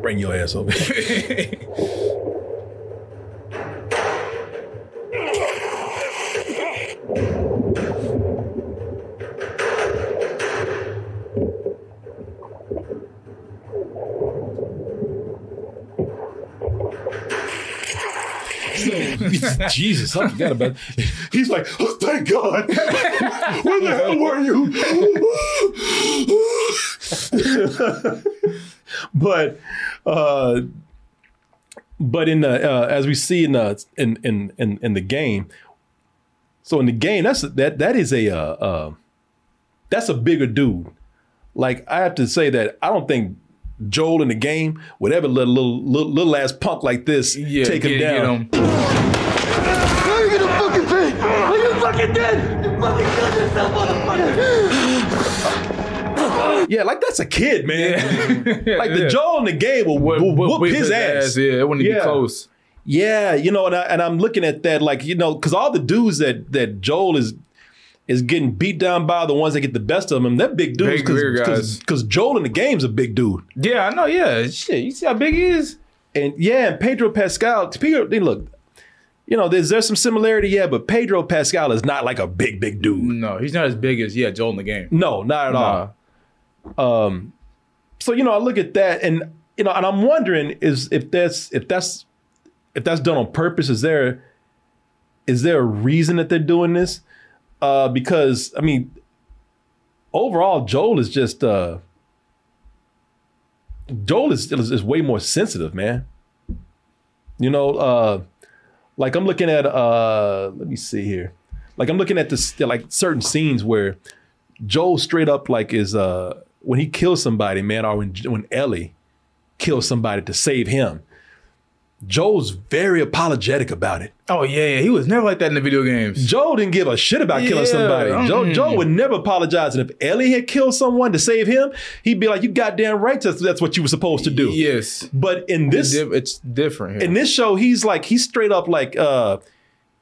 Speaker 2: Bring your ass over. here. Jesus, I forgot about. He's like, oh, thank God. Where the hell were you? but, uh, but in the uh, as we see in the in in in, in the game, so in the game that's that that is a uh, uh, that's a bigger dude. Like I have to say that I don't think. Joel in the game would ever let a little little, little ass punk like this take him
Speaker 3: get-
Speaker 2: down.
Speaker 3: get him.
Speaker 13: Now you gonna fucking pay! Are you fucking dead? You fucking killed yourself, motherfucker!
Speaker 2: Yeah, like that's a kid, man. like the Joel in the game will, will whoop
Speaker 3: whip
Speaker 2: his
Speaker 3: his
Speaker 2: ass.
Speaker 3: ass, yeah, it wouldn't
Speaker 2: yeah.
Speaker 3: even be close.
Speaker 2: Yeah, you know, and I and I'm looking at that like you know, because all the dudes that that Joel is is getting beat down by the ones that get the best of him. That big dude,
Speaker 3: Big, bigger guys.
Speaker 2: because Joel in the game's a big dude.
Speaker 3: Yeah, I know. Yeah, shit. You see how big he is?
Speaker 2: And yeah, and Pedro Pascal. Pedro, they look. You know, there's there's some similarity, yeah, but Pedro Pascal is not like a big, big dude.
Speaker 3: No, he's not as big as yeah Joel in the game.
Speaker 2: No, not at all. Um, so you know, I look at that, and you know, and I'm wondering is if that's if that's if that's done on purpose. Is there is there a reason that they're doing this? Uh, because I mean, overall, Joel is just uh, Joel is, is is way more sensitive, man. You know, uh, like I'm looking at uh, let me see here, like I'm looking at this like certain scenes where Joel straight up like is uh when he kills somebody, man, or when when Ellie kills somebody to save him, Joel's very apologetic about it.
Speaker 3: Oh yeah, yeah. He was never like that in the video games.
Speaker 2: Joel didn't give a shit about killing
Speaker 3: Yeah,
Speaker 2: somebody. Joe
Speaker 3: mm-mm.
Speaker 2: Joe would never apologize, and if Ellie had killed someone to save him, he'd be like, "You goddamn right, that's, that's what you were supposed to do."
Speaker 3: Yes.
Speaker 2: But in this,
Speaker 3: It's di- it's different. Here.
Speaker 2: in this show, he's like he's straight up like uh,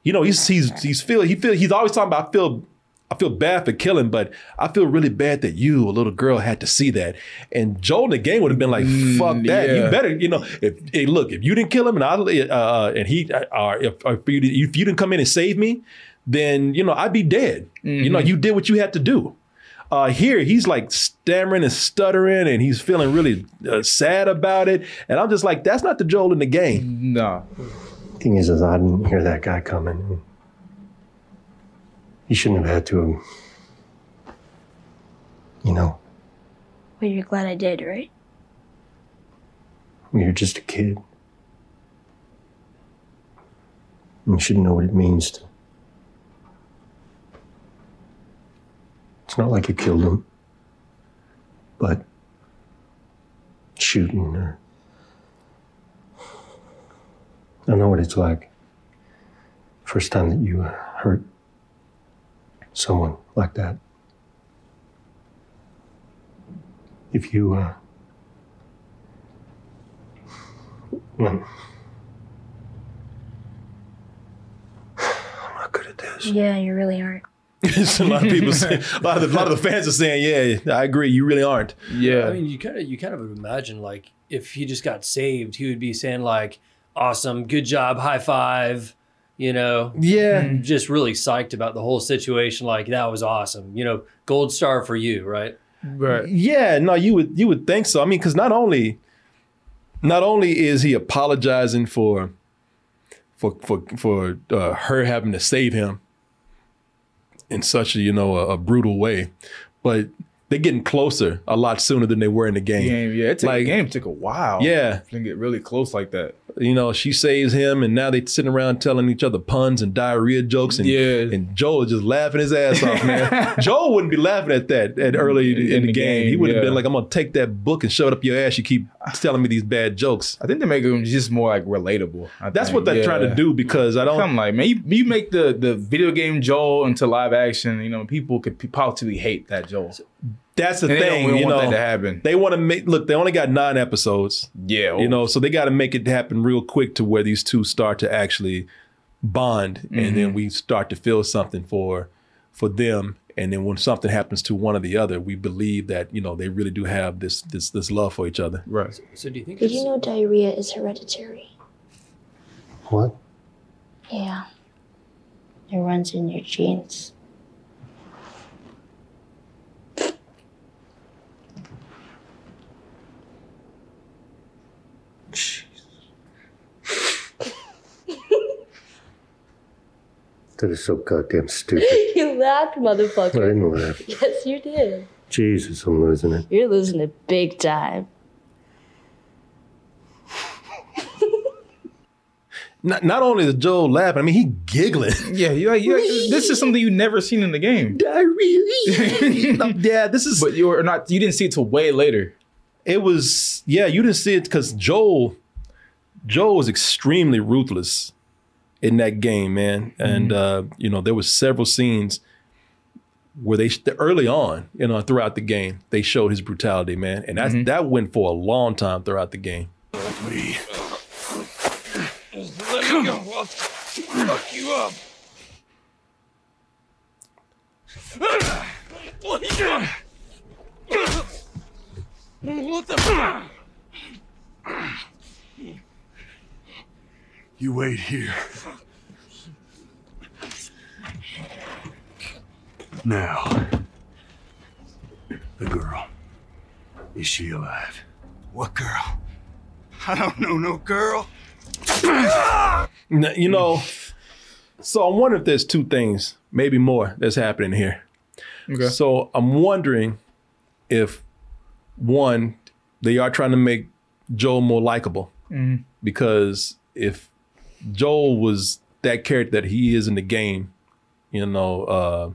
Speaker 2: you know, he's he's he's feel he feel he's always talking about I feel I I feel bad for killing, but I feel really bad that you, a little girl, had to see that. And Joel in the game would have been like, "Fuck that!
Speaker 15: yeah.
Speaker 2: You better, you know, if hey, look, if you didn't kill him and I uh, and he, or if, or if you didn't- if you didn't come in and save me, then you know I'd be dead. You know,
Speaker 15: Mhm.
Speaker 2: you did what you had to do." Uh, here he's like stammering and stuttering, and he's feeling really uh, sad about it. And I'm just like, that's not the Joel in the game.
Speaker 3: No,
Speaker 10: Thing is, is I didn't hear that guy coming. He shouldn't have had to. Have, you know,
Speaker 8: Well, you're glad I did, right?
Speaker 10: when you're just a kid. You shouldn't know what it means to. It's not like you killed him, but shooting or. I don't know what it's like. First time that you hurt someone like that. If you, uh, when-
Speaker 8: Yeah, you really aren't.
Speaker 2: a lot of people, say, a lot of the, a lot of the fans are saying, "Yeah, I agree. You really aren't."
Speaker 4: I mean, you kind of you kind of imagine like if he just got saved, he would be saying like, "Awesome, good job, high five. You know,
Speaker 2: yeah,
Speaker 4: just really psyched about the whole situation. Like that was awesome. You know, gold star for you, right?
Speaker 3: Right.
Speaker 2: Yeah, no, you would you would think so. I mean, because not only not only is he apologizing for for for for uh, her having to save him in such a you know a, a brutal way, but they're getting closer a lot sooner than they were in the game.
Speaker 3: game. Yeah, it took,
Speaker 2: Like-
Speaker 3: the game took a while.
Speaker 2: Yeah.
Speaker 3: to get really close like that.
Speaker 2: You know, she saves him, and now they sitting around telling each other puns and diarrhea jokes, and and Joel is just laughing his ass off, man. Joel wouldn't be laughing at that at early in, the, game. He would have
Speaker 3: yeah.
Speaker 2: been like, "I'm gonna take that book and shove it up your ass." You keep telling me these bad jokes.
Speaker 3: I think they make them just more like relatable. I
Speaker 2: That's
Speaker 3: think.
Speaker 2: what they're
Speaker 3: Yeah.
Speaker 2: trying to do because I don't.
Speaker 3: I'm like, man, you, you make the the video game Joel into live action. You know, people could p- possibly hate that Joel.
Speaker 2: That's the
Speaker 3: And they don't
Speaker 2: thing.
Speaker 3: really
Speaker 2: you
Speaker 3: want
Speaker 2: know,
Speaker 3: that to happen.
Speaker 2: They want to make look. They only got nine episodes.
Speaker 3: Yeah,
Speaker 2: you know, so they got to make it happen real quick to where these two start to actually bond, and then
Speaker 15: Mhm.
Speaker 2: we start to feel something for for them. And then when something happens to one or the other, we believe that you know they really do have this this this love for each other.
Speaker 3: Right.
Speaker 4: So do you think
Speaker 8: Did you know diarrhea is hereditary?
Speaker 10: What?
Speaker 8: Yeah. It runs in your genes.
Speaker 10: That is so goddamn stupid.
Speaker 16: you laughed,
Speaker 10: I
Speaker 16: motherfucker.
Speaker 10: didn't laugh.
Speaker 16: Yes, you did.
Speaker 10: Jesus, I'm losing it.
Speaker 16: You're losing it big time.
Speaker 2: Not, not only is Joel laughing, I mean he giggling.
Speaker 3: Yeah, you like, you like this is something you've never seen in the game.
Speaker 2: yeah, this is.
Speaker 3: But you were not. You didn't see it till way later.
Speaker 2: It was yeah. You didn't see it because Joel Joel was extremely ruthless in that game, man. And uh, you know there was several scenes where they early on, you know, throughout the game, they showed his brutality, man. And that's, that went for a long time throughout the game.
Speaker 17: Let me go. I'll fuck you up. What What the fuck?
Speaker 18: You wait here. Now, the girl. Is she alive?
Speaker 17: What girl? I don't know no girl.
Speaker 2: N- You know, so I'm wondering if there's two things, maybe more, that's happening here.
Speaker 3: Okay.
Speaker 2: So I'm wondering if one, they are trying to make Joel more likable
Speaker 3: Mhm.
Speaker 2: because if Joel was that character that he is in the game, you know, uh,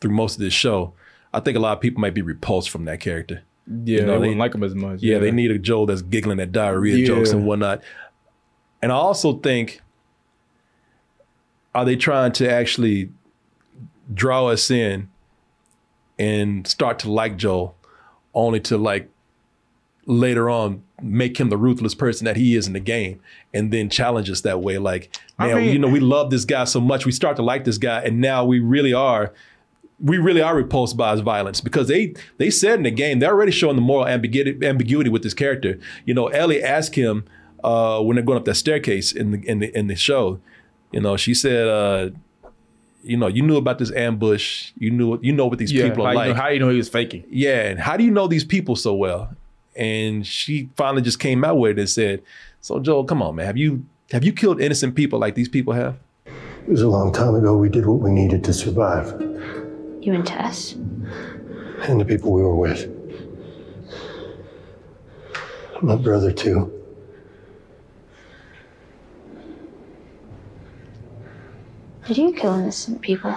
Speaker 2: through most of this show, I think a lot of people might be repulsed from that character.
Speaker 3: Yeah, they wouldn't like him as much,
Speaker 2: Yeah, they
Speaker 3: yeah.
Speaker 2: need a Joel that's giggling at diarrhea
Speaker 3: Yeah.
Speaker 2: jokes and whatnot. And I also think, are they trying to actually draw us in and start to like Joel, only to like later on make him the ruthless person that he is in the game and then challenge us that way like
Speaker 3: I
Speaker 2: man
Speaker 3: mean-
Speaker 2: you know we love this guy so much we start to like this guy and now we really are we really are repulsed by his violence because they they said in the game they're already showing the moral ambiguity ambiguity with this character. You know, Ellie asked him uh, when they're going up that staircase in the in the in the show. You know, she said, uh, you know, you knew about this ambush. You knew you know what these
Speaker 3: Yeah,
Speaker 2: people
Speaker 3: how
Speaker 2: are
Speaker 3: you
Speaker 2: like.
Speaker 3: know- how you know he was faking?
Speaker 2: Yeah, and how do you know these people so well? And she finally just came out with it and said, "So Joel, come on, man, have you have you killed innocent people like these people have?"
Speaker 10: It was a long time ago. We did what we needed to survive,
Speaker 19: You and Tess?
Speaker 10: and the people we were with. My brother, too.
Speaker 19: Did you kill innocent people?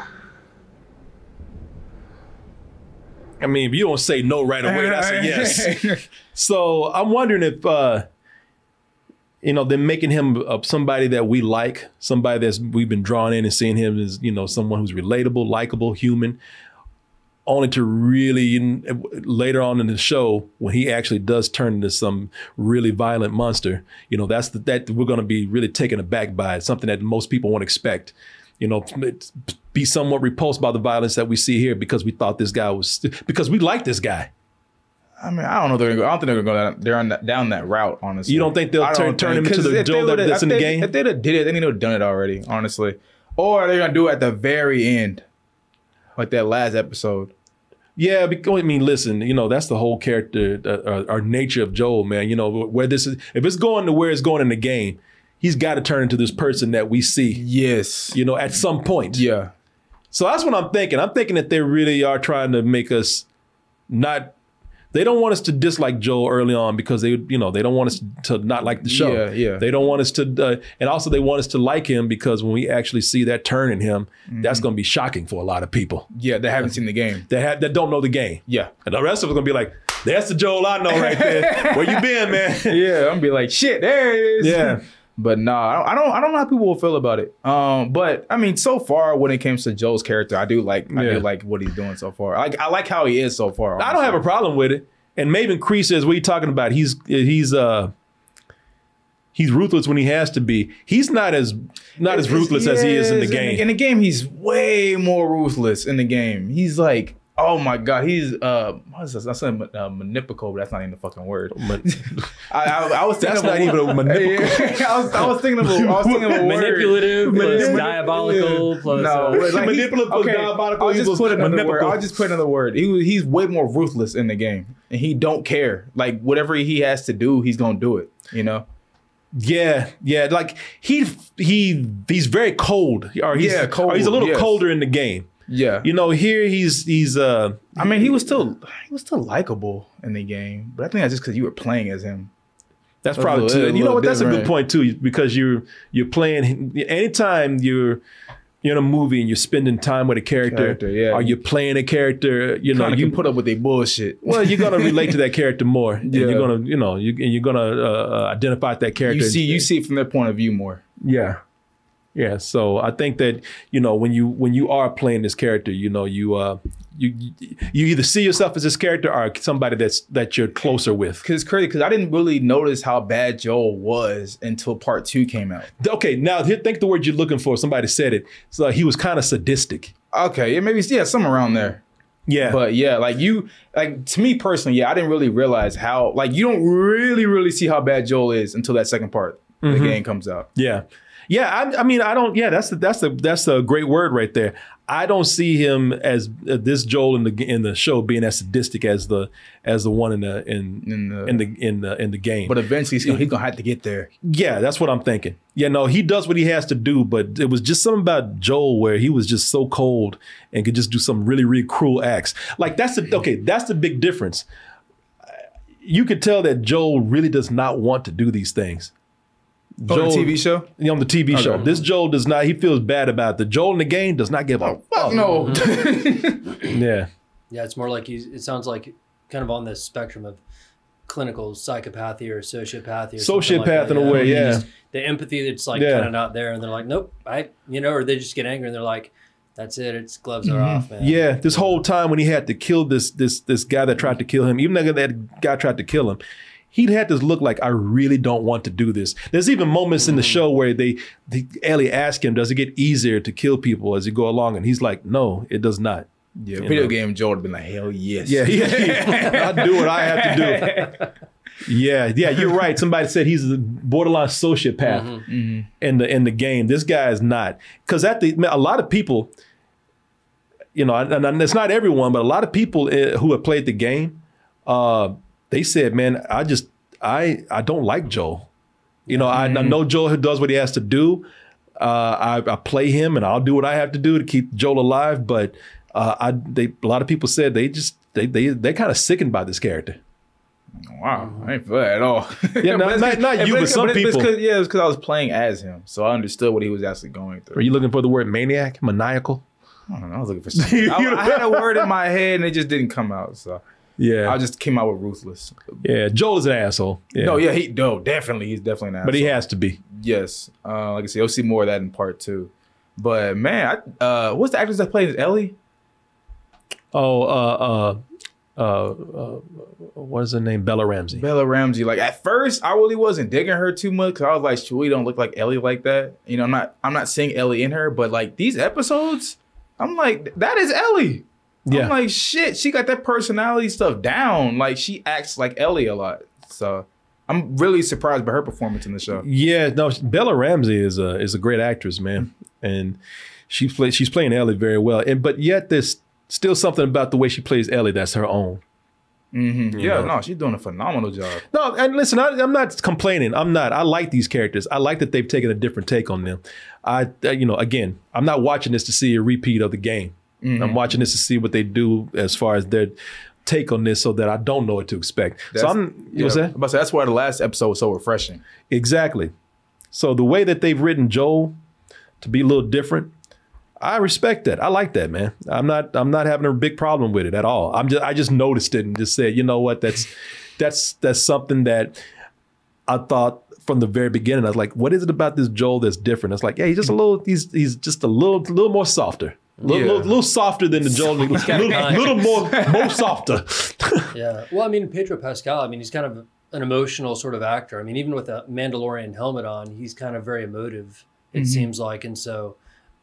Speaker 2: I mean, if you don't say no right away, that's a yes. so I'm wondering if uh, you know, they're making him uh, somebody that we like, somebody that's we've been drawn in and seeing him as you know someone who's relatable, likable, human. Only to really you kn- later on in the show when he actually does turn into some really violent monster, you know that's the, that we're going to be really taken aback by It's something that most people won't expect. You know, it's- be somewhat repulsed by the violence that we see here because we thought this guy was because we like this guy.
Speaker 3: I mean, I don't know. They're gonna go, I don't think they're gonna go down, they're on that, down that route. Honestly,
Speaker 2: You don't think they'll
Speaker 3: I
Speaker 2: turn-
Speaker 3: don't
Speaker 2: turn him into
Speaker 3: 'cause
Speaker 2: the
Speaker 3: if they
Speaker 2: Joel that-
Speaker 3: would've-
Speaker 2: that's
Speaker 3: if
Speaker 2: in the
Speaker 3: they-
Speaker 2: game?
Speaker 3: If they'd have did it, they need to have done it already. Honestly, or they're gonna do it at the very end, like that last episode.
Speaker 2: Yeah, because I mean, listen, you know that's the whole character uh, or, or nature of Joel, man. You know where this is, if it's going to where it's going in the game, he's got to turn into this person that we see.
Speaker 3: Yes,
Speaker 2: you know at some point.
Speaker 3: Yeah.
Speaker 2: So that's what I'm thinking. I'm thinking that they really are trying to make us not. They don't want us to dislike Joel early on because they, you know, they don't want us to not like the show.
Speaker 3: Yeah, yeah.
Speaker 2: They don't want us to, uh, and also they want us to like him because when we actually see that turn in him,
Speaker 3: Mm-hmm.
Speaker 2: that's going to be shocking for a lot of people.
Speaker 3: Yeah, that haven't seen the game.
Speaker 2: That ha- that don't know the game.
Speaker 3: Yeah,
Speaker 2: and the rest of us gonna be like, "That's the Joel I know right there. Where you been, man?"
Speaker 3: yeah, I'm gonna be like, shit, there it is.
Speaker 2: Yeah.
Speaker 3: But nah, I don't, I don't, I don't know how people will feel about it. Um, but I mean, so far when it comes to Joel's character, I do like, I
Speaker 2: Yeah.
Speaker 3: do like what he's doing so far. I, I like how he is so far.
Speaker 2: I don't have a problem with it. And Maven Cree says, "What are you talking about? He's he's uh he's ruthless when he has to be. He's not as not as ruthless as he is in the
Speaker 3: Yes,
Speaker 2: game.
Speaker 3: In the game, he's way more ruthless in the game. He's like, oh my god, he's uh, what is this? I said uh, manipical, but that's not even the fucking word. I, I, I was
Speaker 2: That's
Speaker 3: thinking of
Speaker 2: not even a manipical.
Speaker 3: I, was, I was thinking of a, I was thinking of a word.
Speaker 4: Manipulative plus
Speaker 3: Manipulative-
Speaker 4: diabolical plus, uh,
Speaker 3: no, but like he-
Speaker 4: Manipulative plus diabolical
Speaker 3: I'll just
Speaker 4: equals
Speaker 3: put another word.
Speaker 4: manipical.
Speaker 3: I'll just put another word. He was- he's way more ruthless in the game, and he don't care. Like whatever he has to do, he's gonna do it. You know.
Speaker 2: Yeah, yeah. Like he he he's very cold. Or he's,
Speaker 3: Yeah, cold,
Speaker 2: Or he's a little
Speaker 3: yes.
Speaker 2: colder in the game.
Speaker 3: Yeah.
Speaker 2: You know, here he's he's uh
Speaker 3: I mean, he was still he was still likable in the game, but I think that's just because you were playing as him.
Speaker 2: That's probably
Speaker 3: a little-
Speaker 2: too. You know
Speaker 3: little
Speaker 2: what? That's a good
Speaker 3: different.
Speaker 2: point too, because you're you're playing anytime you're you're in a movie and you're spending time with a character,
Speaker 3: Character, yeah.
Speaker 2: or you're playing a character. You know,
Speaker 3: Kinda can
Speaker 2: you
Speaker 3: put up with their bullshit.
Speaker 2: Well, you're gonna relate to that character more. and
Speaker 3: Yeah.
Speaker 2: you're gonna you know you, and you're gonna uh, uh, identify with that character.
Speaker 3: You see, you see it from their point of view more.
Speaker 2: yeah, yeah. So I think that you know when you when you are playing this character, you know you uh you you- you either see yourself as this character or somebody that's that you're closer with.
Speaker 3: Because it's crazy, because I didn't really notice how bad Joel was until part two came out.
Speaker 2: Okay, now here, think the word you're looking for. Somebody said it. So he was kind of sadistic.
Speaker 3: Okay, yeah, maybe yeah, somewhere around there.
Speaker 2: Yeah,
Speaker 3: but yeah, like you, like to me personally, yeah, I didn't really realize how like you don't really really see how bad Joel is until that second part of
Speaker 2: Mhm.
Speaker 3: the game comes out.
Speaker 2: Yeah, yeah. I, I mean, I don't. Yeah, that's the that's the that's a great word right there. I don't see him as uh, this Joel in the in the show being as sadistic as the as the one in the in in the in the in the, in the game.
Speaker 3: But eventually, he's gonna, he's gonna have to get there.
Speaker 2: yeah, that's what I'm thinking. Yeah, no, he does what he has to do, but it was just something about Joel where he was just so cold and could just do some really really cruel acts. Like that's the okay. That's the big difference. You could tell that Joel really does not want to do these things.
Speaker 3: the TV show?
Speaker 2: Yeah, on the TV
Speaker 3: Okay.
Speaker 2: show. This Joel does not, he feels bad about it. The Joel in the game does not give up.
Speaker 3: Fuck no.
Speaker 2: Yeah.
Speaker 4: Yeah, it's more like he's. It sounds like kind of on the spectrum of clinical psychopathy or sociopathy. Or something like
Speaker 2: Sociopath
Speaker 4: that,
Speaker 2: in a
Speaker 4: yeah.
Speaker 2: way,
Speaker 4: You
Speaker 2: yeah.
Speaker 4: just- the empathy that's like
Speaker 2: Yeah.
Speaker 4: kind of not there, and they're like, nope, I, you know, or they just get angry and they're like, that's it, it's gloves are off, man.
Speaker 2: Mm-hmm. Yeah, this whole time when he had to kill this this this guy that tried to kill him, even though that guy tried to kill him, he had this look like I really don't want to do this. There's even moments in the show where they, the Ellie asked him, "Does it get easier to kill people as you go along?" And he's like, "No, it does not."
Speaker 3: Yeah,
Speaker 2: You
Speaker 3: video
Speaker 2: know.
Speaker 3: game Joe would have been like, hell yes.
Speaker 2: Yeah, he- I do what I have to do. Yeah, yeah, you're right. Somebody said he's a borderline sociopath in the in the game. This guy is not because at the man, a lot of people, you know, and, and it's not everyone, but a lot of people eh, who have played the game, uh, they said, "Man, I just I I don't like Joel. You know, I, I know Joel who does what he has to do. Uh, I, I play him, and I'll do what I have to do to keep Joel alive. But uh, I they a lot of people said they just they they they kind of sickened by this character.
Speaker 3: Wow, I ain't feel that at all.
Speaker 2: Mm-hmm. Yeah, not-
Speaker 3: it's
Speaker 2: not-
Speaker 3: 'cause-
Speaker 2: not you, but
Speaker 3: it's-
Speaker 2: some
Speaker 3: it's- it's
Speaker 2: people.
Speaker 3: 'cause- yeah, it's because I was playing as him, so I understood what he was actually going through.
Speaker 2: Are you looking for the word maniac, maniacal?
Speaker 3: I don't know. I was looking for something. I, I had a word in my head and it just didn't come out. So
Speaker 2: Yeah,
Speaker 3: I just came out with ruthless.
Speaker 2: yeah. Joel is an asshole.
Speaker 3: No, yeah, he no, definitely, he's definitely an asshole.
Speaker 2: but he has to be.
Speaker 3: Yes, uh, like I said, you'll see more of that in part two. But man, I, uh, what's the actress that plays Ellie?
Speaker 2: Oh, uh, uh, uh, uh, what is her name? Bella Ramsey.
Speaker 3: Bella Ramsey. Like at first, I really wasn't digging her too much because I was like, she really don't look like Ellie like that. You know, I'm not, I'm not seeing Ellie in her, but like these episodes, I'm like, that is Ellie.
Speaker 2: Yeah.
Speaker 3: I'm like, shit, she got that personality stuff down. Like she acts like Ellie a lot. So I'm really surprised by her performance in the show.
Speaker 2: Yeah, no, Bella Ramsey is a is a great actress, man, and she play, she's playing Ellie very well. And but yet there's still something about the way she plays Ellie that's her own.
Speaker 3: Mm-hmm.
Speaker 2: You
Speaker 3: Yeah,
Speaker 2: know.
Speaker 3: no, she's doing a phenomenal job.
Speaker 2: No, and listen, I, I'm not complaining. I'm not. I like these characters. I like that they've taken a different take on them. I, uh, you know, again, I'm not watching this to see a repeat of the game.
Speaker 3: Mhm.
Speaker 2: I'm watching this to see what they do as far as their take on this, so that I don't know what to expect. so
Speaker 3: That's-
Speaker 2: I'm, you
Speaker 3: yeah,
Speaker 2: know, what I'm saying?
Speaker 3: But that's why the last episode was so refreshing.
Speaker 2: Exactly. So the way that they've written Joel to be a little different, I respect that. I like that, man. I'm not I'm not having a big problem with it at all. I'm just I just noticed it and just said, you know what, that's that's that's something that I thought from the very beginning. I was like, what is it about this Joel that's different? It's like, yeah, he's just a little he's he's just a little little more softer. A little,
Speaker 4: Yeah.
Speaker 2: little, little softer than the Joel.
Speaker 4: kinda
Speaker 2: little,
Speaker 4: kind.
Speaker 2: little more more softer.
Speaker 4: yeah. Well, I mean, Pedro Pascal, I mean, he's kind of an emotional sort of actor. I mean, even with a Mandalorian helmet on, he's kind of very emotive, it
Speaker 3: Mhm.
Speaker 4: seems like. And so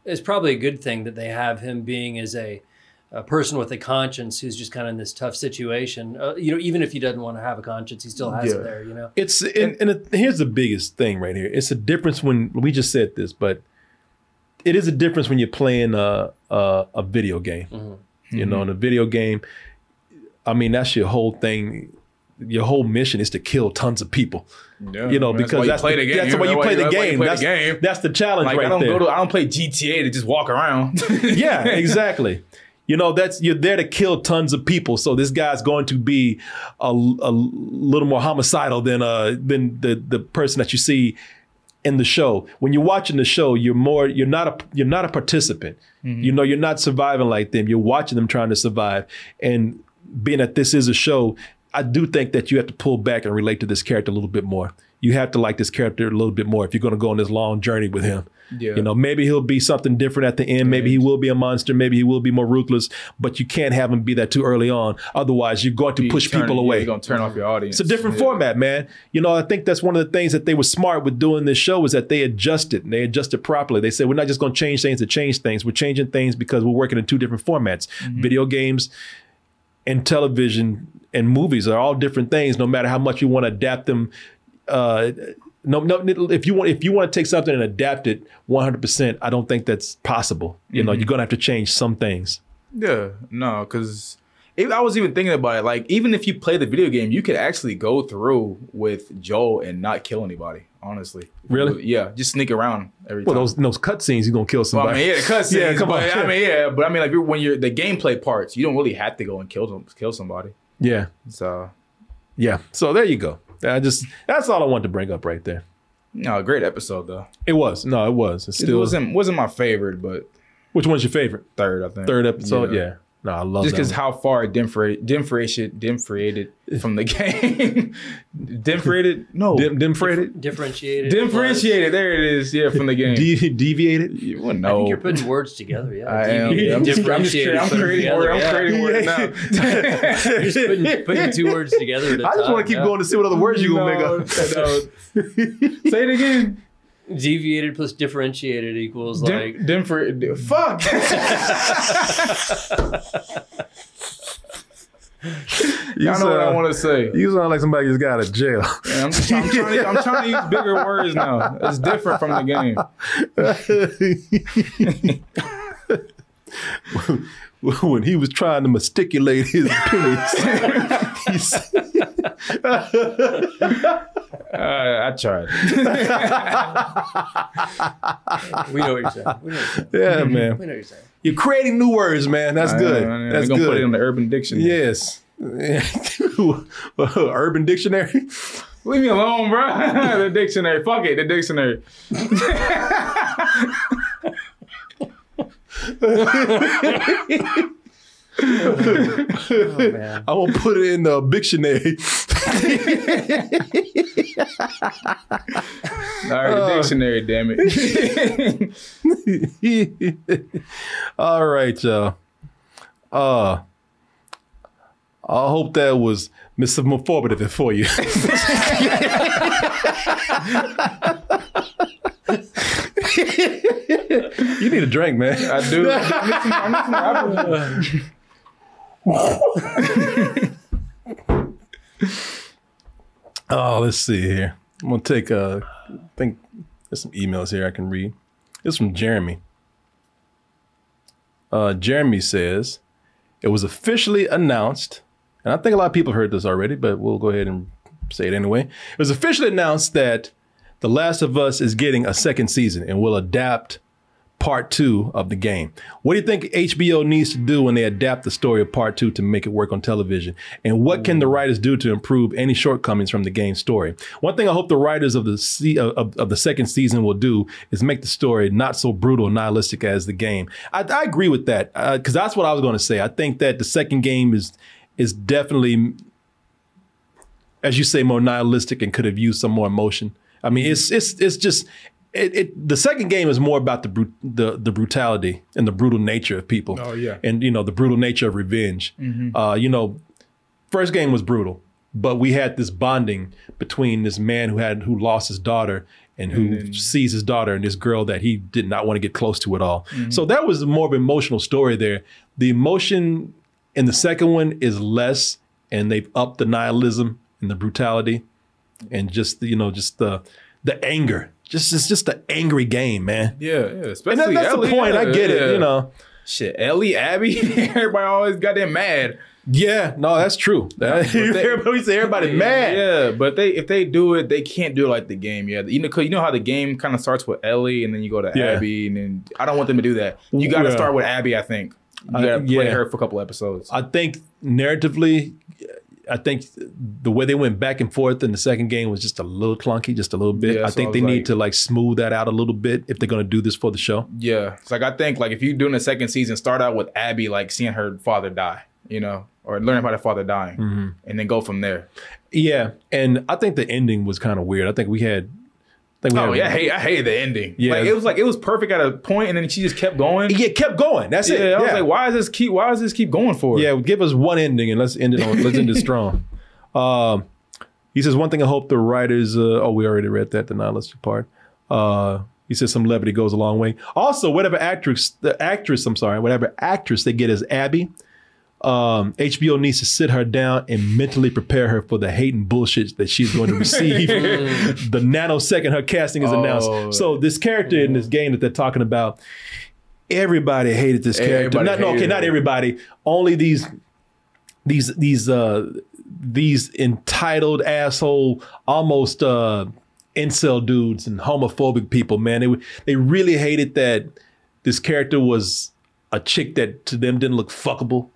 Speaker 4: it's probably a good thing that they have him being as a, a person with a conscience who's just kind of in this tough situation. Uh, you know, even if he doesn't want to have a conscience, he still has
Speaker 2: Yeah.
Speaker 4: it there, you know?
Speaker 2: It's and, and it- here's the biggest thing right here. It's a difference when we just said this, but it is a difference when you're playing a a, a video game.
Speaker 3: Mm-hmm.
Speaker 2: You know, in a video game, I mean that's your whole thing. Your whole mission is to kill tons of people.
Speaker 3: Yeah,
Speaker 2: you know,
Speaker 3: that's why
Speaker 2: because
Speaker 3: you
Speaker 2: that's
Speaker 3: play
Speaker 2: the,
Speaker 3: the game.
Speaker 2: That's the way you play the
Speaker 3: That's why you
Speaker 2: game.
Speaker 3: play the
Speaker 2: That's,
Speaker 3: game.
Speaker 2: that's the challenge
Speaker 3: Like
Speaker 2: right
Speaker 3: I don't
Speaker 2: there
Speaker 3: go to, I don't play GTA to just walk around.
Speaker 2: yeah, exactly. You know, that's you're there to kill tons of people. So this guy's going to be a, a little more homicidal than uh than the the person that you see in the show. When you're watching the show, you're more you're not a you're not a participant.
Speaker 3: Mm-hmm.
Speaker 2: You know, you're not surviving like them. You're watching them trying to survive. And being that this is a show, I do think that you have to pull back and relate to this character a little bit more. You have to like this character a little bit more if you're going to go on this long journey with him.
Speaker 3: Yeah.
Speaker 2: You know, maybe he'll be something different at the end. Maybe he will be a monster. Maybe he will be more ruthless. But you can't have him be that too early on. Otherwise, you're going to
Speaker 3: You
Speaker 2: push
Speaker 3: turn-
Speaker 2: people
Speaker 3: yeah,
Speaker 2: away.
Speaker 3: You're gonna turn off your audience.
Speaker 2: It's a different format, man. You know, I think that's one of the things that they were smart with doing this show is that they adjusted and they adjusted properly. They said, we're not just going to change things to change things. We're changing things because we're working in two different formats.
Speaker 3: Mm-hmm.
Speaker 2: Video games and television and movies are all different things, no matter how much you want to adapt them. Uh, no, no. If you want, if you want to take something and adapt it 100, percent I don't think that's possible. You know,
Speaker 3: Mhm.
Speaker 2: you're gonna have to change some things.
Speaker 3: Yeah, no, because I was even thinking about it. Like, even if you play the video game, you could actually go through with Joel and not kill anybody. Honestly,
Speaker 2: Really?
Speaker 3: yeah, just sneak around every
Speaker 2: Well,
Speaker 3: time.
Speaker 2: those those cutscenes, you're gonna kill
Speaker 3: Well, I
Speaker 2: somebody.
Speaker 3: mean, yeah, cutscenes.
Speaker 2: yeah, come on.
Speaker 3: but, I mean, yeah, but I mean, like you're- when you're the gameplay parts, you don't really have to go and kill them, kill somebody.
Speaker 2: yeah.
Speaker 3: So,
Speaker 2: Yeah. So there you go. I just that's all I wanted to bring up right there.
Speaker 3: no, great episode though.
Speaker 2: It was. No, it was. It
Speaker 3: It
Speaker 2: still
Speaker 3: wasn't wasn't my favorite, but
Speaker 2: Which one's your favorite?
Speaker 3: third, I think.
Speaker 2: Third episode. Yeah. No, I love
Speaker 3: Just
Speaker 2: that
Speaker 3: because
Speaker 2: one.
Speaker 3: how far it differ- differentiated, differentiated from the game. differentiated? No.
Speaker 2: Dim, differentiated?
Speaker 4: Differentiated.
Speaker 3: Differentiated. There it is. Yeah, from the game.
Speaker 2: De- deviated.
Speaker 3: You wouldn't
Speaker 4: I think
Speaker 3: know.
Speaker 4: you're putting words together. Yeah.
Speaker 3: I am.
Speaker 4: You
Speaker 3: Yeah, I'm just- I'm just
Speaker 4: differentiated,
Speaker 3: crea- I'm
Speaker 4: put them
Speaker 3: creating
Speaker 4: together,
Speaker 3: word- I'm
Speaker 4: yeah.
Speaker 3: creating word now.
Speaker 4: You're just putting, putting two words together. At a
Speaker 2: I just
Speaker 4: want
Speaker 2: wanna keep going to see what other words you gonna make up.
Speaker 3: Say it again.
Speaker 4: Deviated plus differentiated equals like
Speaker 3: Dim- Dimfer, fuck.
Speaker 2: You
Speaker 3: Y'all know what I wanna say.
Speaker 2: You sound like somebody just got out of jail.
Speaker 3: I'm, just- I'm trying to, I'm trying to use bigger words now. It's different from the game.
Speaker 2: when he was trying to masticulate his penis. he s-
Speaker 3: Uh, I tried.
Speaker 4: we know what you're saying. We know what you're saying.
Speaker 2: Yeah, man.
Speaker 4: We know what you're saying.
Speaker 2: You're creating new words, man. That's
Speaker 3: I
Speaker 2: good.
Speaker 3: am, I am.
Speaker 2: That's
Speaker 3: They gonna
Speaker 2: good.
Speaker 3: put it on the Urban Dictionary.
Speaker 2: Yes. Urban Dictionary.
Speaker 3: Leave me alone, bro. the dictionary. Fuck it. The dictionary.
Speaker 2: I will put it in the dictionary.
Speaker 3: All right,
Speaker 2: Uh.
Speaker 3: the dictionary. Damn
Speaker 2: it. All right, y'all. Uh, I hope that was misinformative for you. you need a drink, man.
Speaker 3: I do.
Speaker 2: Oh, let's see here. I'm gonna take. Uh, I think there's some emails here I can read. It's from Jeremy. Uh, Jeremy says it was officially announced, and I think a lot of people heard this already, but we'll go ahead and say it anyway. It was officially announced that The Last of Us is getting a second season and will adapt part two of the game. What do you think HBO needs to do when they adapt the story of part two to make it work on television? And what can the writers do to improve any shortcomings from the game's story? One thing I hope the writers of the se- uh, of, of the second season will do is make the story not so brutal and nihilistic as the game. I, I agree with that because that's what I was going to say. I think that the second game is is definitely as you say, more nihilistic and could have used some more emotion. I mean, it's it's it's just it, it the second game is more about the brut- the the brutality and the brutal nature of people.
Speaker 3: Oh, yeah.
Speaker 2: and you know the brutal nature of revenge.
Speaker 3: Mhm.
Speaker 2: Uh, you know, first game was brutal, but we had this bonding between this man who had who lost his daughter and who sees his daughter and this girl that he did not want to get close to at all.
Speaker 3: Mhm.
Speaker 2: So that was more of an emotional story there. The emotion in the second one is less, and they've upped the nihilism and the brutality, and just you know just the the anger. Just it's just an angry game, man.
Speaker 3: Yeah, yeah. Especially
Speaker 2: and that- that's
Speaker 3: Ellie,
Speaker 2: the point. I
Speaker 3: yeah,
Speaker 2: get it.
Speaker 3: yeah.
Speaker 2: You know.
Speaker 3: Shit, Ellie, Abby, everybody always got them mad.
Speaker 2: Yeah, no, that's true. everybody say everybody mad.
Speaker 3: Yeah, but they if they do it, they can't do it like the game. Yeah, you know, 'cause you know how the game kind of starts with Ellie, and then you go to
Speaker 2: Yeah.
Speaker 3: Abby, and then I don't want them to do that. You got to
Speaker 2: Yeah.
Speaker 3: start with Abby, I think. You
Speaker 2: I-
Speaker 3: got to play
Speaker 2: yeah.
Speaker 3: her for a couple episodes.
Speaker 2: I think narratively, I think the way they went back and forth in the second game was just a little clunky, just a little bit.
Speaker 3: Yeah,
Speaker 2: I
Speaker 3: so
Speaker 2: think
Speaker 3: I
Speaker 2: they
Speaker 3: was
Speaker 2: need
Speaker 3: like-
Speaker 2: to like smooth that out a little bit if they're gonna do this for the show.
Speaker 3: Yeah, it's like I think like if you're doing a second season, start out with Abby like seeing her father die, you know, or learning about her father dying,
Speaker 2: Mhm.
Speaker 3: and then go from there.
Speaker 2: Yeah, and I think the ending was kind of weird. I think we had, I think we
Speaker 3: Oh
Speaker 2: had,
Speaker 3: yeah, I hate I hate the ending.
Speaker 2: Yeah.
Speaker 3: like, it was like it was perfect at a point, and then she just kept going.
Speaker 2: Yeah, kept going. That's it.
Speaker 3: Yeah, I was
Speaker 2: Yeah.
Speaker 3: like, why is this keep? Why does this keep going for?
Speaker 2: Yeah, give us one ending and let's end it on let's end it strong. Um, he says one thing I hope the writers. Uh, oh, we already read that the nihilistic part. Uh, he says some levity goes a long way. Also, whatever actress the actress, I'm sorry, whatever actress they get as Abby, um, HBO needs to sit her down and mentally prepare her for the hate and bullshit that she's going to receive the nanosecond her casting is
Speaker 3: Oh.
Speaker 2: announced. So this character in this game that they're talking about, everybody hated this character.
Speaker 3: Everybody
Speaker 2: Not, no,
Speaker 3: hated
Speaker 2: okay, not
Speaker 3: her.
Speaker 2: everybody. Only these these these uh these entitled asshole almost uh incel dudes and homophobic people man they they really hated that this character was a chick that to them didn't look fuckable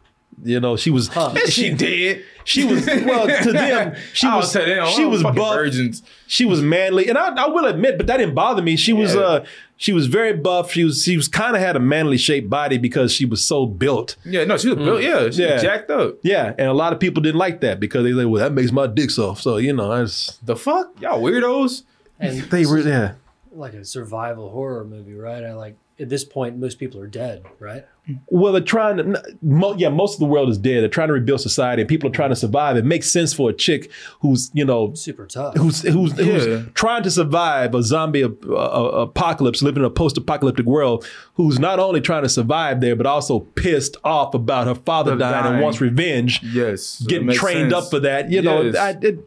Speaker 2: you know she was
Speaker 3: she did.
Speaker 2: she was well to them she
Speaker 3: I
Speaker 2: was
Speaker 3: tell them,
Speaker 2: she
Speaker 3: oh,
Speaker 2: was
Speaker 3: fucking
Speaker 2: buff
Speaker 3: virgins.
Speaker 2: she was manly and I, I will admit but that didn't bother me she was
Speaker 3: Yeah.
Speaker 2: uh she was very buff she was she was kind of had a manly shaped body because she was so built
Speaker 3: Yeah, no, she was
Speaker 2: Mm.
Speaker 3: built. Yeah, she was jacked up.
Speaker 2: yeah, and a lot of people didn't like that because they like, well, that makes my dick soft. So you know, that's
Speaker 3: The fuck, y'all weirdos.
Speaker 4: And
Speaker 2: they were yeah.
Speaker 4: like a survival horror movie, right? I like at this point most people are dead, right?
Speaker 2: Well, they're trying to, n- mo- yeah, most of the world is dead. They're trying to rebuild society, and people are trying to survive. It makes sense for a chick who's, you know,
Speaker 4: super tough,
Speaker 2: who's who's,
Speaker 4: Yeah.
Speaker 2: who's trying to survive a zombie ap- uh, uh, apocalypse, living in a post-apocalyptic world. Who's not only trying to survive there, but also pissed off about her father
Speaker 3: Her
Speaker 2: dying,
Speaker 3: dying.
Speaker 2: and wants revenge.
Speaker 3: Yes,
Speaker 2: getting
Speaker 3: makes
Speaker 2: trained
Speaker 3: sense.
Speaker 2: up for that. You know,
Speaker 3: Yes.
Speaker 2: I, it,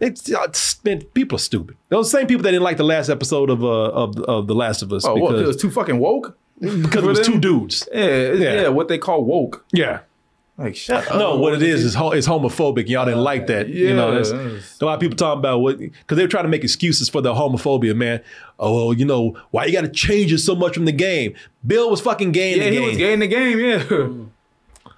Speaker 2: it's, it's- man, people are stupid. Those same people that didn't like the last episode of uh, of, of The Last of Us
Speaker 3: Oh, what? It was
Speaker 2: because
Speaker 3: too fucking woke.
Speaker 2: because it was two dudes.
Speaker 3: Yeah, it- yeah,
Speaker 2: Yeah.
Speaker 3: What they call woke.
Speaker 2: Yeah.
Speaker 3: Like shut up.
Speaker 2: No, what it is is ho- is homophobic. Y'all didn't like that. You know, that's,
Speaker 3: Yes.
Speaker 2: a lot of people talking about what because they're trying to make excuses for their homophobia, man. Oh, well, you know why you got to change it so much from the game? Bill was fucking gay in
Speaker 3: Yeah,
Speaker 2: the
Speaker 3: he
Speaker 2: game.
Speaker 3: was gay in the game. Yeah.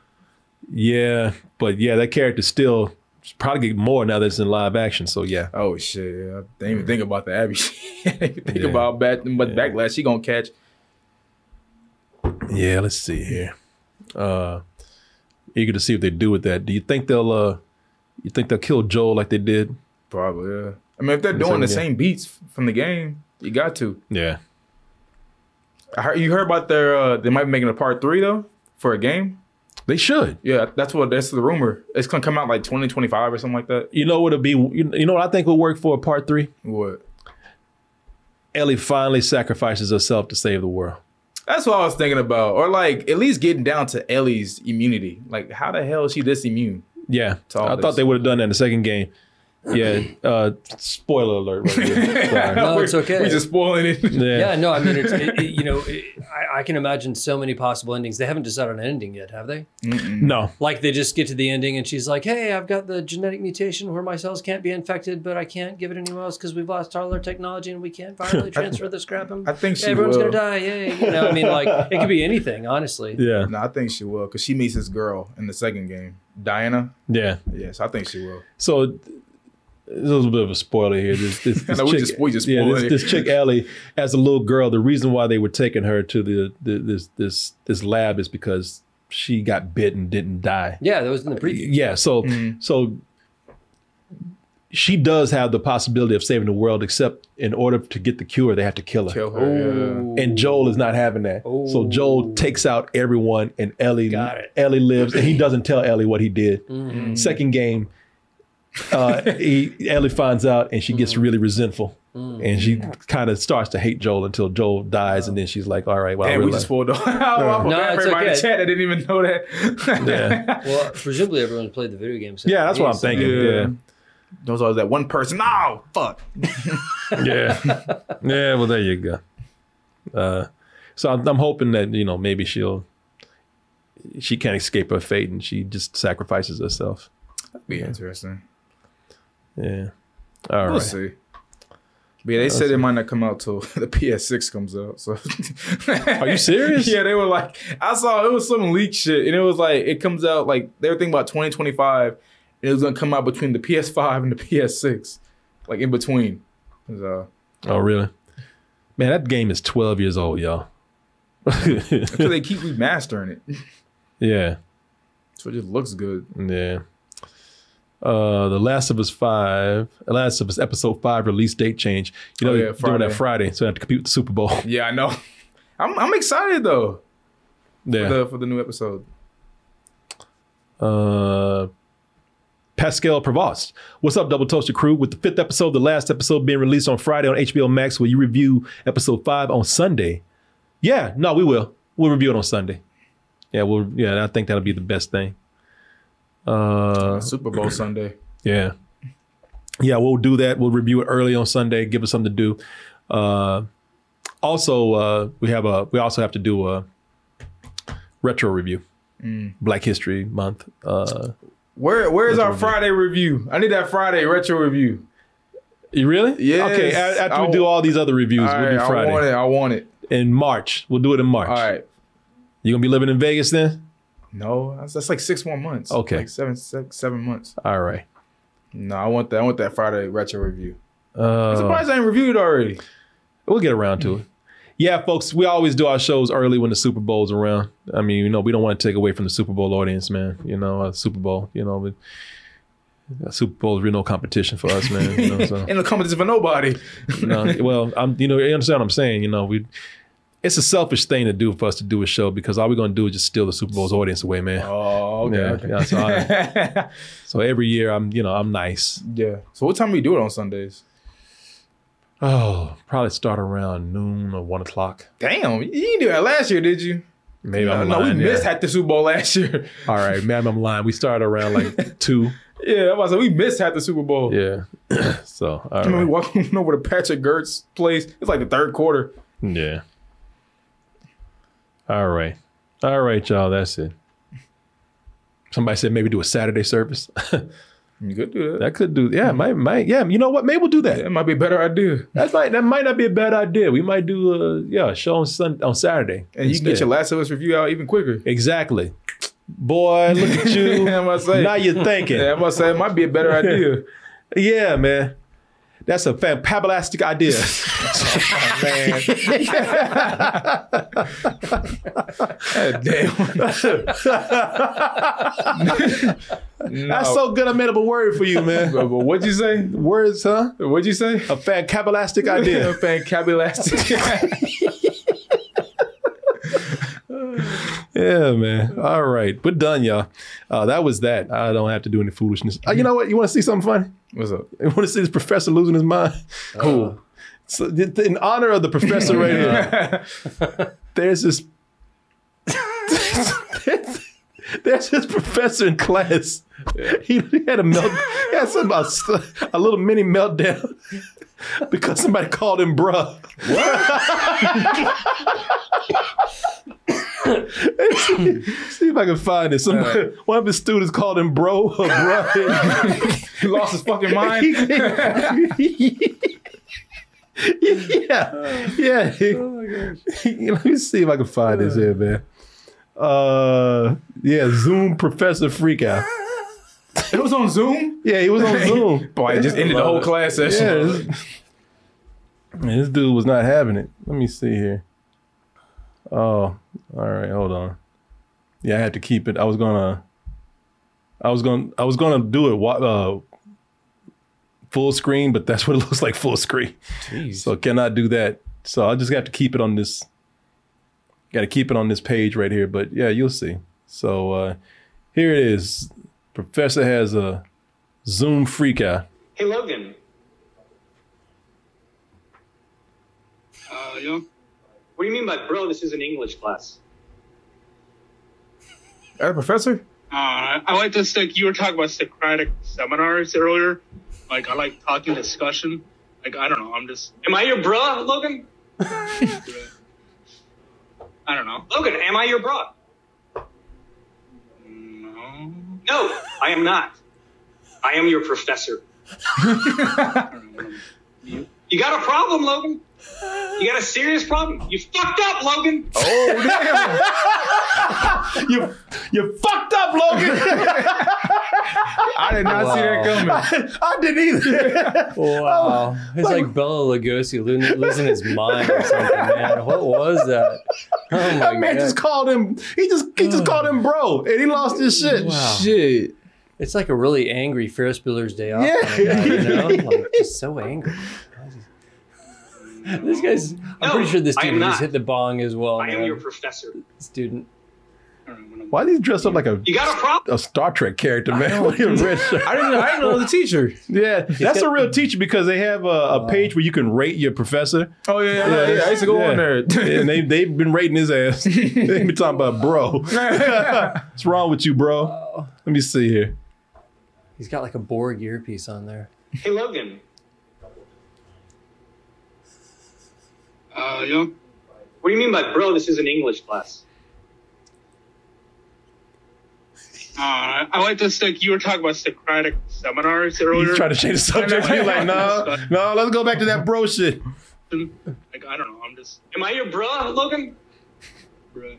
Speaker 2: Yeah, but yeah, that character still probably get more now that it's in live action. So yeah.
Speaker 3: Oh shit! I didn't even
Speaker 4: Mm.
Speaker 3: think about the Abby. shit. didn't even think about back, but backlash she gonna catch.
Speaker 2: Yeah, let's see here. Uh eager to see what they do with that. Do you think they'll uh you think they'll kill Joel like they did?
Speaker 3: Probably. Yeah. I mean, if they're
Speaker 2: In the
Speaker 3: doing
Speaker 2: same
Speaker 3: the
Speaker 2: game.
Speaker 3: same beats f- from the game, you got to.
Speaker 2: Yeah.
Speaker 3: I heard you heard about their. Uh, they might be making a part three though for a game.
Speaker 2: They should.
Speaker 3: Yeah, that's what that's the rumor. It's gonna come out like twenty twenty five or something like that.
Speaker 2: You know what it'll be you you know what I think will work for part 3?
Speaker 3: What?
Speaker 2: Ellie finally sacrifices herself to save the world.
Speaker 3: That's what I was thinking about, or like at least getting down to Ellie's immunity. Like, how the hell is she this immune?
Speaker 2: Yeah.
Speaker 3: all
Speaker 2: I
Speaker 3: this.
Speaker 2: thought they would have done that in the second game. Yeah. Uh spoiler alert right here. Sorry.
Speaker 4: No, it's okay.
Speaker 3: We just spoiling it.
Speaker 4: Yeah, no, I mean, it's, it, it- you know, it, I, I can imagine so many possible endings. They haven't decided on an ending yet, have they?
Speaker 2: No.
Speaker 4: Like they just get to the ending and she's like, "Hey, I've got the genetic mutation where my cells can't be infected, but I can't give it anyone else because we've lost all our technology and we can't virally transfer the scrap." And
Speaker 3: I think she
Speaker 4: everyone's
Speaker 3: will.
Speaker 4: gonna die. Yay! You know, I mean, like it could be anything, honestly.
Speaker 2: Yeah.
Speaker 3: No, I think she will because she meets this girl in the second game, Diana.
Speaker 2: Yeah.
Speaker 3: Yes, I think she will.
Speaker 2: So th- this is a little bit of a spoiler here. This, this,
Speaker 3: I
Speaker 2: this
Speaker 3: know, we
Speaker 2: chick,
Speaker 3: just- we just
Speaker 2: yeah,
Speaker 3: spoiled
Speaker 2: this,
Speaker 3: it.
Speaker 2: this chick Ellie, as a little girl, the reason why they were taking her to the, the this this this lab is because she got bit and didn't die.
Speaker 4: Yeah, that was in the preview.
Speaker 2: Yeah, so
Speaker 3: Mm-hmm.
Speaker 2: so she does have the possibility of saving the world, except in order to get the cure, they have to kill her.
Speaker 3: Kill her, Oh. Ooh.
Speaker 2: And Joel is not having that. So Joel takes out everyone, and Ellie Ellie lives, and he doesn't tell Ellie what he did.
Speaker 3: Mm-hmm.
Speaker 2: Second game, uh, he, Ellie finds out, and she gets
Speaker 3: Mm-hmm.
Speaker 2: really resentful. And she kind of starts to hate Joel until Joel dies, and then she's like, "All right, well, I
Speaker 3: Damn, we
Speaker 2: realize-
Speaker 3: just spoiled all. I
Speaker 4: No,
Speaker 3: forgot
Speaker 4: it's
Speaker 3: everybody in the
Speaker 4: okay.
Speaker 3: chat. I didn't even know that.
Speaker 2: Yeah.
Speaker 4: Well, presumably everyone played the video game.
Speaker 2: yeah, that's what I'm
Speaker 4: simultaneously.
Speaker 2: thinking.
Speaker 3: Yeah.
Speaker 2: Yeah,
Speaker 3: Those always that one person. Oh fuck.
Speaker 2: yeah, yeah. Well, there you go. Uh, so I'm, I'm hoping that you know maybe she'll she can't escape her fate and she just sacrifices herself.
Speaker 3: Be interesting.
Speaker 2: Yeah. All right.
Speaker 3: We'll see. But yeah, they said it might not come out till the PS6 comes out. So
Speaker 2: Are you serious?
Speaker 3: yeah, they were like, I saw it was some leak shit, and it was like it comes out like they were thinking about 2025, and it was gonna come out between the PS5 and the PS6, like in between. So
Speaker 2: Oh, really? Man, that game is 12 years old, y'all.
Speaker 3: so they keep remastering it,
Speaker 2: yeah.
Speaker 3: so it just looks good.
Speaker 2: Yeah. Uh, The Last of Us Five, The Last of Us Episode Five release date change. You know,
Speaker 3: Oh, yeah,
Speaker 2: they're doing that Friday, so I have to compete with the Super Bowl.
Speaker 3: Yeah, I know. I'm I'm excited though
Speaker 2: Yeah.
Speaker 3: for the for the new episode.
Speaker 2: uh, Pascal Provost. What's up, Double Toaster Crew? With the fifth episode, the last episode being released on Friday on HBO Max, will you review episode five on Sunday? Yeah, no, we will. We'll review it on Sunday. Yeah, we'll. Yeah, I think that'll be the best thing. Uh,
Speaker 3: Super Bowl Sunday.
Speaker 2: yeah. Yeah, we'll do that. We'll review it early on Sunday. Give us something to do. Uh, also, uh, we have a. We also have to do a retro review. Black History Month. Uh,
Speaker 3: Where where's our Friday review? I need that Friday retro review.
Speaker 2: you really?
Speaker 3: Yes.
Speaker 2: Okay. a- After
Speaker 3: I-
Speaker 2: we do all these other reviews,
Speaker 3: All
Speaker 2: we'll do
Speaker 3: right,
Speaker 2: Friday
Speaker 3: I want it. I want it.
Speaker 2: in March. We'll do it in March.
Speaker 3: All right.
Speaker 2: You gonna be living in Vegas then?
Speaker 3: No, that's, that's like six more months.
Speaker 2: Okay.
Speaker 3: like seven, six, seven months.
Speaker 2: All right.
Speaker 3: No, I want that. I want that Friday retro review.
Speaker 2: Uh,
Speaker 3: I'm surprised I ain't reviewed already.
Speaker 2: We'll get around to it. Yeah, folks, we always do our shows early when the Super Bowl's around. I mean, you know, we don't want to take away from the Super Bowl audience, man. You know, uh, Super Bowl, you know, but Super Bowl is really no competition for us, man. You know, so.
Speaker 3: In the competition for nobody.
Speaker 2: no, well, I'm you know, you understand what I'm saying. You know, we it's a selfish thing to do for us to do a show because all we're gonna do is just steal the Super Bowl's audience away, man.
Speaker 3: Oh, okay.
Speaker 2: Yeah,
Speaker 3: okay.
Speaker 2: yeah, so, I- so every year I'm you know, I'm nice.
Speaker 3: Yeah. So what time do you do it on Sundays?
Speaker 2: Oh, probably start around noon or one o'clock.
Speaker 3: Damn, you didn't do that last year, did you?
Speaker 2: Maybe
Speaker 3: no,
Speaker 2: I'm
Speaker 3: no,
Speaker 2: lying.
Speaker 3: we
Speaker 2: yeah.
Speaker 3: missed half the Super Bowl last year.
Speaker 2: All right, man, I'm lying. We started around like two.
Speaker 3: Yeah, I was like, we missed half the Super Bowl.
Speaker 2: Yeah. so all
Speaker 3: I mean, we
Speaker 2: right.
Speaker 3: walking over to Patrick Gertz place. It's like the third quarter.
Speaker 2: Yeah. All right. All right, y'all. That's it. Somebody said maybe do a Saturday service.
Speaker 3: You could do that.
Speaker 2: that could do. Yeah, might might. Yeah, you know what? Maybe we'll do that.
Speaker 3: That might be a better idea.
Speaker 2: That might that might not be a bad idea. We might do a yeah a show on Sun on Saturday,
Speaker 3: And you can get
Speaker 2: instead.
Speaker 3: your Last of Us review out even quicker.
Speaker 2: exactly. Boy, look at you.
Speaker 3: I'm about to say.
Speaker 2: now you're thinking.
Speaker 3: Yeah, I'm about to say it might be a better idea.
Speaker 2: Yeah, man. That's a fantablastic idea.
Speaker 3: man.
Speaker 2: Oh, That's so good. I made up a word for you, man.
Speaker 3: But, but what'd you say?
Speaker 2: Words, huh?
Speaker 3: What'd you say?
Speaker 2: A fantablastic idea.
Speaker 3: Fancabulastic.
Speaker 2: Yeah, man. All right. We're done, y'all. Uh, that was that. I don't have to do any foolishness. Uh, you know what? You want to see something funny?
Speaker 3: What's up?
Speaker 2: You want to see this professor losing his mind?
Speaker 3: Cool.
Speaker 2: So, th- th- in honor of the professor right here, there's this. There's this professor in class. He had a melt. He had some a, a little mini meltdown because somebody called him bruh. see, see if I can find it. Somebody, One of his students called him bro or bruh.
Speaker 3: he lost his fucking mind.
Speaker 2: yeah, yeah. Let me see if I can find this here, man. Uh, yeah, Zoom Professor Freakout.
Speaker 3: It was on Zoom.
Speaker 2: Yeah, he was on Zoom.
Speaker 3: Boy, it Oh, just ended the whole class session.
Speaker 2: Yeah, this, Man, this dude was not having it. Let me see here. Oh, all right, hold on. Yeah, I had to keep it. I was gonna, I was gonna, I was gonna do it wa- uh, full screen, but that's what it looks like full screen. So cannot do that. So I just got to keep it on this. Got to keep it on this page right here. But yeah, you'll see. So uh, here it is. Professor has a Zoom freak out.
Speaker 8: Hey, Logan. Uh, you know, what do you mean by bro? This is an English class.
Speaker 3: Hey, professor.
Speaker 8: Uh, I like this. Like you were talking about Socratic seminars earlier. Like I like talking discussion. Like I don't know. I'm just. Am I your bro, Logan? I don't know. Logan, am I your bro? No. No, I am not. I am your professor. You got a problem, Logan. You got a serious problem. You fucked up, Logan.
Speaker 2: You you fucked up, Logan.
Speaker 3: I did not see that coming.
Speaker 2: I didn't either.
Speaker 4: Wow. It's Oh, like Bella Lugosi lo- losing his mind or something, man. What was that? Oh my
Speaker 2: That man
Speaker 4: God.
Speaker 2: just called him. He just he just called him bro, and he lost his shit.
Speaker 4: Wow.
Speaker 3: Shit.
Speaker 4: It's like a really angry Ferris Bueller's Day Off.
Speaker 2: Yeah.
Speaker 4: kind of guy, you know? Like, just so angry. This guy's. I'm
Speaker 8: No,
Speaker 4: pretty sure this
Speaker 8: I am
Speaker 4: dude just
Speaker 8: not.
Speaker 4: hit the bong as well.
Speaker 8: I am
Speaker 4: man.
Speaker 8: your professor.
Speaker 4: student.
Speaker 2: Why did he dress up like a
Speaker 8: You got a problem?
Speaker 2: a Star Trek character, man? With a red shirt.
Speaker 3: I didn't. I didn't know the teacher.
Speaker 2: Yeah, that's a real teacher because they have a, a page where you can rate your professor,
Speaker 3: Oh yeah, yeah. yeah, I used to go
Speaker 2: Yeah.
Speaker 3: on there.
Speaker 2: and they they've been rating his ass. They've been talking about bro. What's wrong with you, bro? Let me see here.
Speaker 4: He's got like a Borg earpiece on there.
Speaker 8: Hey, Logan. Uh, you know, what do you mean by bro? This is an English class. Uh, I like this. Like you were talking about Socratic seminars earlier.
Speaker 2: He's trying to change the subject. He's like, no, no, let's go back to that bro shit.
Speaker 8: Like I don't know. I'm just. Am I your bro, Logan? Bro.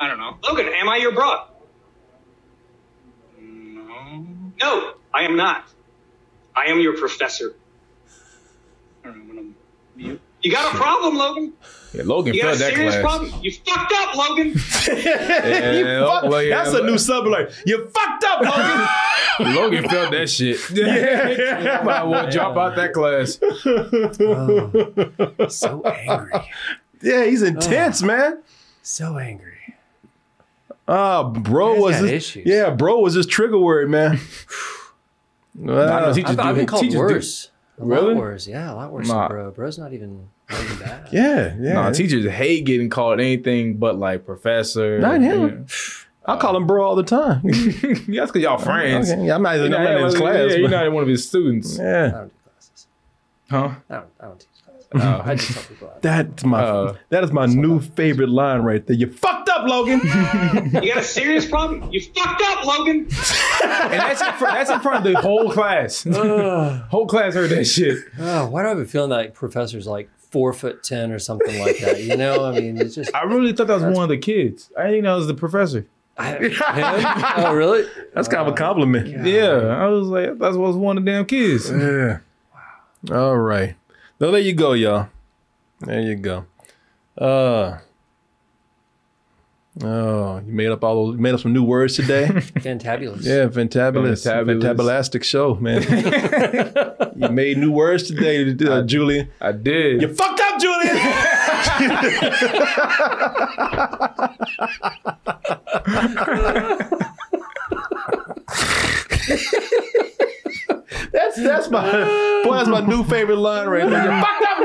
Speaker 8: I don't know. Logan, am I your bro? No. No, I am not. I am your professor. I don't know, I'm gonna mute. You got a problem, Logan.
Speaker 3: Yeah, Logan
Speaker 8: you got a
Speaker 3: failed that
Speaker 8: serious
Speaker 3: class.
Speaker 8: problem. You fucked up, Logan.
Speaker 3: You oh, fuck- well, yeah,
Speaker 2: That's a
Speaker 3: well-
Speaker 2: new sub alert. You fucked up, Logan.
Speaker 3: Logan felt that shit. Yeah. Might well drop out that class.
Speaker 4: so angry.
Speaker 2: yeah, he's intense,
Speaker 3: Uh-huh.
Speaker 2: man.
Speaker 4: So angry.
Speaker 2: Ah, bro
Speaker 4: He's
Speaker 2: was
Speaker 4: got
Speaker 2: his-
Speaker 4: issues.
Speaker 2: yeah, bro was his trigger word, man.
Speaker 3: I know
Speaker 2: Wow.
Speaker 3: teachers
Speaker 4: I've, I've
Speaker 3: do-
Speaker 4: been called
Speaker 3: teachers do-
Speaker 4: worse. A
Speaker 3: Really?
Speaker 4: lot worse. Yeah, a lot worse
Speaker 3: Nah.
Speaker 4: than bro. Bro's not even, not even bad.
Speaker 2: Yeah, yeah.
Speaker 3: Nah, teachers hate getting called anything but like professor.
Speaker 2: Not him. I call him bro all the time.
Speaker 3: Yeah, that's because y'all friends.
Speaker 2: Okay, yeah, I'm not
Speaker 3: You're
Speaker 2: even I'm not in his
Speaker 3: yeah,
Speaker 2: class.
Speaker 3: Yeah,
Speaker 2: but-
Speaker 3: you're not one of his students.
Speaker 2: Yeah.
Speaker 3: Huh?
Speaker 4: I don't, I don't teach classes.
Speaker 3: Oh.
Speaker 4: I just tell people. I-
Speaker 2: That's my
Speaker 3: Uh,
Speaker 2: that is my new favorite line right there. You fucked up, Logan.
Speaker 8: You got a serious problem. You fucked up, Logan.
Speaker 3: And that's in, front, that's in front of the whole class. whole class heard that shit.
Speaker 4: Oh, why do I have a feeling like professors like four foot ten or something like that? You know, I mean, it's just.
Speaker 3: I really thought that was one of the kids. I didn't know it was the professor.
Speaker 4: Him? Oh, really?
Speaker 2: That's kind of a compliment.
Speaker 3: Yeah, I was like, that was one of the damn kids.
Speaker 2: Yeah. All right. Well, there you go, y'all. There you go. Uh. Oh, you made up all those, made up some new words today.
Speaker 4: Fantabulous.
Speaker 2: yeah, fantabulous,
Speaker 3: Fantabulous.
Speaker 2: fantabulastic show, man. you made new words today, uh, Julian.
Speaker 3: I did.
Speaker 2: You fucked up, Julian. that's that's my boy. That's my new favorite line right there. You fucked up,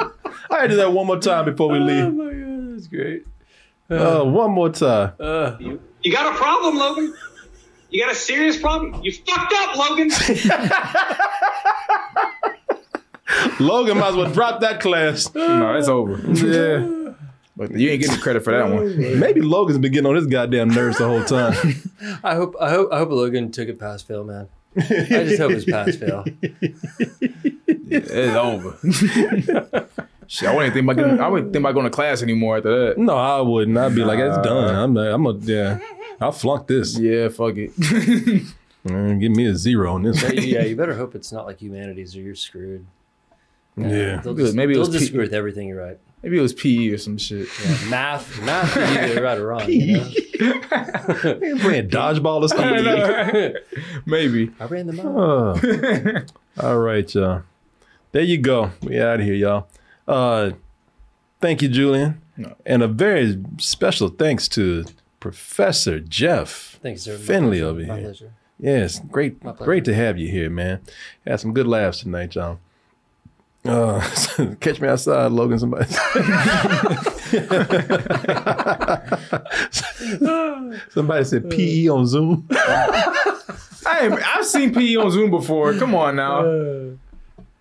Speaker 2: Logan. I had to do that one more time before we leave.
Speaker 3: Oh, my Uh. god, that's great.
Speaker 2: Uh, one more time.
Speaker 8: You got a problem, Logan. You got a serious problem. You fucked up, Logan.
Speaker 2: Logan might as well drop that class.
Speaker 3: No, it's over. Yeah. But you ain't getting credit for that one.
Speaker 2: Maybe Logan's been getting on his goddamn nerves the whole time.
Speaker 4: I hope. I hope. I hope Logan took it pass fail, man. I just hope it's pass fail.
Speaker 3: It's over. Shit, I wouldn't think about getting, I wouldn't think about going to class anymore after that.
Speaker 2: No, I wouldn't. I'd be like, it's done. I'm not, I'm a yeah. I'll flunk this.
Speaker 3: Yeah, fuck it.
Speaker 2: Mm, give me a zero on this. one.
Speaker 4: Yeah, you better hope it's not like humanities, or you're screwed.
Speaker 2: yeah.
Speaker 4: They'll
Speaker 3: Good,
Speaker 4: just,
Speaker 3: maybe it
Speaker 4: they'll
Speaker 3: was
Speaker 4: just
Speaker 3: P-
Speaker 4: screw with everything you write.
Speaker 3: Maybe it was PE or some shit.
Speaker 4: Math, math, you're either right or wrong. You know?
Speaker 2: They playing dodgeball or something.
Speaker 3: Maybe.
Speaker 4: I ran them out.
Speaker 3: Oh.
Speaker 2: Uh, all right, y'all. There you go. We out of here, y'all. Uh, thank you, Julian, and a very special thanks to Professor Jeff
Speaker 4: Thanks, sir. My
Speaker 2: Finley
Speaker 4: pleasure.
Speaker 2: over
Speaker 4: My
Speaker 2: here.
Speaker 4: pleasure.
Speaker 2: Yes, great,
Speaker 4: My pleasure.
Speaker 2: great to have you here, man. Had some good laughs tonight, y'all. Uh, catch me outside, Logan. Somebody. somebody said PE on Zoom.
Speaker 3: Hey, I've seen PE on Zoom before. Come on now. You,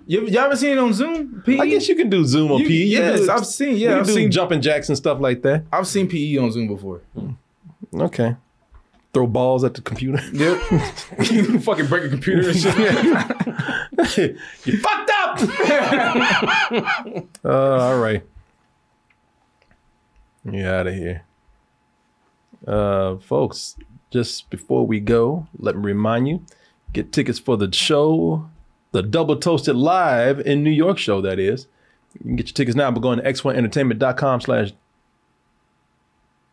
Speaker 3: y'all haven't seen it on Zoom? PE?
Speaker 2: I guess you can do Zoom E. on
Speaker 3: You-
Speaker 2: PE. You can
Speaker 3: yes,
Speaker 2: do-
Speaker 3: I've seen.
Speaker 2: you
Speaker 3: Yeah,
Speaker 2: can
Speaker 3: I've
Speaker 2: do
Speaker 3: seen.
Speaker 2: jumping jacks and stuff like that.
Speaker 3: I've seen PE on Zoom before.
Speaker 2: Okay. Throw balls at the computer.
Speaker 3: Yep. you fucking break a computer and shit.
Speaker 2: you fucked up. uh, all right. You out of here. Uh, folks, just before we go, let me remind you get tickets for the show, the Double Toasted Live in New York show, that is. You can get your tickets now by going to x1entertainment.com slash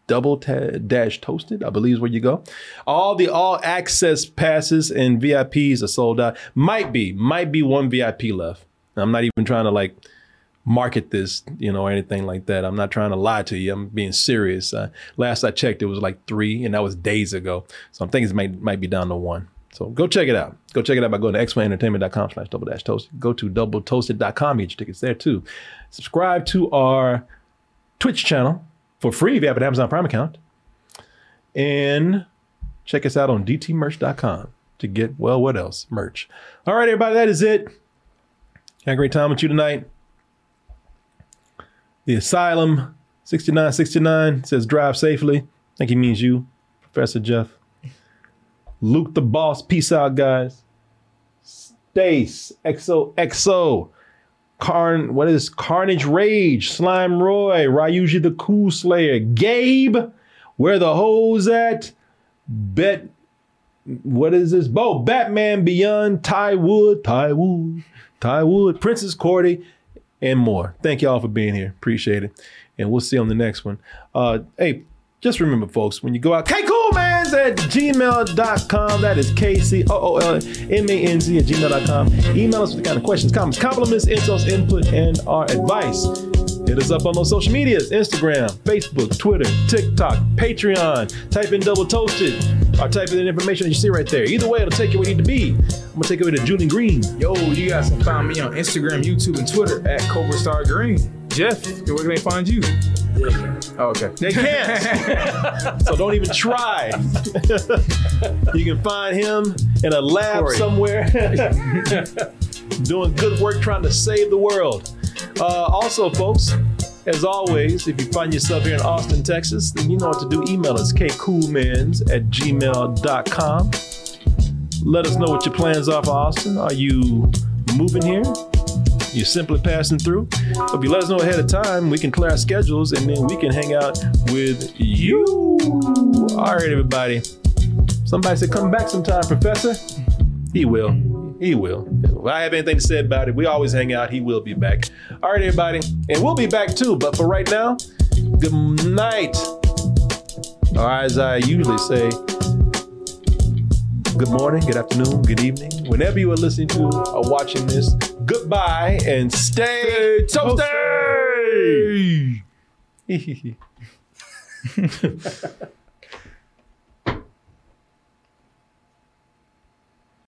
Speaker 2: double ta- dash toasted, I believe is where you go. All the all access passes and VIPs are sold out. Might be, might be one VIP left. I'm not even trying to like market this, you know, or anything like that. I'm not trying to lie to you. I'm being serious. Uh, last I checked, it was like three, and that was days ago. So I'm thinking it might, might be down to one. So go check it out. Go check it out by going to xyentertainment.com slash double dash toast. Go to double toasted.com. Get your tickets there too. Subscribe to our Twitch channel for free if you have an Amazon Prime account. And check us out on dtmerch.com to get, well, what else? Merch. All right, everybody, that is it. Had a great time with you tonight. The Asylum 6969 says drive safely. I think he means you, Professor Jeff. Luke the Boss, peace out, guys. Stace, XOXO. Carn, what is Carnage Rage, Slime Roy, Ryuji the Cool Slayer, Gabe, where the hoes at? Bet, what is this? Bo, Batman Beyond, Ty Wood, Ty Wood, Ty Wood, Princess Cordy, and more. Thank y'all for being here. Appreciate it. And we'll see you on the next one. Uh, hey, just remember, folks, when you go out, kcoolmans at gmail.com. That is K C O O L M A N Z at gmail.com. Email us with the kind of questions, comments, compliments, insults, input, and our advice. Hit us up on those social medias Instagram, Facebook, Twitter, TikTok, Patreon. Type in double toasted or type in the information that you see right there. Either way, it'll take you where you need to be. I'm going to take it away to Julian Green.
Speaker 3: Yo, you guys can find me on Instagram, YouTube, and Twitter at Cobra Star Green. Jeff, where can they find you? Oh, okay.
Speaker 2: They can't. so don't even try. you can find him in a lab
Speaker 3: Corey.
Speaker 2: somewhere doing good work trying to save the world. Uh, also, folks, as always, if you find yourself here in Austin, Texas, then you know what to do. Email us kcoolmans at gmail.com. Let us know what your plans are for Austin. Are you moving here? You're simply passing through. If you let us know ahead of time, we can clear our schedules and then we can hang out with you. All right, everybody. Somebody said, come back sometime, Professor. He will. He will. If I have anything to say about it, we always hang out. He will be back. All right, everybody. And we'll be back too. But for right now, good night. Or as I usually say, good morning, good afternoon, good evening. Whenever you are listening to or watching this, goodbye and stay toasty.